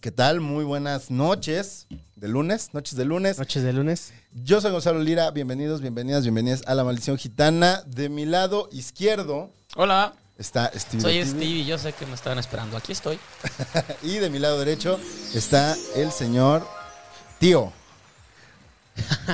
¿Qué tal? Muy buenas noches de lunes, noches de lunes. Noches de lunes. Yo soy Gonzalo Lira, bienvenidos, bienvenidas, bienvenidas a La Maldición Gitana. De mi lado izquierdo Hola, está Steve. soy Ortiz. Steve. Yo sé que me estaban esperando. Aquí estoy. Y de mi lado derecho está el señor Tío.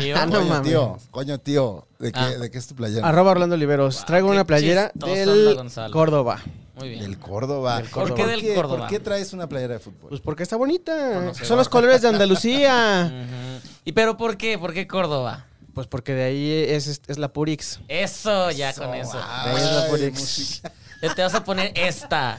Tío, Ah, no coño, mames. tío. Coño, tío. ¿De qué, Ah. de qué es tu playera? Arroba Orlando Oliveros. Guau, Traigo Ah, qué una playera chistoso anda del Gonzalo. Córdoba. Muy bien. Del Córdoba. Del Córdoba. ¿Por qué del Córdoba? por qué traes una playera de fútbol? Pues porque está bonita. Conocedor. Mm. Son los colores de Andalucía. Ujú. ¿Y pero por qué? ¿Por qué Córdoba? pues porque de ahí es, es- es la Purix. Eso, ya con eso. Ay, Ahí es la Purix. música. Ya te vas a poner esta.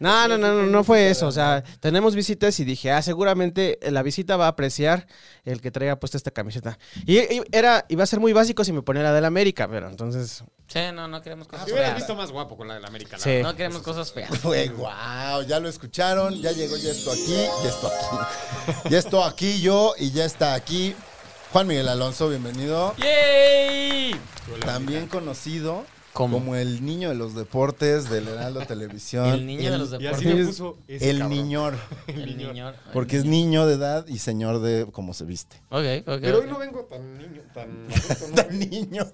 No, no, no, no, no fue eso. O sea, tenemos visitas y dije, ah, seguramente la visita va a apreciar el que traiga puesta esta camiseta. Y, y era, iba a ser muy básico si me ponía la del América, pero entonces. Sí, no, no queremos cosas Te hubieras feas. Ah, visto más guapo con la del América. la Sí. verdad. No queremos cosas feas. Fue guau, ya lo escucharon, ya llegó ya esto aquí, ya esto aquí. Ya esto aquí yo y ya está aquí. Juan Miguel Alonso, bienvenido. ¡Yay! También conocido ¿Cómo? como el niño de los deportes del Heraldo Televisión. El niño de los Y así me deportes. puso ese El cabrón. niñor, El niño. porque es niño de edad y señor de cómo se viste. Ok, ok. Pero hoy ok. no vengo tan niño, tan. adulto, ¿no? Tan niño.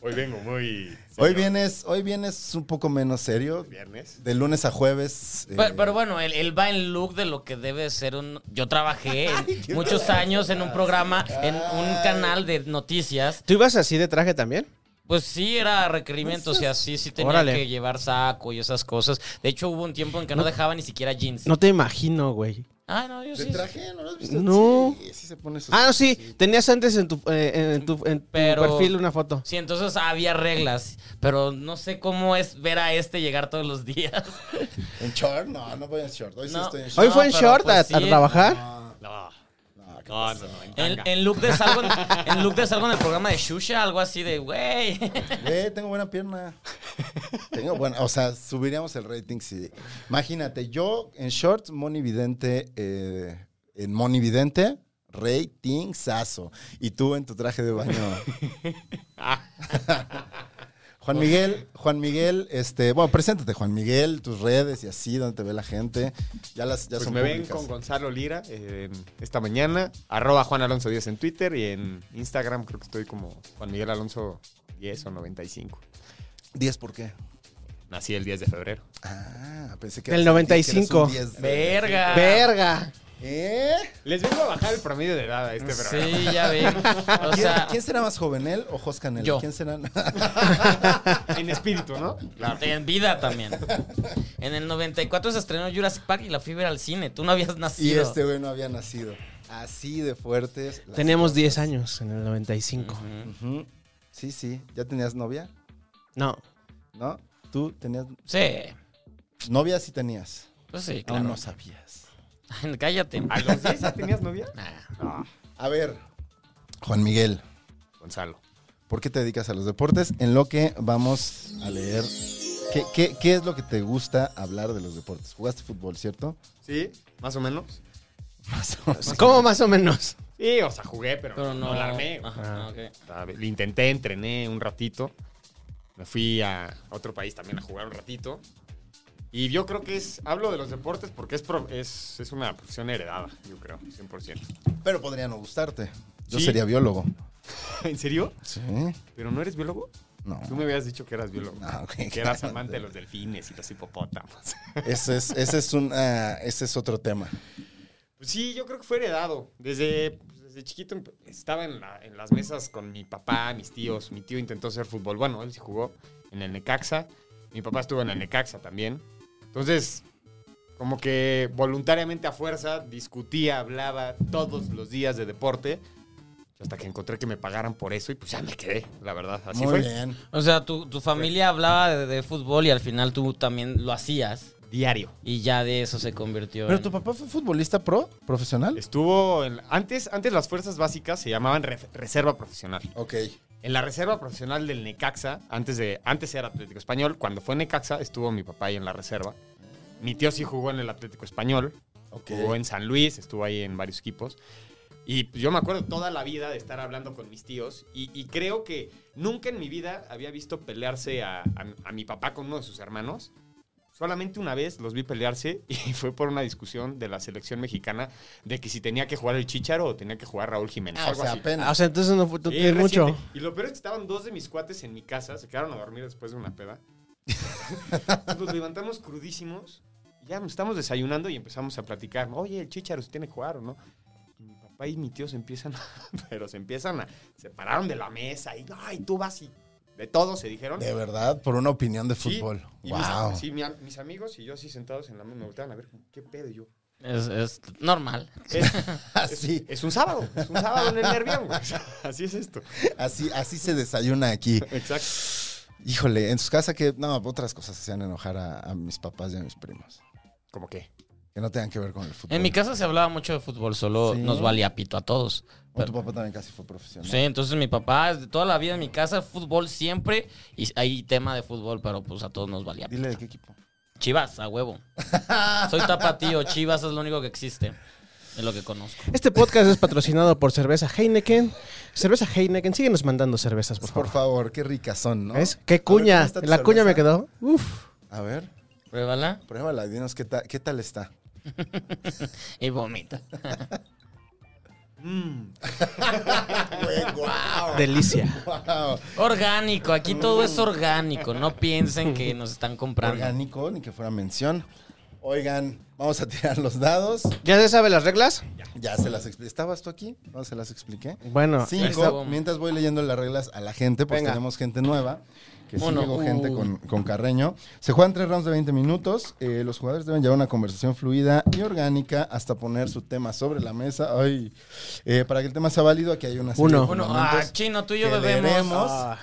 Hoy vengo muy. Hoy señor. vienes, hoy vienes un poco menos serio. Viernes. De lunes a jueves. eh, Pero, pero bueno, él, él va en look de lo que debe ser un... Yo trabajé en muchos años en un programa, en un canal de noticias. ¿Tú ibas así de traje también? Pues sí, era requerimiento, o Pues sea, sí, sí tenía Órale. que llevar saco y esas cosas. De hecho, hubo un tiempo en que no, dejaba ni siquiera jeans. No te imagino, güey. Ah, no, yo ¿Te sí. traje? ¿No lo has visto? No. Sí, sí se pone sus- Ah, no, sí. Tenías antes en tu, eh, en tu, en tu Pero- perfil una foto. Sí, entonces había reglas, pero no sé cómo es ver a este llegar todos los días. ¿En short? No, no voy en short. Hoy sí No. estoy en short. ¿Hoy fue en pero short a, pues a sí. trabajar? No, No, ¿qué no, pasa? no. no, en En, tanga. en look de salgo en, en look de salgo en el programa de Shusha, algo así de, güey. Güey, Eh, tengo buena pierna. tengo buena. O sea, subiríamos el rating si. Imagínate, yo en short, Moni Vidente. eh, en Moni Vidente, rating sazo. Y tú en tu traje de baño. Juan Miguel, Juan Miguel, este, bueno, preséntate, Juan Miguel, tus redes y así, donde te ve la gente. Ya las ya Pues son me ven públicas. con Gonzalo Lira eh, en esta mañana. Arroba Juan Alonso 10 en Twitter y en Instagram creo que estoy como Juan Miguel Alonso 10 o 95. 10 por qué. Nací el 10 de febrero. Ah, pensé que El eras un 95. que eras un 10. Verga. Verga. ¿Eh? Les vengo a bajar el promedio de edad a este programa. Sí, ya ven. O ¿Quién, sea, quién será más joven, él o Joscanel? Yo. ¿Quién será? En espíritu, ¿no? Claro. en vida también. En el 94 se estrenó Jurassic Park y la fui a ver al cine. Tú no habías y nacido. este güey no había nacido. Así de fuertes. las Teníamos cosas. 10 años en el 95. Ujú. Ujú. Sí, sí. ¿Ya tenías novia? No. ¿No? ¿Tú tenías Sí, novia? Sí tenías. pues sí, Aún claro. no sabías. Ay, Cállate. Ah, ¿A los 10 ya tenías novia? Nah. No. A ver, Juan Miguel, Gonzalo. ¿por qué te dedicas a los deportes? En lo que vamos a leer. ¿Qué, qué, qué es lo que te gusta hablar de los deportes? ¿Jugaste fútbol, cierto? ¿Sí? ¿Más o menos? Pues, ¿Cómo más o menos? Sí, o sea, jugué, pero, Pero no, no. la armé. Ajá, ok. A ver, Lo intenté, entrené un ratito. Me fui a otro país también a jugar un ratito. Y yo creo que es. Hablo de los deportes porque es, pro- es, es una profesión heredada, yo creo, 100%. Pero podría no gustarte. Yo Sí. sería biólogo. ¿En serio? Sí. ¿Pero no eres biólogo? No. Tú me habías dicho que eras biólogo. No, güey, que eras cállate. amante de los delfines y los hipopótamos. Ese es, ese es un, ah, ese es otro tema. Pues sí, yo creo que fue heredado. Desde, pues, desde chiquito empe- estaba en, la- en las mesas con mi papá, mis tíos. Mi tío intentó hacer fútbol. Bueno, él sí jugó en el Necaxa. Mi papá estuvo en el Necaxa también. Entonces, como que voluntariamente a fuerza discutía, hablaba todos los días de deporte. Hasta que encontré que me pagaran por eso y pues ya me quedé, la verdad. Así Muy fue. bien. O sea, tu, tu familia hablaba de, de fútbol y al final tú también lo hacías. Diario. Y ya de eso se convirtió. ¿Pero en- tu papá fue futbolista pro? ¿Profesional? Estuvo en- antes, antes las fuerzas básicas se llamaban ref- reserva profesional. Ok. En la reserva profesional del Necaxa, antes de antes era Atlético Español, cuando fue Necaxa estuvo mi papá ahí en la reserva. Mi tío sí jugó en el Atlético Español, Ok. jugó en San Luis, estuvo ahí en varios equipos. Y pues, yo me acuerdo toda la vida de estar hablando con mis tíos y, y creo que nunca en mi vida había visto pelearse a, a- a mi papá con uno de sus hermanos. Solamente una vez los vi pelearse y fue por una discusión de la selección mexicana de que si tenía que jugar el Chicharo o tenía que jugar Raúl Jiménez. Ah, o algo sea, así. apenas. Ah, o sea, entonces no fue tú Sí, tienes reciente. mucho. Y lo peor es que estaban dos de mis cuates en mi casa, se quedaron a dormir después de una peda. Nos levantamos crudísimos, y ya nos estamos desayunando y empezamos a platicar. Oye, el chicharo se tiene que jugar o no. Y mi papá y mi tío se empiezan a. Pero se empiezan a. Se pararon de la mesa y. Ay, tú vas y. De todo se dijeron. De verdad, por una opinión de Sí, fútbol. y mis- wow. sí, mi- mis amigos y yo así sentados en la mesa me volteaban a ver, ¿qué pedo Y yo? Es, es normal. Es, Así, es un sábado, es un sábado en el nervión, güey. O sea, Así es esto. así, así se desayuna aquí. Exacto. Híjole, en su casa que. No, otras cosas hacían enojar a, a mis papás y a mis primos. ¿Cómo qué? Que no tengan que ver con el fútbol. En mi casa se hablaba mucho de fútbol, solo Sí. nos valía pito a todos. O tu papá también casi fue profesional. Sí, entonces mi papá, de toda la vida en mi casa, fútbol siempre. Y hay tema de fútbol, pero pues a todos nos valía. pito. Dile de qué equipo. Pues, Chivas, a huevo. Soy tapatío, Chivas es lo único que existe. Es lo que conozco. Este podcast es patrocinado por cerveza Heineken. Cerveza Heineken, síguenos mandando cervezas, Pues, por Por, favor. favor, qué ricas son, ¿no? ¿Ves? ¡Qué A ver, ¿cómo cuña! está tu la cuña me quedó. cerveza? Uf. A ver, Pruébala pruébala, y dinos qué, ta- qué tal está. y vomita. Güey, guau. Delicia. Guau. Orgánico, aquí todo es orgánico. No piensen que nos están comprando. Orgánico, ni que fuera mención. Oigan, vamos a tirar los dados. ¿Ya se sabe las reglas? Ya se las expliqué. ¿Estabas tú aquí? No se las expliqué. Bueno, Cinco. Eso. Mientras voy leyendo las reglas a la gente, pues Venga. tenemos gente nueva. Que sí Uno. llegó gente Uh. con, con Carreño. Se juegan tres rounds de 20 minutos. Eh, los jugadores deben llevar una conversación fluida y orgánica hasta poner su tema sobre la mesa. Ay, eh, para que el tema sea válido, aquí hay una serie Uno. de Bueno, ah, fundamentos chino, tú y yo que bebemos. leeremos. Ah,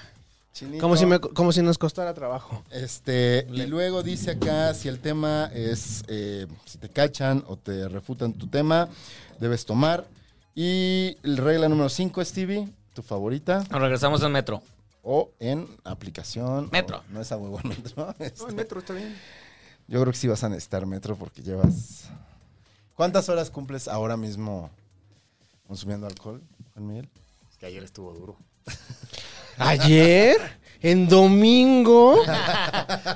Chinito. como, si me- como si nos costara trabajo. Este, y luego dice acá, si el tema es, eh, si te cachan o te refutan tu tema, debes tomar. Y el regla número 5, Stevie, tu favorita, Nos regresamos al metro. o en aplicación. Metro. o- no es a huevo metro. Este, No, el metro está bien. yo creo que sí vas a necesitar metro porque llevas... ¿Cuántas horas cumples ahora mismo consumiendo alcohol, Juan Miguel? Es que ayer estuvo duro. ¿Ayer? ¿En domingo?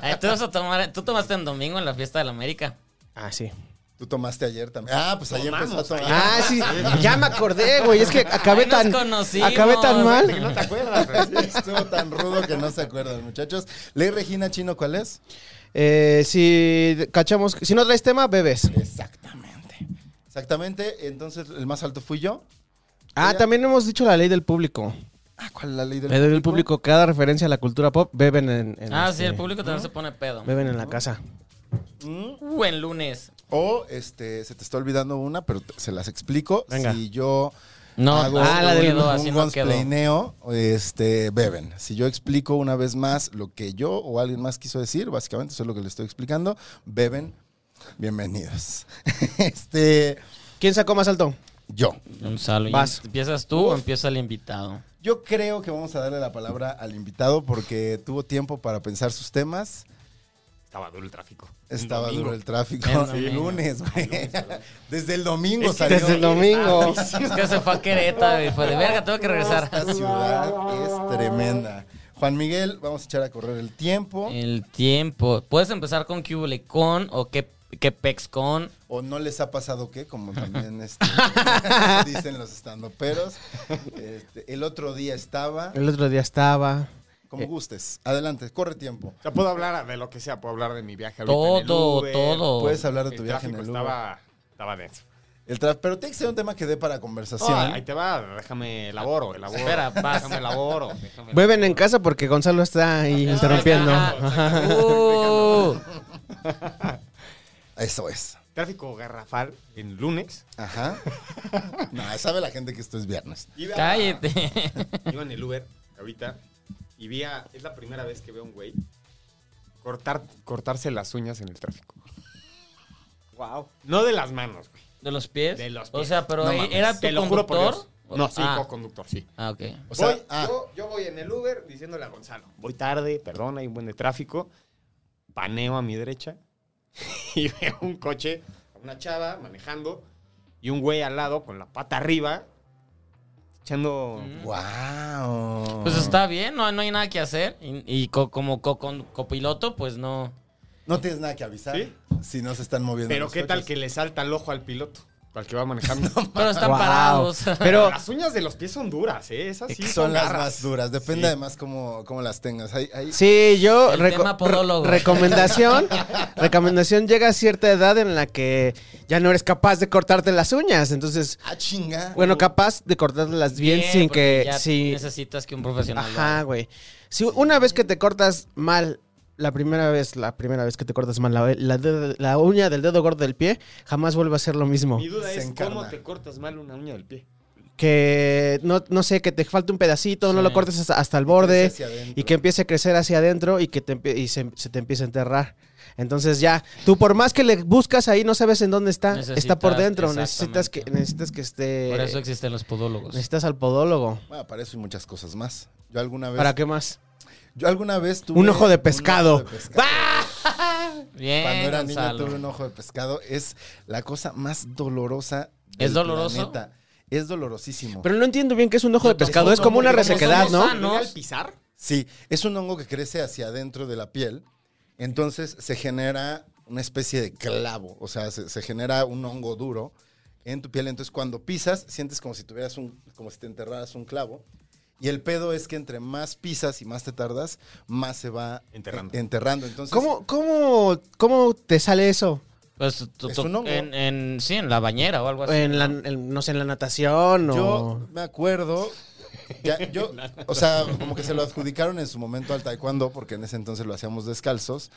Ay, tú, vas a tomar- tú tomaste en domingo en la fiesta de la América. Ah, sí. Tú tomaste ayer también. Ah, pues ayer empezó a Tomamos, tomar. Ah, sí. Ya me acordé, güey. Es que acabé Ahí nos tan. conocimos. Acabé tan mal. No te acuerdas, Estuvo tan rudo que no se acuerdan, muchachos. Ley Regina Chino, ¿cuál es? Eh, si cachamos. Si no traes tema, bebes. Exactamente. Exactamente. Entonces, el más alto fui yo. Ah, también hemos dicho la ley del público. Ah, ¿cuál es la ley del La ley del público, cada referencia a la cultura pop, beben en. en Ah, este, sí, el público también se pone pedo. Beben en la casa. Mm. Buen lunes. O este, se te está olvidando una, pero te- se las explico. Venga. Si yo No, hago ah, la un, del- quedó, así un no quedó. gonsplaneo, este, beben. Si yo explico una vez más lo que yo o alguien más quiso decir, básicamente eso es lo que le estoy explicando, beben. Bienvenidos. este, ¿Quién sacó más alto? yo. Gonzalo, ¿y Vas. ¿empiezas tú o empieza el invitado? Yo creo que vamos a darle la palabra al invitado porque tuvo tiempo para pensar sus temas. Estaba duro el tráfico. Estaba Domingo. duro el tráfico. El Sí, domingo. lunes, güey. Desde el domingo Pues Es salió. que Este, Desde el domingo. Es que se fue a Querétaro y fue de verga, tengo que regresar. Esta ciudad es tremenda. Juan Miguel, vamos a echar a correr el tiempo. El tiempo. Puedes empezar con qué hubole con o qué, qué pex con. ¿O no les ha pasado qué? Como también este, dicen los estandoperos. Este, el otro día estaba. El otro día estaba. Como gustes. Adelante, corre tiempo. O sea, puedo hablar de lo que sea, puedo hablar de mi viaje ahorita en el Todo, Uber. todo. Puedes hablar de tu El viaje en tráfico el Uber. estaba, estaba denso. El tra- Pero tiene que ser un tema que dé para conversación. Ah, ahí te va, déjame elaboro, elaboro. Ah, Espera, vas. Déjame elaboro. déjame- Beben en casa porque Gonzalo Ah, está ahí interrumpiendo. Ah, uh, Eso es. Tráfico garrafal en lunes. Ajá. No, sabe la gente que esto es viernes. Iba- Cállate. Iba en el Uber ahorita y vi a. Es la primera vez que veo a un güey cortar, cortarse las uñas en el tráfico. Wow. No de las manos, güey. ¿De los pies? De los O pies. sea, pero No ahí mames. ¿era tu Te lo juro por conductor? Dios. No, sí, ah, co-conductor, sí. ah, ok. O sea, Voy- ah, yo, yo voy en el Uber diciéndole a Gonzalo. Voy tarde, perdón, hay un buen de tráfico. Paneo a mi derecha y veo un coche, a una chava manejando y un güey al lado con la pata arriba echando... wow. Pues está bien, no, no hay nada que hacer. Y, y co- como co- con- copiloto, pues no. No tienes nada que avisar ¿Sí? si no se están moviendo. Pero los qué tal coches. que le salta el ojo al piloto, al que va manejando. Pero están parados. Pero las uñas de los pies son duras, ¿eh? Esas sí Son las garras. más duras. Depende Sí. además cómo, cómo las tengas. Ahí, ahí- Sí, yo El reco- tema podólogo. re- recomendación, recomendación llega a cierta edad en la que ya no eres capaz de cortarte las uñas, entonces Ah, chinga. bueno, capaz de cortártelas bien, sin Uh. porque que ya sí. necesitas que un profesional. lo Ajá, haga. güey. Si una vez que te cortas mal la primera vez, la primera vez que te cortas mal la, la dedo- la uña del dedo gordo del pie, jamás vuelve a ser lo mismo. Mi duda Se es cómo encarna. te cortas mal una uña del pie. Que no, no sé, que te falte un pedacito, no Sí. lo cortes hasta, hasta el borde. Hacia adentro. y que empiece a crecer hacia adentro y que te empie- y se, se te empiece a enterrar. Entonces ya, tú por más que le buscas ahí, no sabes en dónde está. está por Necesitas- dentro. Necesitas que, exactamente. necesitas que esté. Por eso existen los podólogos. necesitas al podólogo. Bueno, para eso y muchas cosas más. Yo alguna vez. ¿Para qué más? Yo alguna vez tuve. Un ojo de pescado. Ah, ojo de pescado. Bien, Cuando era niño Gonzalo. tuve un ojo de pescado. Es la cosa más dolorosa. ¿Es del doloroso? planeta. Es dolorosísimo. Pero no entiendo bien qué es un ojo de Yo pescado. tampoco, Es como una porque como resequedad, somos ¿no? sanos, ¿Llega al pisar? Sí, es un hongo que crece hacia adentro de la piel. Entonces se genera una especie de clavo, o sea, se, se genera un hongo duro en tu piel. Entonces cuando pisas, sientes como si tuvieras un, como si te enterraras un clavo. Y el pedo es que entre más pisas y más te tardas, más se va Enterrando. en- enterrando. Entonces, ¿Cómo, cómo, ¿Cómo te sale eso? Pues, tú- Es tú- un hongo. en, en- sí, en la bañera o algo así. En la, en- no sé, en la natación o. Yo me acuerdo, ya, yo, o sea, como que se lo adjudicaron en su momento al taekwondo, porque en ese entonces lo hacíamos descalzos.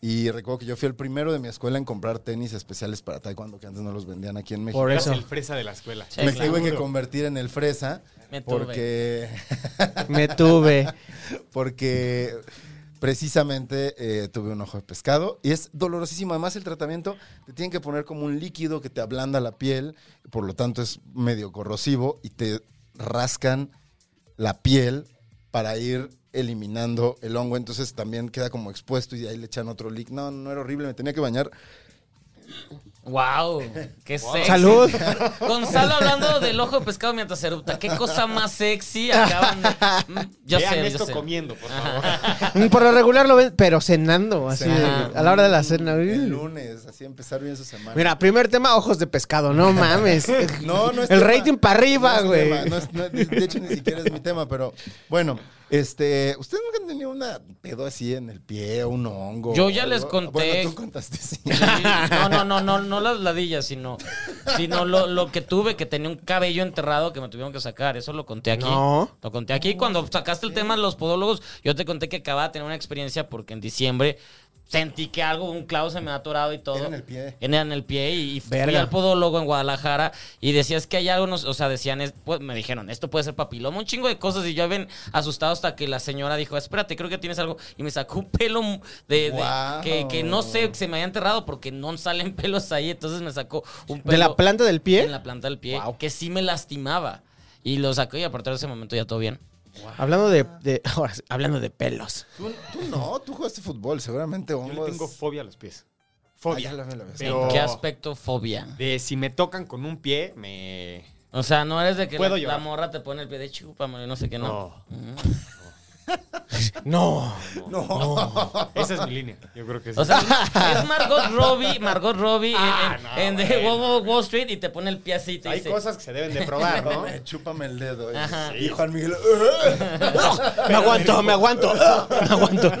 Y recuerdo que yo fui el primero de mi escuela en comprar tenis especiales para taekwondo, que antes no los vendían aquí en México. Por Eras eso. el fresa de la escuela. Sí, me claro. tuve que convertir en el fresa, Me tuve. porque, Me tuve. porque precisamente eh, tuve un ojo de pescado. Y es dolorosísimo. Además, el tratamiento te tienen que poner como un líquido que te ablanda la piel, por lo tanto es medio corrosivo y te rascan la piel para ir eliminando el hongo. Entonces también queda como expuesto y de ahí le echan otro líquido. No, no era horrible, me tenía que bañar. Wow, qué sexy. Salud. Gonzalo hablando del ojo de pescado mientras erupta. Qué cosa más sexy acaban de. Mm, Yo Vean sé, yo esto sé. comiendo, por favor. Por lo regular lo ven, pero cenando, así, Ajá. a la hora de la cena. El lunes, así empezar bien su semana. Mira, primer tema, ojos de pescado, no mames. No, no es El tema. rating para No arriba, es güey. tema, no es- no- de de hecho, ni siquiera es mi tema, pero bueno, este, ¿ustedes nunca han tenido una pedo así en el pie, un hongo? Yo o ya les algo? conté. Bueno, tú contaste, sí. No, no, no, no, no las ladillas, sino, sino lo, lo que tuve, que tenía un cabello enterrado que me tuvieron que sacar. Eso lo conté aquí. No. Lo conté aquí. Cuando sacaste el tema de los podólogos, yo te conté que acababa de tener una experiencia porque en diciembre sentí que algo, un clavo se me ha atorado y todo. Era en el pie. Era en el pie y, y fui Verga. al podólogo en Guadalajara y decías que hay algo, no- o sea, decían, es- pues, me dijeron, esto puede ser papiloma, un chingo de cosas y yo habían asustado hasta que la señora dijo, espérate, creo que tienes algo y me sacó un pelo de, de- Guau. que, que no sé que se me había enterrado porque no salen pelos ahí, entonces me sacó un pelo ¿De la planta del en pie? la planta del pie que sí me lastimaba y lo sacó y a partir de ese momento ya todo bien. Hablando de, de- ahora sí, hablando de pelos. Tú, tú no, tú jugaste fútbol, seguramente Yo hongos. le tengo fobia a los pies. Ah, Fobia. ya lo- me lo habías Pero- ¿En qué aspecto fobia? De si me tocan con un pie, me. O sea, no eres de que Puedo la, llorar. la morra te pone el pie de chúpame, no sé qué, no. No. No. Esa es mi línea. Yo creo que sí. O sea, es Margot Robbie, Margot Robbie en- Ah, en, no, en The bueno. Wolf of Wall Street y te pone el pie así y te hay dice, cosas que se deben de probar, ¿no? Eh, Chúpame el dedo. Y, Ajá. y Juan Miguel. Me aguanto, me aguanto. Me aguanto.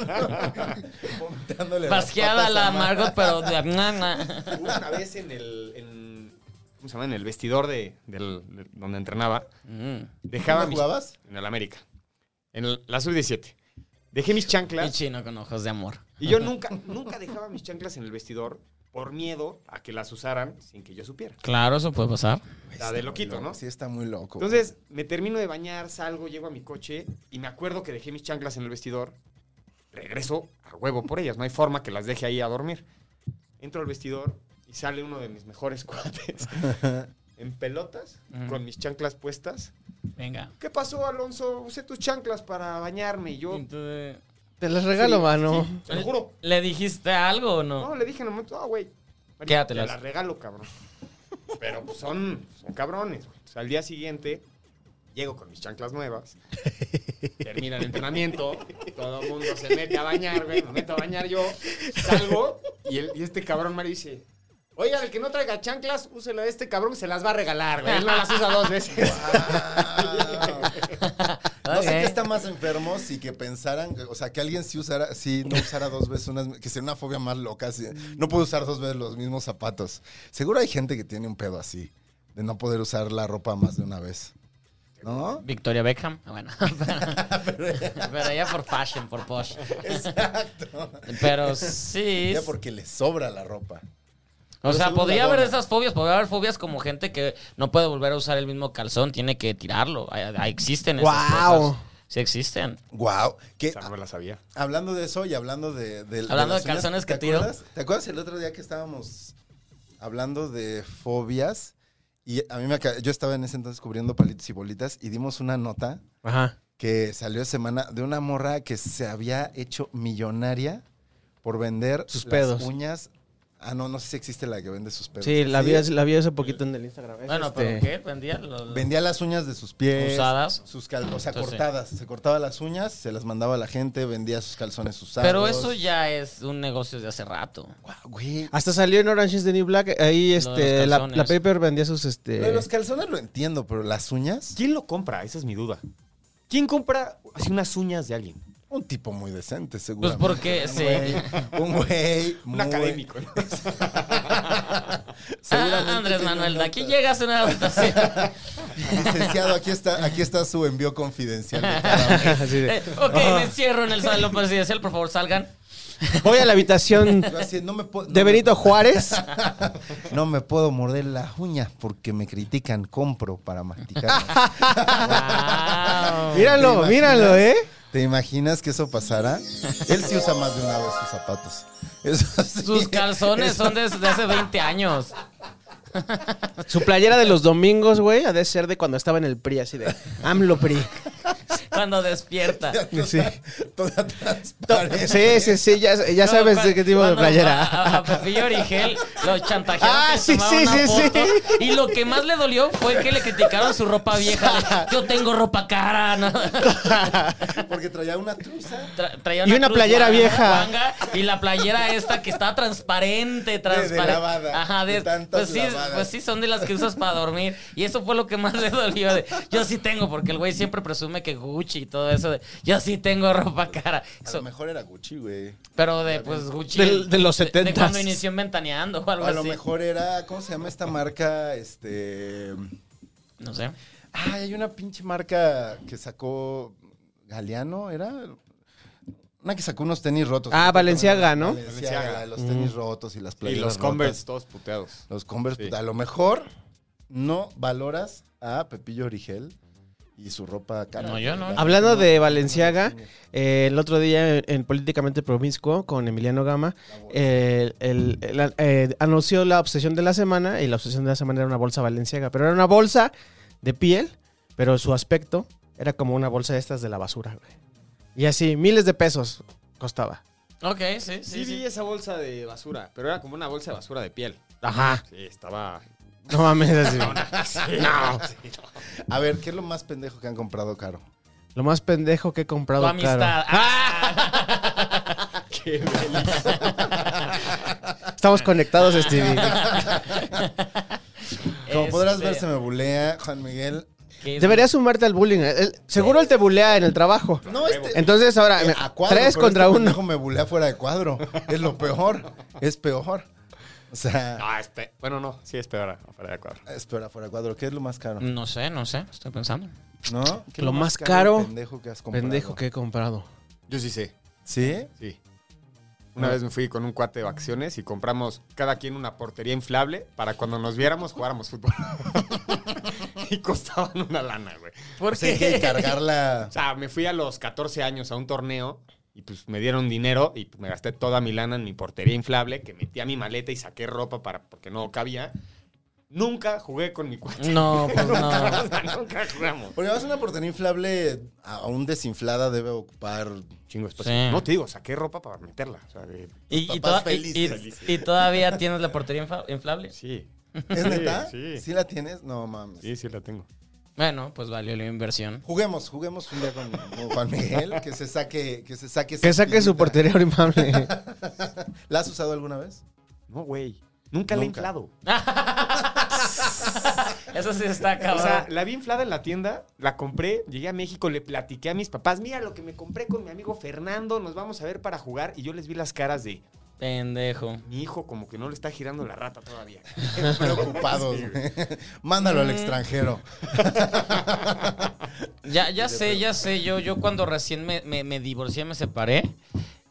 vomitándole las Basqueada patas a la Ma- Margot, pero de... na, na. Hubo Una vez en el. en- ¿Cómo se llama? En el vestidor de, del- de donde entrenaba. Mm. Dejaba ¿Dónde mis. jugabas? En el América. En el- la sub-17. Dejé mis Y chanclas. chino con ojos de amor. Y yo nunca, nunca dejaba mis chanclas en el vestidor por miedo a que las usaran sin que yo supiera. Claro, eso puede pasar. La de loquito, ¿no? Sí, está muy loco. güey. Entonces, me termino de bañar, salgo, llego a mi coche y me acuerdo que dejé mis chanclas en el vestidor. Regreso a huevo por ellas, no hay forma que las deje ahí a dormir. Entro al vestidor y sale uno de mis mejores cuates en pelotas, Ujú. con mis chanclas puestas. Venga. ¿Qué pasó, Alonso? Usé tus chanclas para bañarme y yo. Entonces, Te las regalo, mano. Te lo juro. ¿Le dijiste algo o No, no? le dije en el momento, ah, güey. Mario, Quédatelas. Te las regalo, cabrón. Pero pues son, son cabrones, güey. O sea, al día siguiente, llego con mis chanclas nuevas, termina el entrenamiento, todo el mundo se mete a bañar, güey. Me meto a bañar yo, salgo, y, el- y este cabrón Mario dice. Oiga, el que no traiga chanclas, úsela de este cabrón, se las va a regalar, güey. Él no las usa dos veces. Ah. No sé Ok. qué está más enfermo si que pensaran, o sea, que alguien sí usara, sí no usara dos veces unas, que sería una fobia más loca, así, no puede usar dos veces los mismos zapatos. Seguro hay gente que tiene un pedo así, de no poder usar la ropa más de una vez. ¿No? Victoria Beckham. Ah, Bueno, pero, pero ella por fashion, por posh. Exacto. Pero sí. Ya porque le sobra la ropa. O sea, según la podría haber dona. esas fobias, podría haber fobias como gente que no puede volver a usar el mismo calzón, tiene que tirarlo. Ah, ah, Existen esas Guau. cosas. Sí existen. Wow. Que, Esa no me la sabía. Hablando de eso y hablando de... de- Hablando las de calzones uñas, ¿te que tiro. acuerdas? ¿Te acuerdas el otro día que estábamos hablando de fobias? Y a mí me... aca- Yo estaba en ese entonces cubriendo palitos y bolitas y dimos una nota Ajá. que salió esa semana de una morra que se había hecho millonaria por vender Sus las pedos. uñas. Ah, no, no sé si existe la que vende sus pedos. Sí, la vi, la vi hace poquito en el Instagram. Es Bueno, este- pero ¿qué? Vendía lo- lo- Vendía las uñas de sus pies. Usadas. Sus cal- o sea, Entonces, sí. cortadas. Se cortaba las uñas, se las mandaba a la gente, vendía sus calzones usados. Pero eso ya es un negocio de hace rato. Guau, güey. Hasta salió en Orange is the New Black. Ahí, Lo de este, los la, calzones. la Paper vendía sus, Lo de este... los calzones lo entiendo, pero las uñas, ¿Quién lo compra? Esa es mi duda. ¿Quién compra así unas uñas de alguien? un tipo muy decente, seguro. Pues porque sí. Un güey. Un muy- académico. ¿no? seguramente Ah, Andrés tiene Manuel, una- de aquí llegas a una dotación. Licenciado, aquí está, aquí está su envío confidencial. de cada mes. Así de, Eh, ok, me encierro en el salón presidencial, por favor, salgan. Voy a la habitación Yo así, no me puedo- de no me- Benito Juárez. No me puedo morder las uñas porque me critican, compro para masticar. Míralo, Wow. ¿Te imaginas? míralo, ¿eh? ¿Te imaginas que eso pasara? Él sí usa más de una vez sus zapatos. Eso sí. Sus calzones son desde hace 20 años. Su playera de los domingos, güey, ha de ser de cuando estaba en el PRI, así de AMLO PRI. Cuando despierta. Toda- Sí. toda transparente. Sí, sí, sí, ya, ya sabes de qué tipo de Cuando A, playera. a Pepillo Origel lo chantajearon. Ah, que sí, tomaba una sí, sí, foto, sí. Y lo que más le dolió fue que le criticaron su ropa vieja. de, Yo tengo ropa cara. ¿no? Porque traía una truza. Tra- traía Y una cruz playera guanga- vieja. guanga, y la playera esta que está transparente, transparente. lavada, Ajá, de tantas pues, sí, lavadas. pues sí, son de las que usas para dormir. Y eso fue lo que más le dolió. de, yo sí tengo, porque el güey siempre presume que Gucci y todo eso. de, yo sí tengo ropa cara. A Eso- lo mejor era Gucci, güey. pero de pues Gucci. Del- de los de- De, 70s. cuando inició en ventaneando o algo A lo así. mejor era, ¿cómo se llama esta marca? Este. No sé. Ay, hay una pinche marca que sacó Galeano, ¿era? Una que sacó unos tenis rotos. Ah, Balenciaga, ¿no? Mm. Balenciaga, la de los tenis rotos y las Y playeras los rotas. Converse todos puteados. Los Converse, Sí. puta, a lo mejor no valoras a Pepillo Origel y su ropa cara. No, yo no. ¿verdad? Hablando de Valenciaga, eh, el otro día en, en Políticamente Promiscuo con Emiliano Gama, eh, el- el- la- eh, anunció la obsesión de la semana y la obsesión de la semana era una bolsa Valenciaga, pero era una bolsa de piel, pero su aspecto era como una bolsa de estas de la basura, güey. Y así, miles de pesos costaba. Ok, sí, sí. Sí, vi sí. esa bolsa de basura, pero era como una bolsa de basura de piel. Ajá. Sí, estaba. No mames, así. No. A ver, ¿qué es lo más pendejo que han comprado caro? Lo más pendejo que he comprado. Tu claro. amistad. Ah. Qué delicia. Estamos Ah, conectados, Stevie. Como podrás Este, ver, se me bulea Juan Miguel. que- Deberías sumarte al bullying. eh. El- seguro él te bulea en el trabajo. No, este. Entonces ahora, Eh, a cuadro, tres pero contra este uno. pendejo me bulea fuera de cuadro. Es lo peor. Es peor. O sea, No, este- bueno, no, sí es peor fuera de cuadro. es peor fuera de cuadro. ¿Qué es lo más caro? No sé, no sé. Estoy pensando. ¿No? ¿Qué es Mm. Lo más caro, Pendejo que has comprado. Pendejo que he comprado. Yo sí sé. ¿Sí? Sí. Una vez me fui con un cuate de acciones y compramos cada quien una portería inflable para cuando nos viéramos jugáramos fútbol. y costaban una lana, güey. ¿Por Pues Hay que qué? cargarla. O sea, me fui a los 14 años a un torneo y pues me dieron dinero y me gasté toda mi lana en mi portería inflable que metí a mi maleta y saqué ropa para porque no cabía. Nunca jugué con mi cuate. No, pues no. O sea, nunca jugamos. Porque además una portería inflable, aún desinflada, debe ocupar. Chingo espacio. Sí. No te digo, saqué ropa para meterla. O sea, de- Y, y Papás toda- y- y- felices. y todavía tienes la portería infa- inflable. sí. ¿Es Sí, neta? Sí. sí. la tienes? No mames. Sí, sí la tengo. Bueno, pues valió la inversión. Juguemos, juguemos un día con, con Juan Miguel, que se saque, que se saque. Que saque su espinita. portería inflable. ¿La has usado alguna vez? No, güey. Nunca, la he Nunca. inflado. Eso sí está O cabrón. sea, la vi inflada en la tienda, la compré, llegué a México, le platiqué a mis papás, mira lo que me compré con mi amigo Fernando, nos vamos a ver para jugar. Y yo les vi las caras de, Pendejo. mi hijo como que no le está girando la rata todavía. Preocupados. Mándalo al extranjero. Ya, ya sé, ya sé. Yo, yo cuando recién me, me, me divorcié, me separé.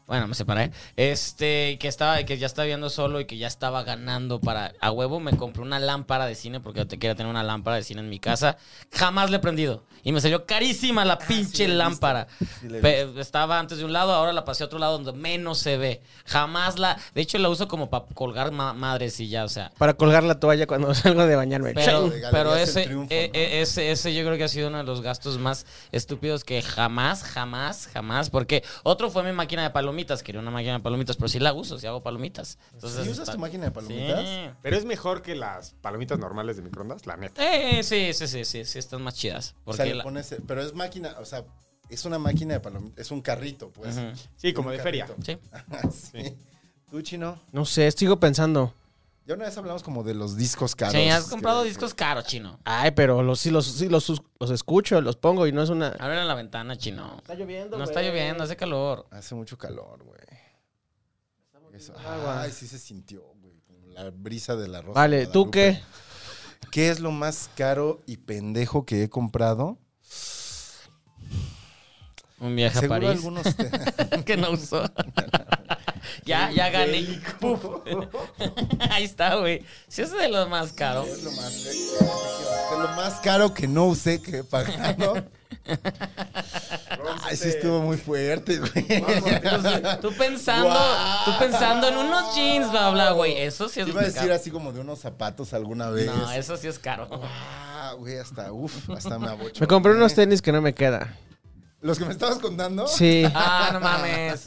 Bueno, me separé. Este, que estaba, que ya estaba viendo solo y que ya estaba ganando para. A huevo me compré una lámpara de cine porque yo te quería tener una lámpara de cine en mi casa. Jamás le he prendido. Y me salió carísima la pinche la he visto. lámpara. Sí la he Pe- estaba antes de un lado, ahora la pasé a otro lado donde menos se ve. Jamás la. De hecho, la uso como para colgar ma- madres y ya, o sea. Para colgar la toalla cuando salgo de bañarme. Pero, de galerías pero el ese, triunfo, eh, ¿no? eh, ese, ese yo creo que ha sido uno de los gastos más estúpidos que jamás, jamás, jamás. Porque otro fue mi máquina de palomitas. Quería una máquina de palomitas, pero sí la uso, sí hago palomitas. Entonces, ¿Sí usas está- tu máquina de palomitas? Sí. Pero es mejor que las palomitas normales de microondas, la neta. Eh, sí, sí, sí, sí, sí, están más chidas. O Porque sea, le la- pones- eh, pero es máquina, o sea, es una máquina de palomitas, es un carrito, pues. Ujú. Sí, como de feria. Sí. sí. ¿Tú, Chino? No sé, sigo pensando. Ya una vez hablamos como de los discos caros. Sí, has comprado que- discos caros, chino. Ay, pero los, sí, los, sí los, los escucho, los pongo y no es una... Abre la ventana, chino. Está lloviendo, No está lloviendo, hace calor. Hace mucho calor, güey. Eso. agua. Ay, sí se sintió, güey. como La brisa de la rosa. Vale, de ¿tú qué? Guadalupe. ¿Qué es lo más caro y pendejo que he comprado? Un viaje a Seguro París algunos. te- que no usó. ya, ya gané. Puf. Ahí está, güey. Si es de lo más caro. es lo más, de lo más caro que no usé que he pagado. Ay, sí estuvo muy fuerte, güey. Entonces, tú pensando, Guau. tú pensando en unos jeans, bla, bla, güey. Eso sí es Iba a muy decir caro. así como de unos zapatos alguna vez. No, eso sí es caro. Ah, güey, hasta, uff, hasta me abocho. Me compré unos tenis que no me queda. Los que me estabas contando. Sí. Ah, no mames.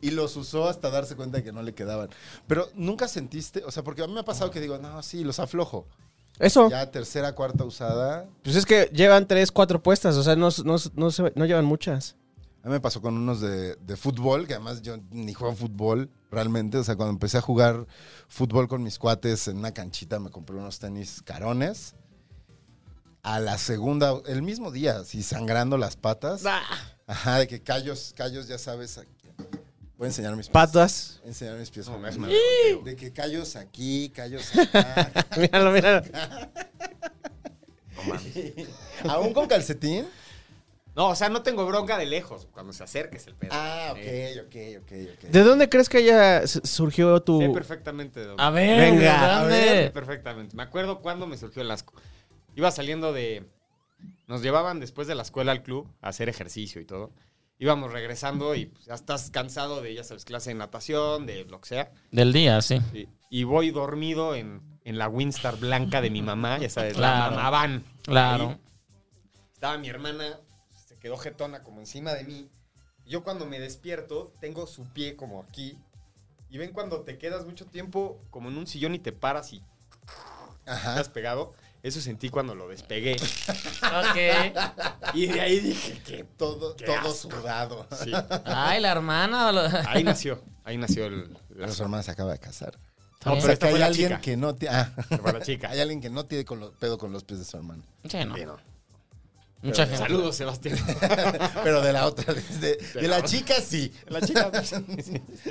Y los usó hasta darse cuenta de que no le quedaban. Pero nunca sentiste, o sea, porque a mí me ha pasado que digo, no, sí, los aflojo. Eso. Ya tercera, cuarta usada. Pues es que llevan tres, cuatro puestas, o sea, no, no, no, se- no llevan muchas. A mí me pasó con unos de, de fútbol, que además yo ni juego fútbol realmente. O sea, cuando empecé a jugar fútbol con mis cuates en una canchita, me compré unos tenis carones. A la segunda, el mismo día, así sangrando las patas. Ajá, de que callos, callos, ya sabes. aquí. Voy a enseñar mis pies. Patas. Voy a enseñar mis pies. No, me- me- de que callos aquí, callos acá. Míralo, míralo. ¿Aún con calcetín? No, o sea, no tengo bronca de lejos cuando se acerques el pedo. Ah, Sí. ok, ok, ok, ok. ¿De dónde crees que ya s- surgió tu...? Sé perfectamente de dónde. Uh. A ver, Venga, ¿dónde? Sé perfectamente. Me acuerdo cuando me surgió el asco. Iba saliendo de... Nos llevaban después de la escuela al club a hacer ejercicio y todo. Íbamos regresando y pues, ya estás cansado de, ya sabes, clase de natación, de lo que sea. Del día, sí. Sí, Y voy dormido en, en la Winstar blanca de mi mamá, ya sabes, Claro. la mamá van. Claro. estaba mi hermana, se quedó jetona como encima de mí. Yo cuando me despierto, tengo su pie como aquí. Y ven cuando te quedas mucho tiempo como en un sillón y te paras y Ajá. estás pegado. Eso sentí cuando lo despegué. Ok. Y de ahí dije que... Todo, Qué todo asco. sudado. Sí, Ay, la hermana. lo- ahí nació. Ahí nació el... la- Las hermanas se acaba de casar. No, O pero sea, esta que fue hay la alguien chica. que no tiene. Ah. fue la chica. Hay alguien que no tiene con los, pedo con los pies de su hermano. Sí, no. Pero- Mucha gente. Saludos, Sebastián. Pero de la otra, de, de- de la chica sí. La chica... Sí,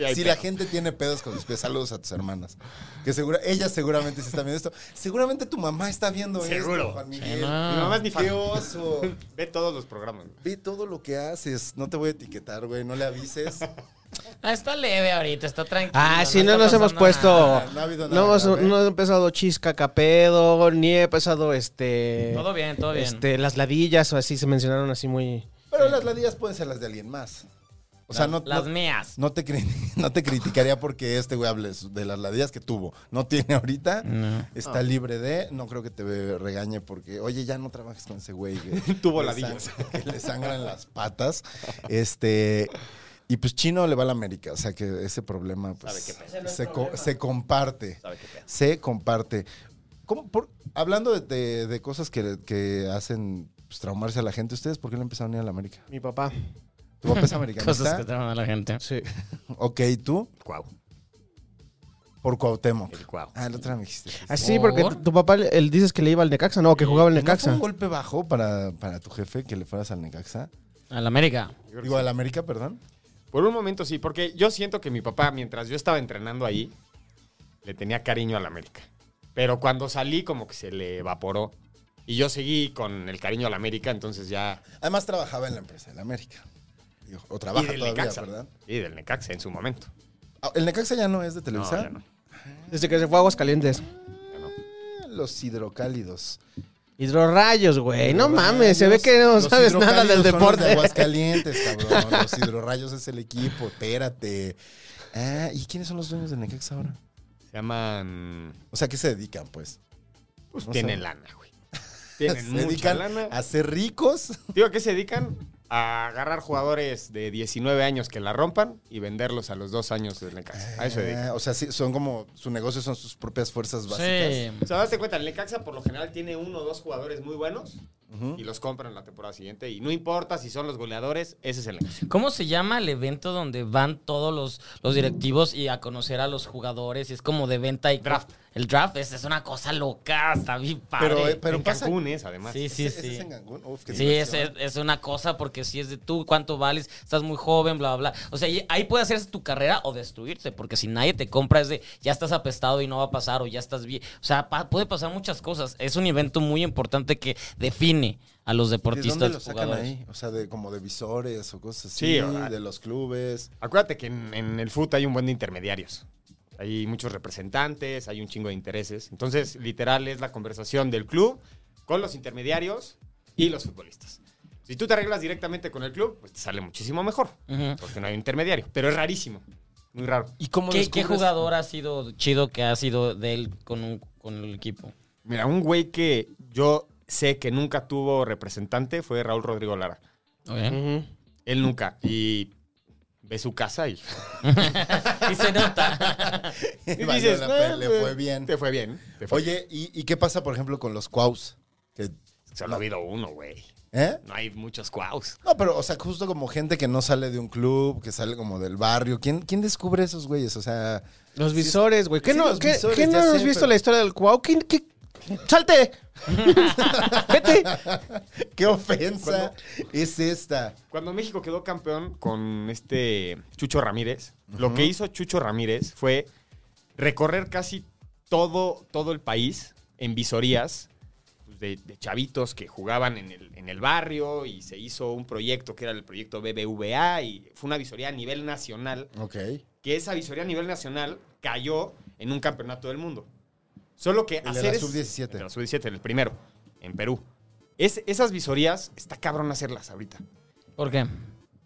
hay Si la pedo. gente tiene pedos con sus pies, saludos a tus hermanas. Que segura, ellas seguramente se están viendo esto. Seguramente tu mamá está viendo esto, Seguro. Juan Sí, Miguel. no. Mi mamá es mi fan. Qué oso. Ve todos los programas. Ve todo lo que haces. No te voy a etiquetar, güey. No le avises. Ah, está leve ahorita, está tranquilo. Ah, sí, no, está nos hemos pasando puesto. nada. No ha habido nada no, hemos- grave. no he empezado chisca, capedo, ni he pasado este. Todo bien, todo bien. Este, las ladillas o así se mencionaron así muy. Pero las ladillas pueden ser las de alguien más. O sea, no, Las no, mías. no te, cri- no te criticaría porque este güey hable de las ladillas que tuvo. No tiene ahorita. Ah. Está libre de. No creo que te regañe porque, oye, ya no trabajes con ese güey. que Tuvo le ladillas. sang- Que le sangran las patas. Este. Y pues Chino le va a la América. O sea que ese problema pues, se, co- se comparte. Se comparte. ¿Cómo, por- hablando de, de- de cosas que, que hacen pues, traumarse a la gente, ¿ustedes por qué le empezaron a ir a la América? Mi papá. ¿Tu papá es americanista? Cosas que traman a la gente. Sí. Ok, ¿y tú? Cuau, Por Cuauhtémoc. el cuau. Ah, la otra me dijiste. Así, ¿Por? porque tu- tu papá, él dices que le iba al Necaxa, no, que jugaba al ¿No fue Necaxa. un golpe bajo para, para tu jefe que le fueras al Necaxa? A la América. Yo creo que Digo, al América, perdón. Por un momento sí, porque yo siento que mi papá, mientras yo estaba entrenando ahí, le tenía cariño al América. Pero cuando salí, como que se le evaporó. Y yo seguí con el cariño al América, entonces ya. Además trabajaba en la empresa del América. Digo, o trabaja y del todavía, Necaxa. ¿verdad? Y del Necaxa en su momento. Ah, ¿El Necaxa ya no es de No, Televisa? ya no, Desde que se fue a Aguascalientes. ya no. Eh, Los hidrocálidos. Hidrorrayos, güey. No mames, se ve Los- que no los sabes nada del hidrocálidos son los de deporte. Aguascalientes, cabrón. Los hidrorrayos es el equipo, espérate. Ah, ¿y quiénes son los dueños del Necaxa ahora? Se llaman. O sea, ¿qué se dedican, pues? Pues No tienen sé. lana, güey. Tienen ¿Se mucha dedican lana. a ser ricos? Digo, ¿a qué se dedican? A agarrar jugadores de 19 años que la rompan y venderlos a los dos años del Necaxa. A eso se dedican. Ah, o sea, sí, son como, su negocio son sus propias fuerzas básicas. Sí. O sea, date cuenta, el Necaxa por lo general tiene uno o dos jugadores muy buenos Ujú. y los compran la temporada siguiente. Y no importa si son los goleadores, ese es el negocio. ¿Cómo se llama el evento donde van todos los, los directivos y a conocer a los jugadores? Y es como de venta y Draft. El draft es, es una cosa loca, está bien padre. Pero, eh, pero en pasa. Cancún es, además. sí, sí, ¿Ese- ese sí. es en Cancún? Uf, qué ¿eh? Sí, es, diversión. es- es una cosa porque si es de tú, cuánto vales, estás muy joven, bla, bla, bla. O sea, y ahí puede hacerse tu carrera o destruirse, porque si nadie te compra es de ya estás apestado y no va a pasar o ya estás bien. O sea, pa- puede pasar muchas cosas. Es un evento muy importante que define a los ¿De dónde deportistas lo sacan jugadores. ahí? O sea, de, como de visores o cosas así. Sí, o sea, de los clubes. Acuérdate que en, en el fútbol hay un buen de intermediarios. Hay muchos representantes, hay un chingo de intereses. Entonces, literal, es la conversación del club con los intermediarios y los futbolistas. Si tú te arreglas directamente con el club, pues te sale muchísimo mejor, Ujú. porque no hay un intermediario. Pero es rarísimo, muy raro. ¿Y cómo ¿Qué, qué jugador ha sido chido que ha sido de él con, un- con el equipo? Mira, un güey que yo sé que nunca tuvo representante fue Raúl Rodrigo Lara. Ujú. Él nunca. Y ve su casa y, y se nota. y Valió la "No, pena, le güey, fue bien". Te fue bien. te fue bien. Oye, ¿y, y qué pasa, por ejemplo, con los cuaus? Que- Solo ha habido uno, güey. ¿Eh? No hay muchos cuaus. No, pero, o sea, justo como gente que no sale de un club, que sale como del barrio. ¿Quién, quién descubre esos güeyes? O sea, Los visores, güey. ¿Qué Sí, no, los qué- visores, qué no ya sé, has visto pero- la historia del Cuau? ¿Qué- qué- ¡Salte! ¡Vete! ¿qué ofensa es esta? Cuando México quedó campeón con este Chucho Ramírez, lo que hizo Chucho Ramírez fue recorrer casi todo, todo el país en visorías pues, de, de chavitos que jugaban en el, en el barrio y se hizo un proyecto que era el proyecto BBVA y fue una visoría a nivel nacional Ok. que esa visoría a nivel nacional cayó en un campeonato del mundo. Solo que El de hacer la es- sub-17. el de la sub-17, el primero, en Perú. Es, esas visorías está cabrón hacerlas ahorita. ¿Por qué?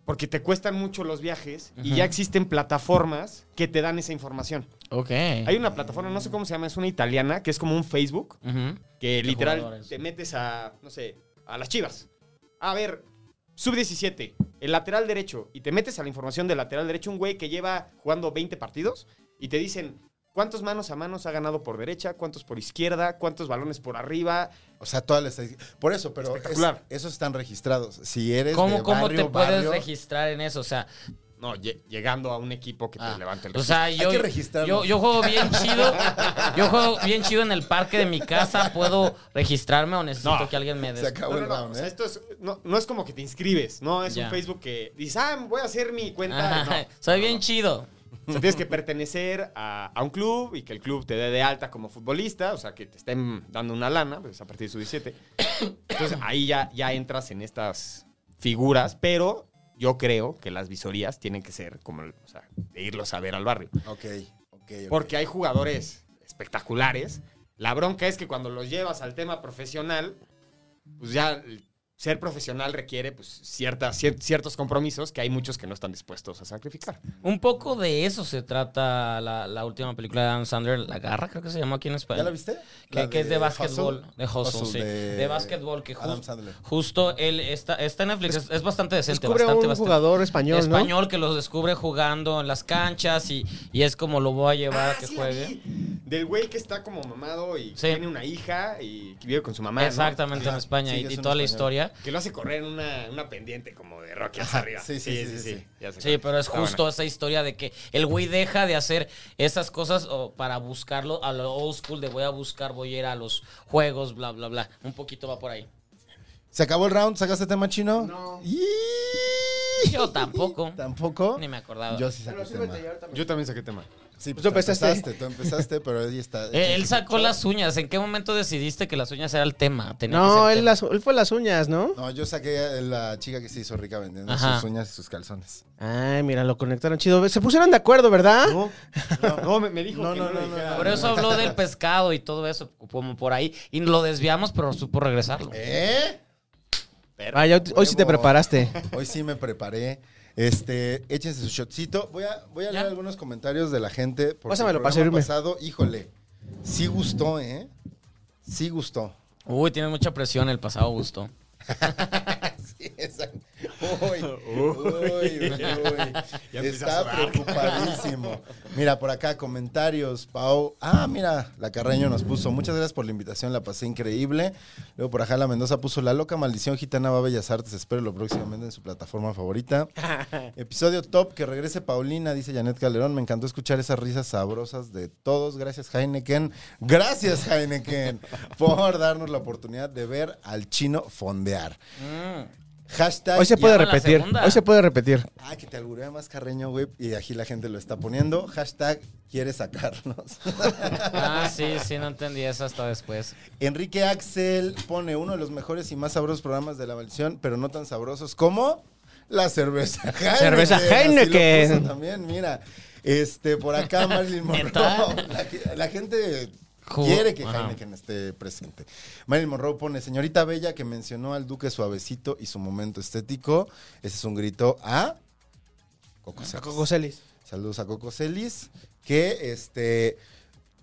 Porque te cuestan mucho los viajes y Ujú. ya existen plataformas que te dan esa información. Ok. Hay una plataforma, no sé cómo se llama, es una italiana, que es como un Facebook, Ujú. que literal jugadores. te metes a, no sé, a las chivas. A ver, sub-17, el lateral derecho, y te metes a la información del lateral derecho, un güey que lleva jugando 20 partidos, y te dicen cuántos manos a manos ha ganado por derecha, cuántos por izquierda, cuántos balones por arriba. O sea, todas las... Por eso, pero es- Espectacular. esos están registrados. Si eres ¿Cómo, de cómo te barrio, puedes barrio, registrar en eso? O sea, No, lle- llegando a un equipo que Ah, te levante el o sea, yo, que registrarlo. yo, yo juego bien chido. Yo juego bien chido en el parque de mi casa. ¿Puedo registrarme o necesito No. que alguien me Se des? acabó No, el no, no, round, o sea, ¿eh? esto es, no, no es como que te inscribes, ¿no? Es Ya. Ah. un Facebook que dices, ah, voy a hacer mi cuenta. Ajá, No. Soy bien chido. O sea, tienes que pertenecer a, a un club y que el club te dé de alta como futbolista, o sea, que te estén dando una lana, pues a partir de su 17. Entonces ahí ya, ya entras en estas figuras, pero yo creo que las visorías tienen que ser como, o sea, de irlos a ver al barrio. Ok, ok, ok. Porque hay jugadores espectaculares. La bronca es que cuando los llevas al tema profesional, pues ya el ser profesional requiere pues, ciertas, cier- ciertos compromisos que hay muchos que no están dispuestos a sacrificar. Un poco de eso se trata la, la última película de Adam Sandler, La Garra, creo que se llamó aquí en España. ¿Ya la viste? Que, La que es de básquetbol. Hustle. De Hustle, Hustle, sí. De, básquetbol que Adam justo, Sandler. justo él está, está en Netflix. Es, es bastante decente. Descubre a bastante, un bastante. jugador español, ¿no? español que los descubre jugando en las canchas y, y es como lo voy a llevar Ah, a Ah, que juegue. Del güey que está como mamado y Sí. tiene una hija y que vive con su mamá. ¿no? Exactamente Ajá, en España sí, y, es y un toda la español. historia. Que lo hace correr en una, una pendiente como de Rocky hacia Ajá, arriba. sí, sí, sí, sí, sí. ya sé Sí, cuál. pero es Está justo buena. esa historia de que el güey deja de hacer esas cosas o para buscarlo a lo old school de voy a buscar, voy a ir a los juegos, bla, bla, bla. Un poquito va por ahí. ¿Se acabó el round? ¿Sacaste tema chino? No. Y- Yo tampoco. ¿Tampoco? Ni me acordaba. Eh, Yo sí saqué tema. Yo también saqué tema. Sí, Pues pues tú tú empezaste. empezaste. Tú empezaste, pero ahí está. Eh, él sacó las uñas. ¿En qué momento decidiste que las uñas era el tema? Tenía que No, ser él, tema. las- él fue las uñas, ¿no? No, yo saqué a la chica que se hizo rica vendiendo Ajá. sus uñas y sus calzones. Ay, mira, lo conectaron chido. Se pusieron de acuerdo, ¿verdad? No, no, me, me dijo No, que no, no, no, lo no, dijera. no. Por eso habló del pescado y todo eso, como por ahí. Y lo desviamos, pero supo regresarlo. ¿Eh? Vaya, hoy- hoy sí te Huevo. preparaste. Hoy sí me preparé. Este, échense su shotcito. Voy a, voy a Ya. leer algunos comentarios de la gente. Porque Pásamelo el para programa servirme. pasado, híjole, sí gustó, ¿eh? Sí gustó. Uy, tienes mucha presión el pasado gusto. Sí, exacto. Uy, uy, uy. Ya empieza a Está sudar. preocupadísimo. Mira, por acá, comentarios, Pau. Ah, mira, la Carreño nos puso. Muchas gracias por la invitación, la pasé increíble. Luego por acá la Mendoza puso La loca maldición gitana va a Bellas Artes. Espero lo próximamente en su plataforma favorita. Episodio top, que regrese Paulina, dice Janet Calderón. Me encantó escuchar esas risas sabrosas de todos. Gracias, Heineken. Gracias, Heineken, por darnos la oportunidad de ver al chino fondear. Hashtag. Hoy se puede llama la repetir. segunda. Hoy se puede repetir. Ah, que te alburea más carreño, güey. Y aquí la gente lo está poniendo. Hashtag quiere sacarnos. Ah, sí, sí, no entendí eso hasta después. Enrique Axel pone uno de los mejores y más sabrosos programas de la maldición, pero no tan sabrosos como la cerveza Heineken. Cerveza Así lo Heineken. puso También, mira. Este, por acá Marilyn Monroe. ¿Neta? La, la gente Ju- quiere que Ajá. Heineken esté presente. Marilyn Monroe pone, señorita Bella que mencionó al duque suavecito y su momento estético. Ese es un grito a... Coco Celis. Saludos a Coco Celis, que este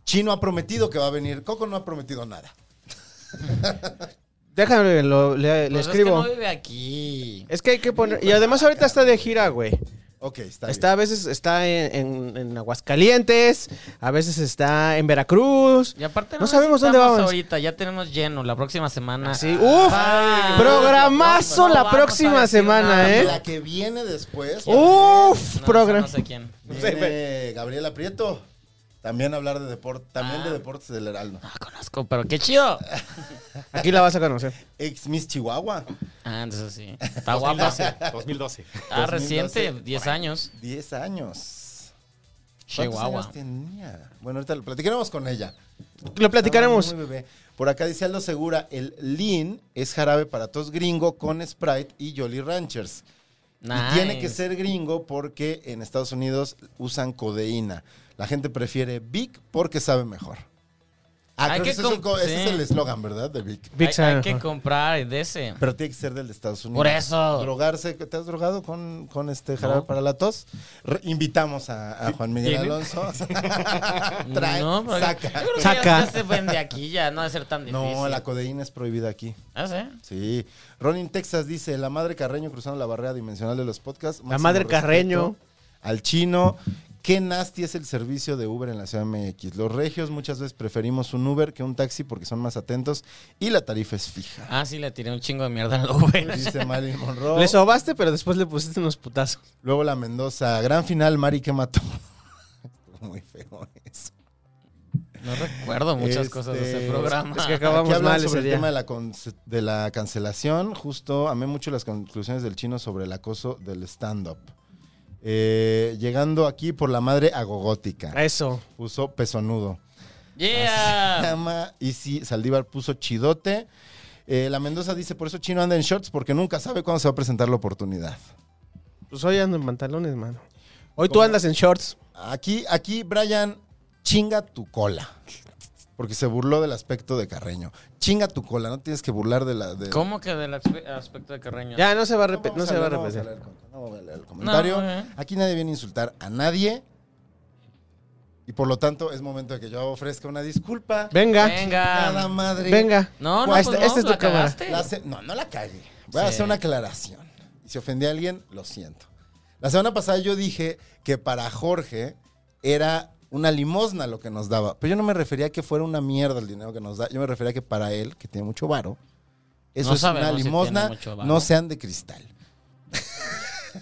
Chino ha prometido que va a venir. Coco no ha prometido nada. Déjame, lo- le, le Pues escribo. Es que no vive aquí. Es que hay que poner. Y además, ahorita está de gira, güey. Ok, está, bien. Está a veces está en, en- en Aguascalientes, a veces está en Veracruz. Y aparte No sabemos dónde necesitamos vamos. ahorita, ya tenemos lleno la próxima semana. Sí, uf, Ay, programazo no, no la vamos a próxima decir semana, nada. ¿eh? La que viene después. Uf, No, programa. Uh, No sé quién. Viene Gabriela Prieto. También hablar de deporte, también de deportes del Heraldo. No conozco, pero qué chido. Aquí la vas a conocer. Ex Miss Chihuahua, Ah, entonces sí. Está guapa. 2012. Está reciente, 10 años. 10 años. ¿Cuántos Chihuahua. años tenía? Bueno, ahorita lo platicaremos con ella. Lo platicaremos. Estaba muy bebé. Por acá dice Aldo Segura, el Lean es jarabe para tos gringo con Sprite y Jolly Ranchers. Y tiene que Nice. ser gringo porque en Estados Unidos usan codeína. La gente prefiere Vic porque sabe mejor. Ah, creo Hay que que ese, es un co- com- ese es sí. el eslogan, ¿verdad? De Vic. Big Hay- hay, Sam. que comprar de ese. Pero tiene que ser del de Estados Unidos. Por eso. Drogarse. ¿Te has drogado con, con este jarabe para la tos? Re- invitamos a, a Juan Miguel ¿Tiene? Alonso. Trae, No, pero- saca. Creo que Saca. Ya, ya se vende aquí, ya no va a ser tan difícil. No, la codeína es prohibida aquí. ¿Ah, sí? Sí. Ronin Texas dice, la madre Carreño cruzando la barrera dimensional de los podcasts. La madre respeto Carreño. Al chino. Qué nasty es el servicio de Uber en la Ciudad MX. Los regios muchas veces preferimos un Uber que un taxi porque son más atentos y la tarifa es fija. Ah, sí, le tiré un chingo de mierda en la Uber. Dice Marilyn Monroe. Le sobaste, pero después le pusiste unos putazos. Luego la Mendoza. Gran final, Mari, que mató? Estuvo Muy feo eso. No recuerdo muchas cosas de ese Este, programa. Es que Aquí acabamos hablan mal sobre ese el día. tema de la, conce- de la cancelación. Justo amé mucho las conclusiones del chino sobre el acoso del stand-up. Eh, llegando aquí por la madre agogótica. Eso. Puso pezonudo. Ah. Yeah. Ama, y sí, Saldívar puso chidote. Eh, la Mendoza dice, por eso Chino anda en shorts, porque nunca sabe cuándo se va a presentar la oportunidad. Pues hoy ando en pantalones, mano. Hoy tú andas en shorts. Aquí, aquí, Brian, chinga tu cola. Porque se burló del aspecto de Carreño. Chinga tu cola, no tienes que burlar de la. de- ¿Cómo que del aspe- aspecto de Carreño? Ya no se va a, No, repe- vamos no a se va a leer, vamos repetir. a leer el- No voy a leer el comentario. No, ok. Aquí nadie viene a insultar a nadie. Y por lo tanto, es momento de que yo ofrezca una disculpa. Venga. Venga. Nada Venga. madre. Venga. No, no, Ah, pues este- no, este es tu la cámara. cagaste. La se- no, no la cague. Voy a Sí. hacer una aclaración. Y Si ofendí a alguien, lo siento. La semana pasada yo dije que para Jorge era una limosna lo que nos daba. Pero yo no me refería a que fuera una mierda el dinero que nos da. Yo me refería a que para él, que tiene mucho varo, eso No es una sabemos si limosna. tiene mucho varo. no sean de cristal.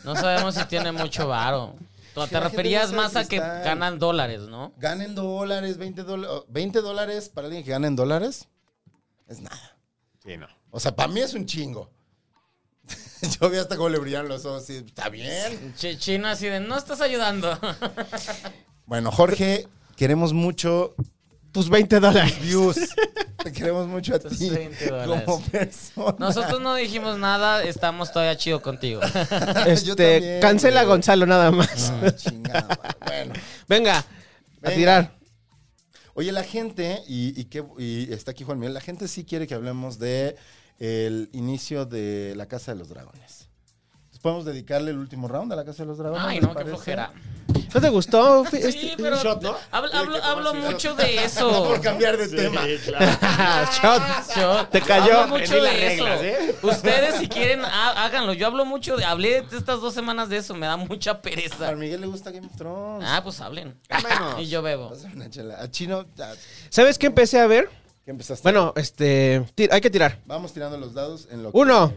No sabemos si tiene mucho varo. Tú Es que te la gente referías no más sabe a que cristal. ganan dólares, ¿no? Ganen dólares, 20 dólares. 20 dólares para alguien que gane en dólares es nada. Sí, no. O sea, para mí es un chingo. Yo vi hasta cómo le brillaron los ojos. y, Está bien. Ch- Chino así de, no estás ayudando. Bueno, Jorge, queremos mucho Tus 20 dólares. views. Te queremos mucho a Tus ti 20 dólares. como persona. Nosotros no dijimos nada, estamos todavía chido contigo. Yo Este, también, cancela a güey. Gonzalo nada más. Ah, chingada, madre. Bueno, Venga, a Venga. tirar. oye, la gente, y, y qué- y está aquí Juan Miguel, la gente sí quiere que hablemos de el inicio de La Casa de los Dragones. Entonces, ¿Podemos dedicarle el último round a La Casa de los Dragones? Ay, les no, qué parece? flojera. ¿No te gustó? Este, Sí, pero shot, ¿no? hablo, Tiene hablo- que hablo tomarse- mucho de No eso. por cambiar de Sí, tema. claro. Shot. Yo- Te cayó. Hablo mucho Aprendí las de reglas, ¿eh? eso. Ustedes si quieren, há- háganlo. Yo hablo mucho, de, hablé de estas dos semanas de eso, me da mucha A pereza. Juan Miguel le gusta Game of Thrones. Ah, pues hablen. Menos. Y yo bebo. Pásame una chela. A Chino, ya, ¿Sabes qué empecé a ver? ¿qué empezaste? Bueno, este. ti- Hay que tirar. Vamos tirando los dados en lo que- Uno.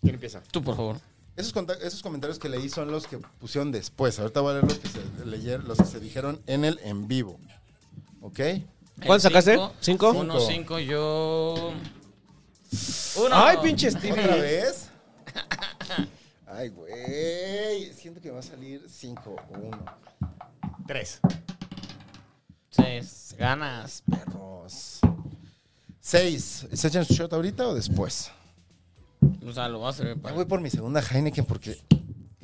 ¿Quién empieza? Tú, por favor. Esos, conta- esos comentarios que leí son los que pusieron después. Ahorita voy a leer los que se leyeron, los que se dijeron en el en vivo. ¿Ok? ¿Cuánto sacaste? ¿Cinco? Uno, Cinco. cinco, yo... Uno. Ay, pinche ¿Otra Stevie. vez? Ay, güey. Siento que me va a salir 5 o 1. Tres. Seis. Ganas. Perros. 6. ¿Se echan su shot ahorita o después? O sea, lo voy a hacer. Ya para- voy por mi segunda Heineken porque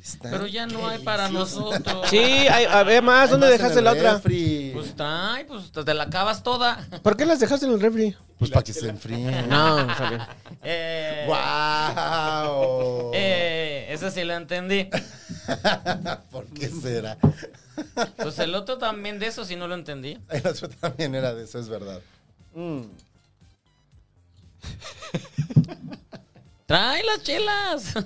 está. Pero ya no hay para nosotros. Sí, hay- a ver más. Hay ¿Dónde más en dejaste el la otra? refri. Pues trae, pues te la acabas toda. ¿Por qué las dejaste en el refri? Pues para que se enfríen. No, está bien. Eh, ¡Wow! eh, esa sí la entendí. ¿Por qué será? Pues el otro también de eso sí no lo entendí. El otro también era de eso, es verdad. Trae las chelas.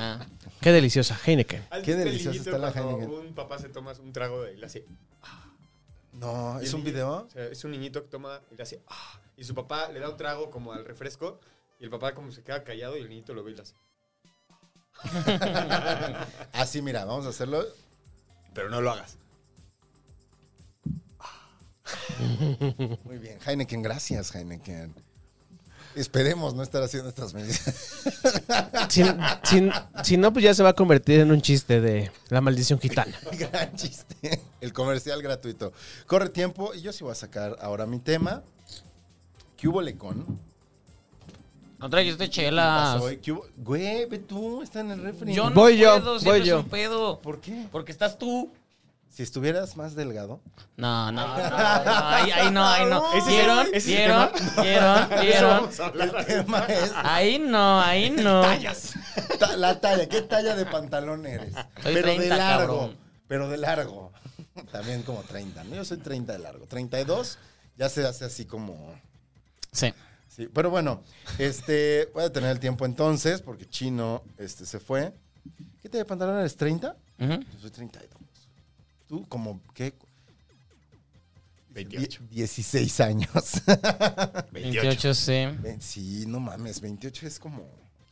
Ah, Qué deliciosa, Heineken. ¿Has Qué visto el deliciosa niñito está la cuando Heineken. Un papá se toma un trago de él así. No, Y Ah, ¿es el un niño- video? o sea, es un niñito que toma y le hace. "Ah", y su papá le da un trago como al refresco. Y el papá como se queda callado y el niñito lo ve y le hace. Así, Ah, mira, vamos a hacerlo. Pero no lo hagas. Ah. Muy bien. Heineken, gracias, Heineken. Esperemos no estar haciendo estas medidas. Si, si- si no, pues ya se va a convertir en un chiste de la maldición gitana. Gran chiste. El comercial gratuito. Corre tiempo y yo sí voy a sacar ahora mi tema. ¿Qué hubo lecón? no trajiste chelas. Pasó hoy. ¿Qué hubo? Güey, ve tú, está en el refri. Ah. Yo no Voy yo, puedo, voy siempre es yo. un pedo. ¿Por qué? Porque estás tú. Si estuvieras más delgado. No, no, no, no, ahí, ahí no, ahí no. Ese es el- ¿Vieron? ese es el ¿Vieron? ¿Vieron? ¿Vieron? Vamos a hablar. tema es Ahí no, ahí no. Ta- la talla, ¿qué talla de pantalón eres? pero 30, de largo. cabrón. Pero de largo. También como 30. ¿no? Yo soy 30 de largo. 32 ya se hace así como. Sí. Sí, pero bueno, este, voy a tener el tiempo entonces, porque Chino este, se fue. ¿Qué talla de pantalón eres? ¿30? Ujú. Yo soy 32. ¿Tú como qué? 28. Die- 16 años. 28, sí. Ven, sí, no mames, 28 es como.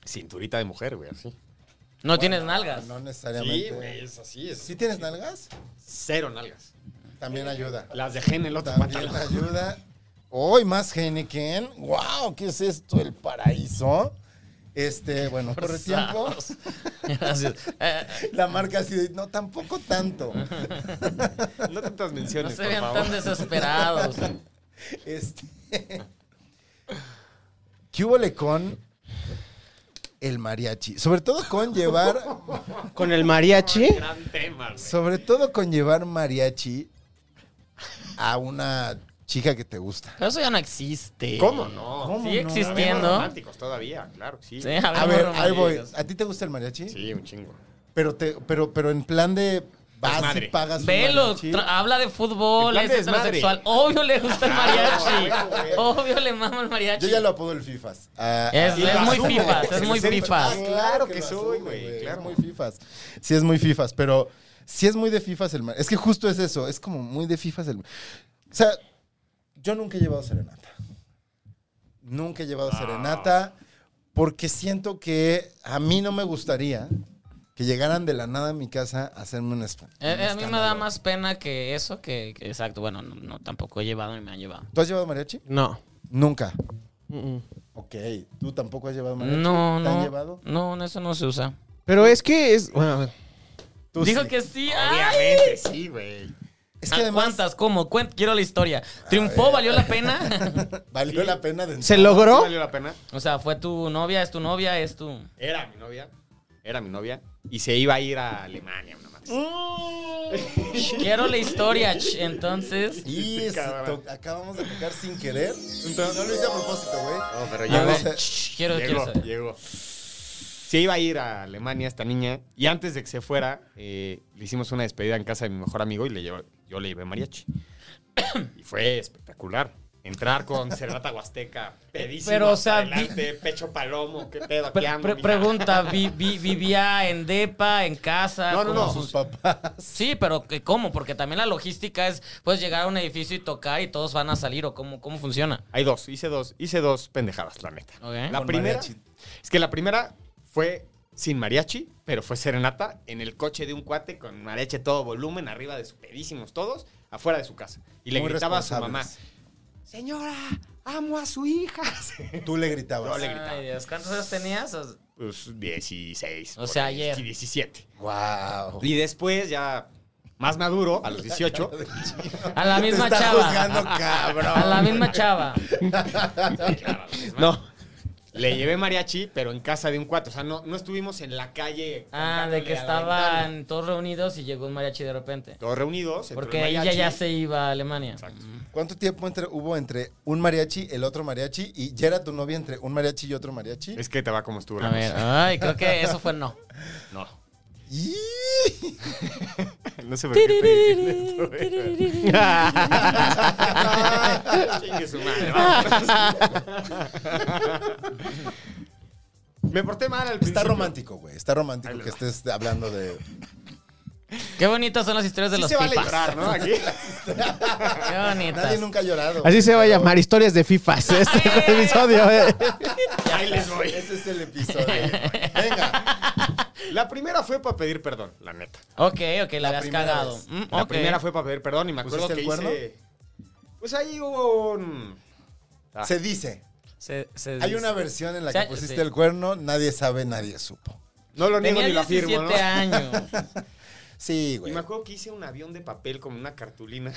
Cinturita de mujer, güey, así. No tienes nalgas. No Sí, necesariamente. güey, es así. Es ¿Sí tienes nalgas? Cero nalgas. También ayuda. Las dejé en el otro También pantalón. ayuda. Hoy más Heineken. ¡Wow! ¿Qué es esto? El paraíso. Este, bueno, por el tiempo. Forzados. Gracias. Eh, La marca así de, no, tampoco tanto. No tantas no menciones, se por vean favor. tan desesperados. Este. ¿Qué hubo con el mariachi. Sobre todo con llevar, Con el mariachi. Gran tema, güey. sobre todo con llevar mariachi a una chica que te gusta. Pero eso ya no existe. ¿Cómo no? ¿Cómo Sigue no? Habemos existiendo. románticos todavía, claro, que sí. Sí, A ver, ahí voy. románticos. ¿A ti te gusta el mariachi? Sí, un chingo. Pero te, pero, pero en plan de Pues vas y Desmadre. pagas. un Velo, mariachi. tra- habla de fútbol, En plan es de desmadre. heterosexual. Obvio le gusta el Ah, mariachi. güey, güey. Obvio le mama el mariachi. Yo ya lo apodo el Fifas. Ah, ah, Es- ah, es lo muy asumo. fifas, es muy Sí, sí, fifas. ah, Claro que lo soy, asumo, güey, claro. Es muy fifas. Sí, es muy fifas, pero sí es muy de fifas el mar- Es que justo es eso, es como muy de fifas el O sea, yo nunca he llevado serenata. Nunca he llevado serenata porque siento que a mí no me gustaría que llegaran de la nada a mi casa a hacerme un esp- un Eh, eh, escándalo. a mí me da más pena que eso que. que- exacto, bueno, no, no, tampoco he llevado ni me han llevado. ¿Tú has llevado mariachi? No. Nunca. Mm, mm. Ok, ¿tú tampoco has llevado mariachi? No, ¿Te han no. llevado? No, eso no se usa. Pero es que es. Bueno, a ver. Tú Dijo sí. que sí. ¡Ay! Obviamente, sí, güey. Es que además... ¿Cuántas? ¿Cómo? Cuen- Quiero la historia. ¿Triunfó? ¿Valió la pena? ¿Valió la pena de ¿Se logró? ¿Valió la pena? o sea, ¿fue tu novia? ¿Es tu novia? ¿Es tu...? Era mi novia. Era mi novia. Y se iba a ir a Alemania, una más. Mm. Quiero la historia, ch, entonces... Y Este se cabrón. to- acabamos de tocar sin querer. no lo hice a propósito, güey. No, pero A llegó. ver, Ch, quiero, quiero Llegó, saber. llegó. Se iba a ir a Alemania esta niña. Y antes de que se fuera, eh, le hicimos una despedida en casa de mi mejor amigo y le llevo- yo le llevé mariachi. y fue espectacular. Entrar con cervata huasteca, pedísimo. Pero, o hasta sea, adelante, pecho palomo, qué pedo, aquí Pre- ando, pre- mija. pregunta, vi- vi- ¿vivía en depa, en casa? No, no, con no. sus- papá. Sí, pero que- ¿cómo? Porque también la logística es, puedes llegar a un edificio y tocar y todos van a salir, ¿o cómo, cómo funciona? Hay dos, hice dos, hice dos pendejadas, la neta. Ok. La Con primera mariachi. es que la primera fue sin mariachi, pero fue serenata en el coche de un cuate con mariachi a todo volumen, arriba de sus pedísimos todos, afuera de su casa. Y le Muy gritaba a su mamá, responsables. señora, amo a su hija. Tú le gritabas. Yo le gritaba. Ay, Dios, ¿cuántos años tenías? O- pues 16. O por sea, ahí, ayer. 17. Wow. Y después ya más maduro, a los 18, A la misma Te está chava. juzgando, cabrón. A la misma chava. No. Le llevé mariachi, pero en casa de un cuate. O sea, no, no estuvimos en la calle. Ah, de que cantándole a la ventana. estaban todos reunidos y llegó un mariachi de repente. Todos reunidos. entró Porque el ella mariachi. ya se iba a Alemania. Exacto. ¿Cuánto tiempo entre- hubo entre un mariachi, el otro mariachi? ¿Y ya era tu novia entre un mariachi y otro mariachi? Es que te va como estuvo la A ver, ah. cosa. ay, creo que eso fue no. No. Y- No sé por qué estoy diciendo esto, güey. Chingue su madre, vámonos. Me porté mal al principio. Está romántico, güey. Está romántico Ahí le que va. estés hablando de... Qué bonitas son las historias de Sí los se vale pipas. llorar, ¿no? Aquí. Qué Nadie bonitas. nunca ha llorado. Así se va a llamar historias de FIFAs este episodio, eh. Ahí les voy. Ese es el episodio. Venga. La primera fue para pedir perdón, la neta. Ok, ok, la, habías primera cagado. vez. Mm, La ok. primera fue para pedir perdón y me acuerdo ¿Pusiste que el cuerno? hice. Pues ahí hubo un. Ah, Se dice. Se- se Hay dice. una versión en la Sí, que pusiste sí. el cuerno. Nadie sabe, nadie supo. No lo niego Tenía ni lo afirmo, 17 ¿no? años. Sí, Y güey. me acuerdo que hice un avión de papel con una cartulina.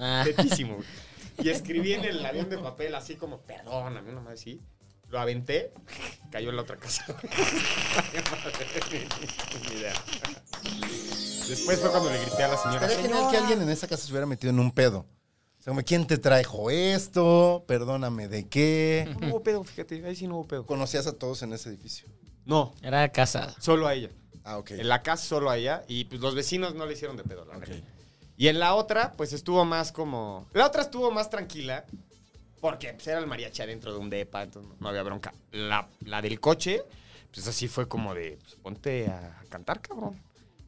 Ah, Tetísimo. güey. Y escribí en el avión de papel así como, perdóname, una madre así. Lo aventé, cayó en la otra casa. Ni idea. Después fue cuando le grité a la señora. Estaría genial que alguien en esa casa se hubiera metido en un pedo. O sea, como, ¿quién te trajo esto? Perdóname, ¿de qué? No hubo pedo, fíjate, ahí sí no hubo pedo. ¿Conocías a todos en ese edificio? No, era casada. solo a ella. Ah, ok. En la casa solo a ella. Y pues los vecinos no le hicieron de pedo, la neta. Y en la otra, pues estuvo más como. La otra estuvo más tranquila. Porque pues, era el mariachi adentro de un depa, entonces no había bronca. La, la del coche, pues así fue como de. pues, ponte a cantar, cabrón.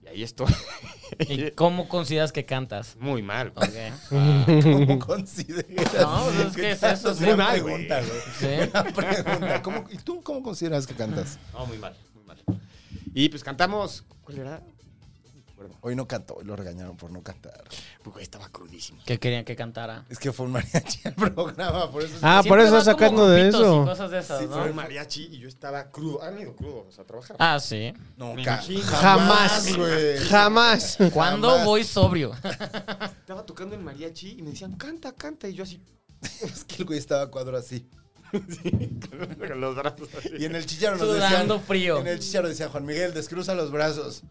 Y ahí estoy. ¿Y cómo consideras que cantas? Muy mal. Ok. ¿Cómo consideras? No, pues, es que es eso, Es sí. una Muy mal, pregunta, güey. Sí. Una pregunta. ¿Cómo- ¿Y tú cómo consideras que cantas? No, muy mal, muy mal. Y pues cantamos. ¿Cuál era? Hoy no cantó, hoy lo regañaron por no cantar. Pues güey, estaba crudísimo. Que querían que cantara. Es que fue un mariachi el programa, por eso... Ah, por Siempre eso va como sacando de grupitos y eso. cosas de esas, Sí, ¿no? Fue el mariachi y yo estaba crudo. Han ido crudos a trabajar. Ah, sí. Me Nunca. imagino. Jamás. güey. Jamás. ¿Cuándo Jamás. voy sobrio? Estaba tocando el mariachi y me decían, canta, canta. Y yo así. Es que el güey estaba a cuadro así. Sí, con, con los brazos. así. Y en el chicharo nos decían. Sudando frío. En el chicharo decía Juan Miguel, descruza los brazos.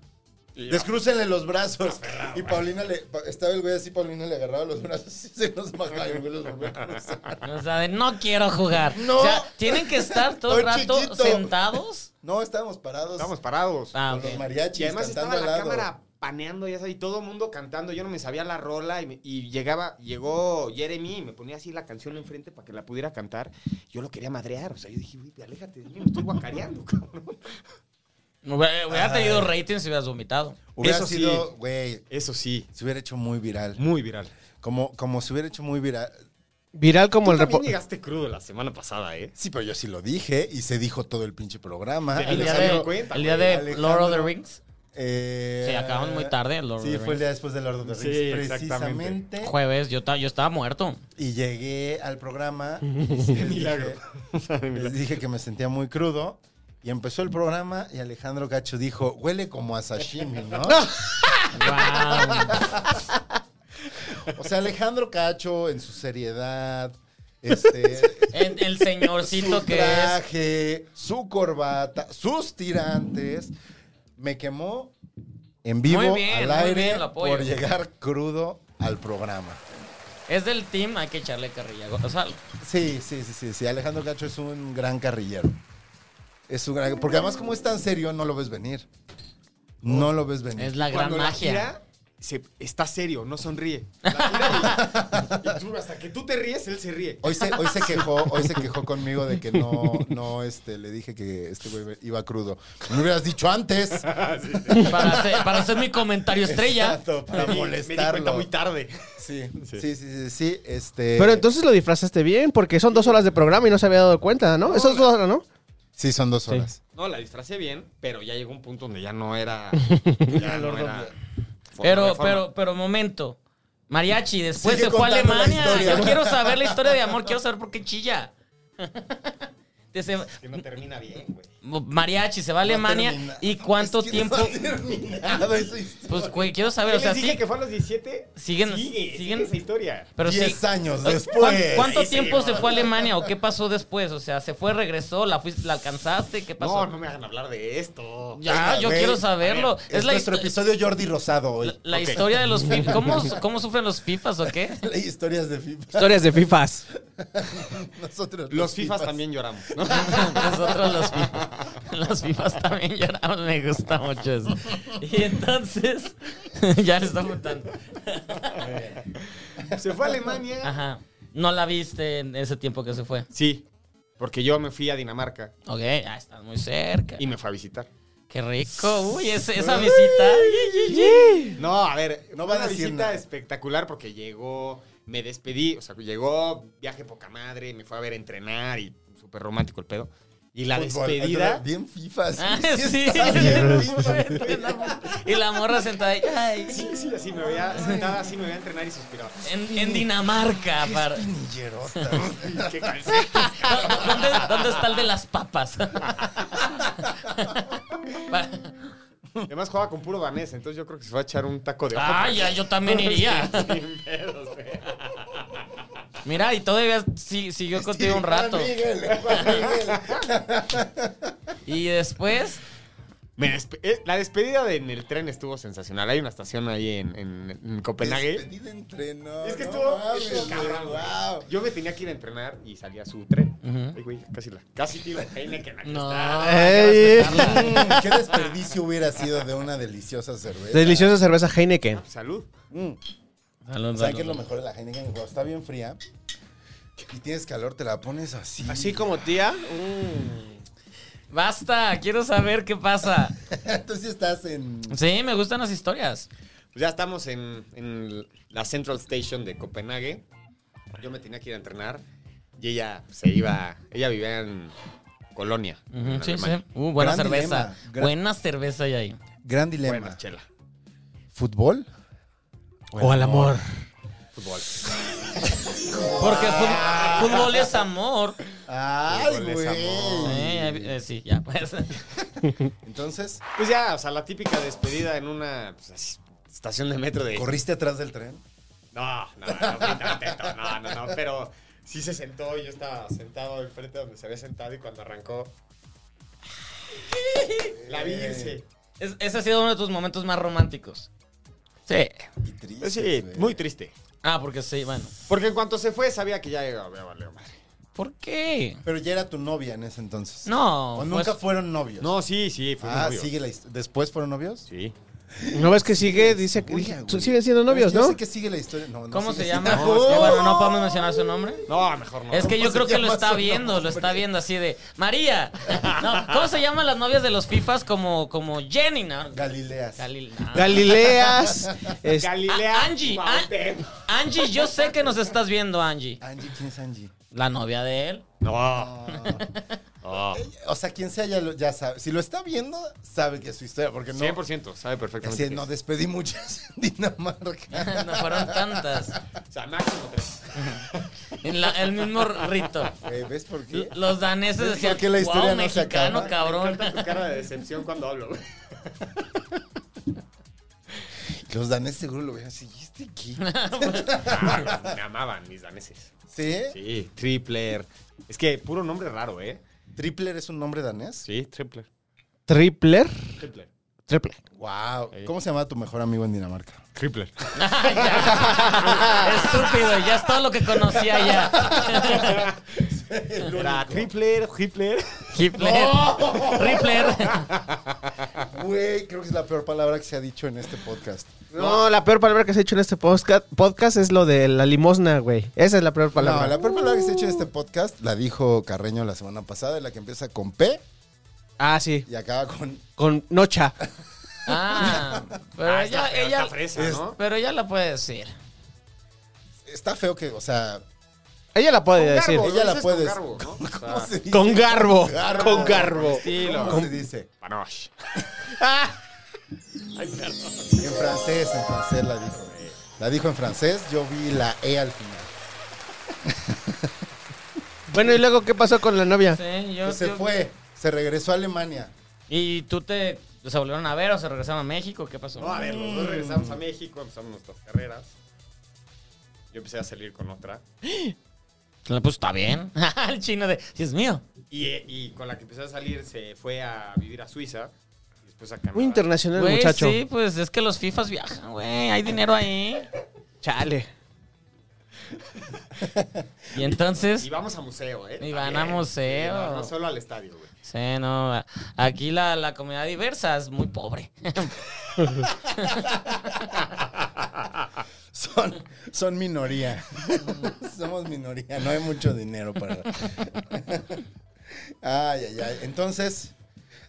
Y yo, Descrúcenle los brazos. Y Paulina le. pa- Estaba el güey así, Paulina le agarraba los brazos y se los bajaba y el güey los volvía a cruzar. O sea, de no quiero jugar. No. O sea, tienen que estar todo el Estoy rato chiquito. sentados. No, estábamos parados. Estábamos parados. Ah, con ok. los mariachis. Y además cantando estaba la al lado. cámara paneando, ya sabes, y todo el mundo cantando. Yo no me sabía la rola y, me- y llegaba, llegó Jeremy y me ponía así la canción enfrente para que la pudiera cantar. Yo lo quería madrear, o sea, yo dije, güey, aléjate de mí, me estoy guacareando, cabrón. Hubiera hubiera Ay. tenido ratings si hubieras vomitado. Hubiera Eso sí. sido, güey, Eso sí, se hubiera hecho muy viral. muy viral. Como, como se hubiera hecho muy viral. Viral Tú como el también reporte. llegaste crudo la semana pasada, ¿eh? Sí, pero yo sí lo dije y se dijo todo el pinche programa. Sí, El día Alejandro, de, cuenta, el día güey, de Alejandro. Lord of the Rings. Eh, Se acabaron muy tarde, Lord of Sí, the fue el Rings. día después de Lord of the Sí, Rings, exactamente. precisamente. Jueves, yo, ta- yo estaba muerto. Y llegué al programa. y sí les milagro. dije- Les dije que me sentía muy crudo. Y empezó el programa y Alejandro Cacho dijo, huele como a sashimi, ¿no? Wow. O sea, Alejandro Cacho en su seriedad, este, El, el su señorcito que es. traje, su corbata, sus tirantes, me quemó en vivo, Muy bien, al muy aire, bien, lo apoyo. por llegar crudo al programa. Es del team, hay que echarle carrilla. O sea, Sí, sí, sí, sí, sí. Alejandro Cacho es un gran carrillero. Es un gran... Porque además como es tan serio, no lo ves venir. No lo ves venir. es la gran Cuando magia. La gira, se, está serio, no sonríe. La gira y, y tú, hasta que tú te ríes, él se ríe. Hoy se, hoy se quejó, hoy se quejó conmigo de que no, no, este, le dije que este güey iba crudo. Me hubieras dicho antes. Para, hacer, para hacer mi comentario estrella. Exacto, para Me di- Me di cuenta molestarlo. muy tarde. sí, sí, sí, sí, sí, este. Pero entonces lo disfrazaste bien, porque son dos horas de programa y no se había dado cuenta, ¿no? Esas dos horas, ¿no? Sí, son dos horas. No, la disfracé bien, pero ya llegó un punto donde ya no era. Ya no era Pero, forma- pero, pero, momento. Mariachi, después Sigue se fue a contando la Alemania. historia. Yo quiero saber la historia de amor, quiero saber por qué chilla. Desde- Que no termina bien, güey. mariachi se va a Alemania. No termina. ¿Y cuánto Es que tiempo? No ha terminado esa historia. Pues, güey, quiero Yo saber, o les sea, dije sí. que fue a los 17. Siguen- siguen- sigue, sigue esa historia. Pero sí. Diez años Oye, después. ¿cuán- ¿Cuánto Ahí sí, tiempo se bueno. fue a Alemania o qué pasó después? O sea, ¿se fue, regresó, la fuiste, la alcanzaste? ¿Qué pasó? No, no me hagan hablar de esto. ya, Venga, yo güey. quiero saberlo. Es, Es la, nuestro histo- episodio Jordi Rosado hoy. la- la Ok. historia de los FIFAs. ¿Cómo, ¿Cómo sufren los FIFAs o qué? Hay historias de FIFA. Historias de FIFAs. Nosotros Los FIFAs también lloramos. ¿no? Nosotros los FIFA, los FIFAs también lloramos, me gusta mucho eso. Y entonces, ya le está apuntando. Se fue a Alemania. Ajá. No la viste en ese tiempo que se fue. Sí, porque yo me fui a Dinamarca Ok, ya estás muy cerca. y me fue a visitar. Qué rico. Uy, ese- esa visita. No, a ver, No no va a una decir visita nada. espectacular porque llegó, me despedí, o sea, llegó, viaje poca madre, me fue a ver entrenar y súper romántico el pedo. Y la Fútbol, despedida, Bien FIFA. Sí, Ah, sí sí. está bien FIFA. Y la morra sentada ahí. ay, sí, sí, así me veía sentada, así me veía entrenar y suspiraba. en, en Dinamarca. para- Pinillerota. Qué calcetas. ¿Dónde, dónde está el de las papas? Además jugaba con puro danés, entonces yo creo que se va a echar un taco de ojo. Ah, ya, yo también iría. Sin pedos, güey. Mira, y todavía si- siguió contigo un rato. Juan Miguel, Juan Miguel. Y después, Me despe- eh, la despedida de- en el tren estuvo sensacional. Hay una estación ahí en, en- en Copenhague. Despedida entre- no, Es que no estuvo- mames, estuvo cabrón, güey, wow. Yo me tenía que ir a entrenar y salía a su tren. Ujú. Ay, güey, casi la. Casi tiro Heineken. aquí no. está. Ey. Mm, Qué desperdicio hubiera sido de una deliciosa cerveza. Deliciosa cerveza Heineken. Pues, Salud. Mm. Salud, ¿Saben qué es salud. lo mejor de la Heineken? Cuando está bien fría y tienes calor, te la pones así. Así como tía. Basta, quiero saber qué pasa. Tú sí estás en... Sí, me gustan las historias. Pues ya estamos en, en la Central Station de Copenhague. Yo me tenía que ir a entrenar y ella se iba. Ella vivía en Colonia. Ujú, en sí, Alemania. sí. Uh, buena Gran cerveza. dilema, gran- Buena cerveza hay ahí. Gran dilema. Buena chela. ¿Fútbol? O al amor. Fútbol. Porque Ah. fut- fútbol es amor. Ay, Fútbol es amor. Sí, güey. eh, eh, sí, ya pues. Entonces, Pues ya, o sea, la típica despedida en una pues, así, estación de metro de. ¿corriste atrás del tren? No, no, no, fui tan teto, no, no, no, pero sí se sentó y yo estaba sentado enfrente donde se había sentado y cuando arrancó. La virgen. Es- ese ha sido uno de tus momentos más románticos. Sí. Y triste. Eh, Sí, muy triste. Ah, porque sí, bueno. Porque en cuanto se fue, sabía que ya iba a valer madre. ¿Por qué? Pero ya era tu novia en ese entonces. No. O pues- nunca fueron novios. No, sí, sí, fue Ah, novio. sigue la historia. ¿Después fueron novios? Sí. No ves que sigue, dice que Oye, güey. siguen siendo novios, Yo ¿no? sé que sigue la historia. No, no ¿Cómo sigue se siendo- llama? Es que, bueno, no podemos mencionar su nombre. No, mejor no. Es que yo se creo que lo llama está su viendo, lo nombre? está viendo así de María. No, ¿Cómo se llaman las novias de los FIFAs como, como Jenny? ¿no? Galileas. Galil- no. Galileas. es- Galilea. Ah, Angie, Cuauhtémoc. An- Angie, yo sé que nos estás viendo, Angie. Angie, ¿quién es Angie? La novia de él. No. No. O sea, quien sea ya, lo- ya sabe. Si lo está viendo, sabe que es su historia. Porque no. 100%, sabe perfectamente. Así, qué no es. despedí muchas en Dinamarca. No fueron tantas. O sea, máximo tres. En la- el mismo rito. Güey, Eh, ¿Ves por qué? Los daneses ¿Ves decían por qué la historia "Guau, no se mexicano, acaba?" Me cabrón. encanta tu cara de decepción cuando hablo, güey. Los daneses seguro lo veían así. ¿Y este qué? Ah, me amaban mis daneses. ¿Sí? Sí, Tripler. Es que puro nombre raro, ¿eh? ¿Tripler es un nombre danés? Sí, Tripler. Tripler. Tripler. Triple. Wow. Sí. ¿Cómo se llama tu mejor amigo en Dinamarca? Tripler. Ya. Estúpido, ya es todo lo que conocía ya. Era Tripler, Tripler. Hitler. Ripler. Güey, creo que es la peor palabra que se ha dicho en este podcast. No, la peor palabra que se ha hecho en este podcast, podcast es lo de la limosna, güey. Esa es la peor palabra. No, la peor palabra que se ha hecho en este podcast la dijo Carreño la semana pasada, la que empieza con P Ah, sí. y acaba con... Con nocha. Ah, pero Ah, ella, está, pero ella, está fresa, ¿no? pero ella la puede decir. Está feo que, o sea, Ella la puede decir. garbo. ella la puede- puedes. Con garbo, ¿no? ¿cómo se dice? Con garbo. Garbo. Con garbo. Estilo. ¿Cómo Con- se dice? Panoche. En francés, en francés la dijo. La dijo en francés, yo vi la E al final. Bueno, ¿y luego qué pasó con la novia? Sí, yo, Pues se yo- fue, se regresó a Alemania. ¿Y tú te se volvieron a ver o se regresaron a México? ¿Qué pasó? No, a ver, los Mm. dos regresamos a México, empezamos nuestras carreras. Yo empecé a salir con otra. Pues está bien. El chino de, si es mío. Y, y con la que empecé a salir se fue a vivir a Suiza. Y después a Canadá. Muy internacional, Güey, muchacho. sí, pues es que los FIFAs viajan, güey. Hay dinero ahí. Chale. Y entonces, Y vamos a museo, ¿eh? Y van a También. museo. Sí, No, no solo al estadio, güey. sí, no. Aquí la, la comunidad diversa es muy pobre. Son, son minoría. Somos minoría, no hay mucho dinero para... Ay, ay, ay. Entonces,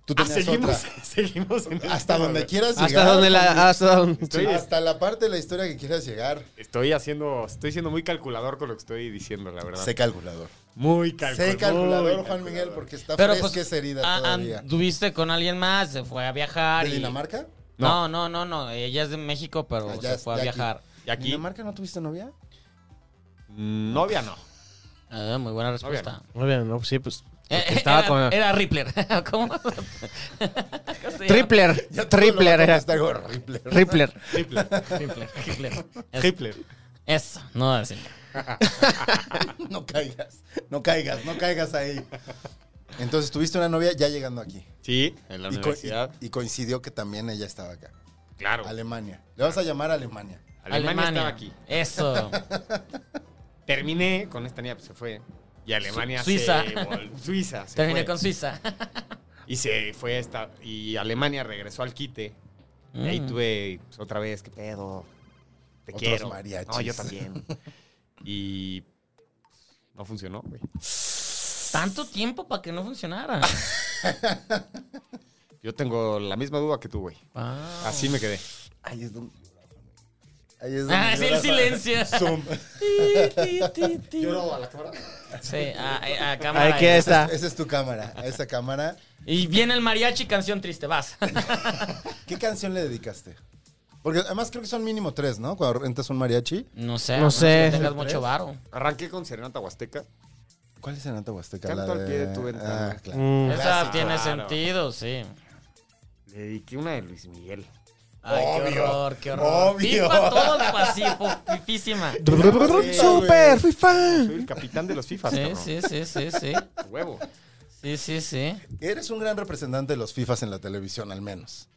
tú Ah, tenías seguimos, otra. seguimos en el Hasta tema, donde güey. quieras llegar. Hasta donde la. Hasta donde. Estoy, Hasta la parte de la historia que quieras llegar. estoy haciendo, estoy siendo muy calculador con lo que estoy diciendo, la verdad. Sé calculador. muy calculador. sé calculador, Juan Miguel, porque está Pero fresca pues, esa herida a- todavía. anduviste con alguien más, se fue a viajar. ¿De y- Dinamarca? No, no, no, no. Ella es de México, pero Ah, ya se es- fue a ya aquí. viajar. Y aquí, ¿Dinamarca no tuviste novia? mm, novia no. Ah, muy buena respuesta. Muy bien, no, sí, pues. Eh, porque eh, estaba era, con. era Rippler. ¿Cómo? ¿Cómo se Tripler. Tripler era. Está horrible. Tripler. Hitler. llama? Rippler. Rippler. Eso, Hitler. eso, no va a decir. No caigas, no caigas, no caigas ahí. Entonces tuviste una novia ya llegando aquí. Sí, en la Y, co- universidad. y- y coincidió que también ella estaba acá. Claro. Alemania. Le vas a llamar a Alemania. Alemania, estaba aquí. Eso. Terminé con esta niña, pues se fue. Y Alemania Su- Suiza. se vol- Suiza. se Terminé fue. con Suiza. Y se fue esta. Y Alemania regresó al quite. Y ahí Mm. tuve pues, otra vez, qué pedo. Te Otros quiero. mariachis. No, yo también. y pues, no funcionó, güey. Tanto tiempo para que no funcionara. Yo tengo la misma duda que tú, güey. Ah, Así me quedé. Ahí es donde Ahí es donde Ah, sí, el lloras. silencio. Zoom. Ti, ti, ti. a la cámara? Sí, a, a- a cámara. eh. Aquí está. Esa es tu cámara. Esa cámara. Y viene el mariachi, canción triste, vas. ¿Qué canción le dedicaste? Porque además creo que son mínimo tres, ¿no? Cuando rentas un mariachi. No sé. No a menos sé. que tengas mucho varo. Arranqué con Serenata Huasteca. ¿Cuál es Renata Huasteca? Canto La al pie de tu ventana. Ah, claro. Mm. Esa Clásico. tiene Claro. sentido, sí. Le dediqué una de Luis Miguel. Ay, qué Obvio, horror, qué horror. obvio. FIFA todo el Pacífico, fifísima. ¡Súper! ¡Fui Soy fan! el capitán de los FIFA, Sí, cabrón. sí, sí, sí, sí. A Huevo. Sí, sí, sí. Eres un gran representante de los FIFAs en la televisión, al menos.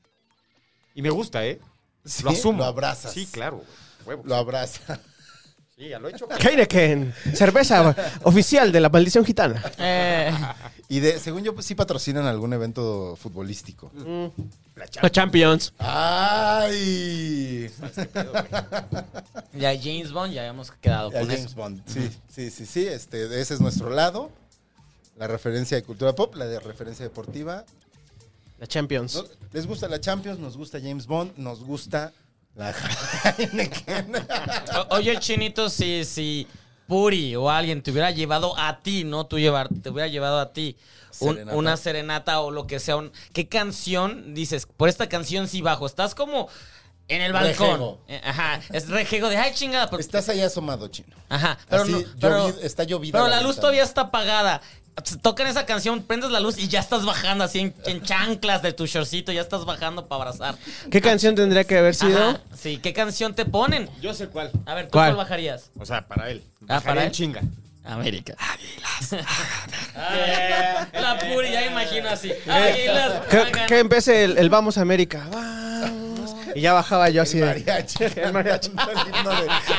Y me gusta, ¿eh? Sí, lo asumo. Lo abrazas. Sí, claro, güey. A Huevo. Lo abrazas. Sí, ya lo he hecho. Heineken, cerveza oficial de la maldición gitana. Eh, Y de, según yo, pues, sí patrocinan algún evento futbolístico. Los Champions. ¡Ay! ya James Bond, ya habíamos quedado A con James eso. Bond. Sí, sí, sí, sí. Este, ese es nuestro lado. La referencia de cultura pop, la de referencia deportiva. La Champions. No, ¿Les gusta la Champions? ¿Nos gusta James Bond? ¿Nos gusta la Heineken? O- oye, Chinito, si, si Puri o alguien te hubiera llevado a ti, no tú llevar, te hubiera llevado a ti un- Serenata. una serenata o lo que sea, un- ¿qué canción dices? Por esta canción sí bajo. Estás como en el balcón. Rejego. Eh, Ajá, es rejego de, ay, chingada, pero Estás ahí asomado, chino. Ajá, pero Así, no, llovi- pero, está llovida pero la la, luz ventana. todavía está apagada. Se Tocan esa canción, prendes la luz y ya estás bajando así en, en chanclas de tu shortcito, ya estás bajando para abrazar. ¿Qué canción tendría que haber sido? Ajá, sí, ¿qué canción te ponen? Yo sé cuál. A ver, ¿tú ¿Cuál? cuál, bajarías? O sea, para él. Ah, para Bajaría en él. chinga. América. Águilas. Eh, la puri, ya imagino así. Águilas. Que, hagan- que empecé el, el Vamos América. Vamos. Y ya bajaba yo así. El de- mariachi. El mariachi. El himno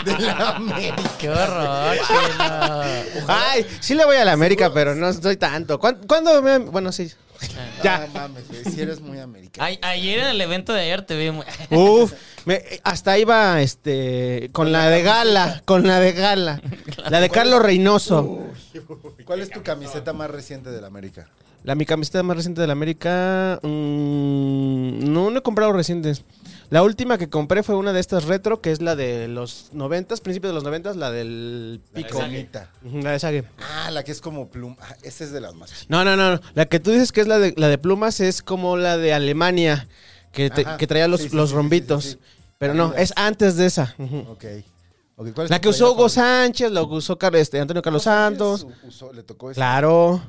de, de la América. Qué horror, chino. Ay, sí le voy a la América, pero no soy tanto. ¿Cuán- ¿Cuándo, me- Bueno, sí. No Ya. mames, güey. Si eres muy americano. Ay, ayer en el evento de ayer te vi muy... Uf, me- hasta iba este con la de gala, con la de gala. La de Carlos Uh. Reynoso. Ah, ¿Cuál es tu camiseta más reciente de la América? La mi camiseta más reciente de la América. mm, no, no he comprado recientes. La última que compré fue una de estas retro, que es la de los noventas, principios de los noventas, la del La pico. conita. Ujú, La de Sague. Ah, la que es como pluma. Ah, esa es de las más chicas. No, no, no. no. La que tú dices que es la de, la de plumas es como la de Alemania, que, te- Ajá. que traía los, Sí, sí, los sí, sí, rombitos. sí, sí. Pero no, es antes de esa. Ujú. Ok. Ok, ¿cuál es La tu que usó Hugo playera favorita? Sánchez, la que usó Car- este, Antonio Carlos Santos. Sánchez usó- le tocó esa. Claro.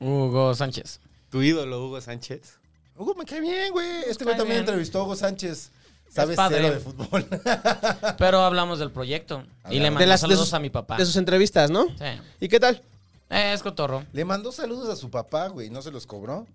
Hugo Sánchez. Tu ídolo, Hugo Sánchez. Hugo me cae bien, güey. Este güey Cae también bien. entrevistó a Hugo Sánchez. Sabes padre. cero de fútbol. Pero hablamos del proyecto. Y le Hablamos. mandé De las- de saludos sus- a mi papá. De sus entrevistas, ¿no? Sí. ¿Y qué tal? Eh, es cotorro. le mandó saludos a su papá, güey. ¿No se los cobró?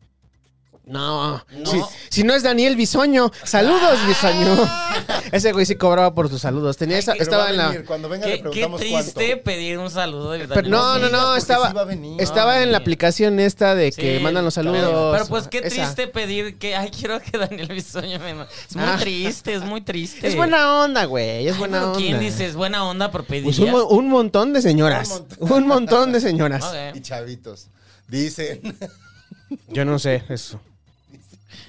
No. No. Si, si no es Daniel Bisoño. Saludos, Bisoño. Ah. Ese güey sí cobraba por tus saludos. Tenía esa- Pero va estaba a en la. venir. Cuando venga le Qué, qué preguntamos triste cuánto. pedir un saludo de Pero Daniel no, no, Ortiz. no, porque estaba, sí va a venir. estaba en la Sí. aplicación esta de que Sí, mandan los pero- saludos. Pero pues qué Esa. triste pedir que, ay, quiero que Daniel Bisoño me... ma- Es muy Ah. triste, es muy triste. Es buena onda, güey. Es Ay, buena pero onda. ¿Quién dice es buena onda por pedir? Pues un, mo- un montón de Un señoras. montón. Un montón de señoras. Ok. Y chavitos. Dicen. Yo no sé eso.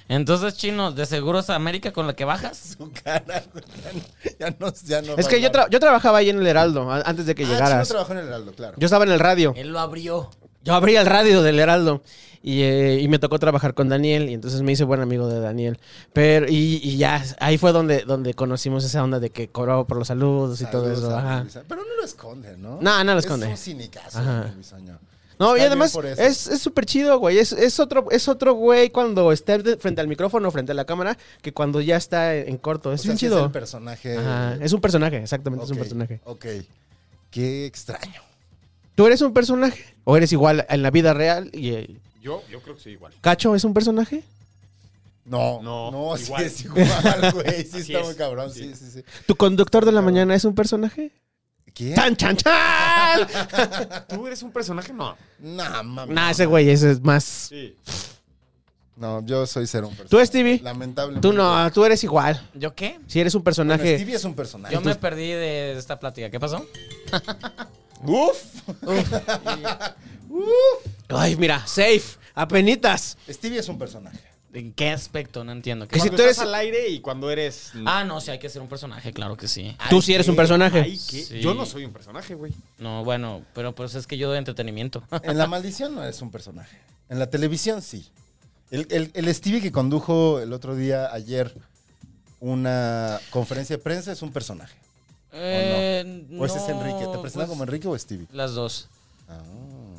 Entonces, chinos, de seguro es América con la que bajas. su cara, güey. Ya no, ya no Es que yo, tra- yo trabajaba ahí en el Heraldo a- antes de que Ah, Chino llegaras. trabajó en el Heraldo, claro. Yo estaba en el radio. Él lo abrió. Yo abría el radio del Heraldo y, eh, y me tocó trabajar con Daniel y entonces me hice buen amigo de Daniel. Pero y, y ya ahí fue donde donde conocimos esa onda de que cobraba por los saludos y todo Saludos eso. a ajá. Luis Bisoño. Pero no lo esconde, ¿no? No, no lo esconde. Es un cinicazo, Ajá. Daniel Bisoño. No, y Está bien además por eso. es es súper chido, güey. Es, es otro es otro güey cuando está de- frente al micrófono, frente a la cámara, que cuando ya está en corto. Es O sea, bien sí chido. Es el personaje. Ajá, es un personaje, exactamente, es Ok, un personaje. Ok. Qué extraño. ¿Tú eres un personaje? ¿O eres igual en la vida real? Y, eh, Yo, yo creo que soy igual. ¿Cacho es un personaje? No, no, No, sí igual. es igual, güey. Sí, Así está es, muy cabrón. Sí, sí. sí, sí. ¿Tu conductor de la mañana es un personaje? ¿Quién? ¡Chan, chan, chan! ¿Tú eres un personaje? No. Nah, mami. nah, ese güey, ese es más. Sí. No, yo soy ser un ¿Tú, personaje. Stevie? Lamentablemente. Tú no, tú eres igual. ¿Yo qué? Si eres un Bueno, personaje. Stevie es un personaje. Yo me perdí de esta plática. ¿Qué pasó? Uf. Ay, mira, safe, apenitas. Stevie es un personaje. ¿En qué aspecto? No entiendo. ¿Qué Que si Cuando tú estás eres- al aire y cuando eres... Ah, no, sí, hay que ser un personaje, claro que sí. Tú sí eres un Ay, personaje. ¿qué? Sí. Yo no soy un personaje, güey. No, bueno, pero pues es que yo doy entretenimiento. En la maldición no es un personaje. En la televisión sí. El, el- el Stevie que condujo el otro día, ayer, una conferencia de prensa es un personaje. Eh, O ese es no, Eh, Eh, Enrique. ¿Te presentan pues, como Enrique o Stevie? Las dos. Ah.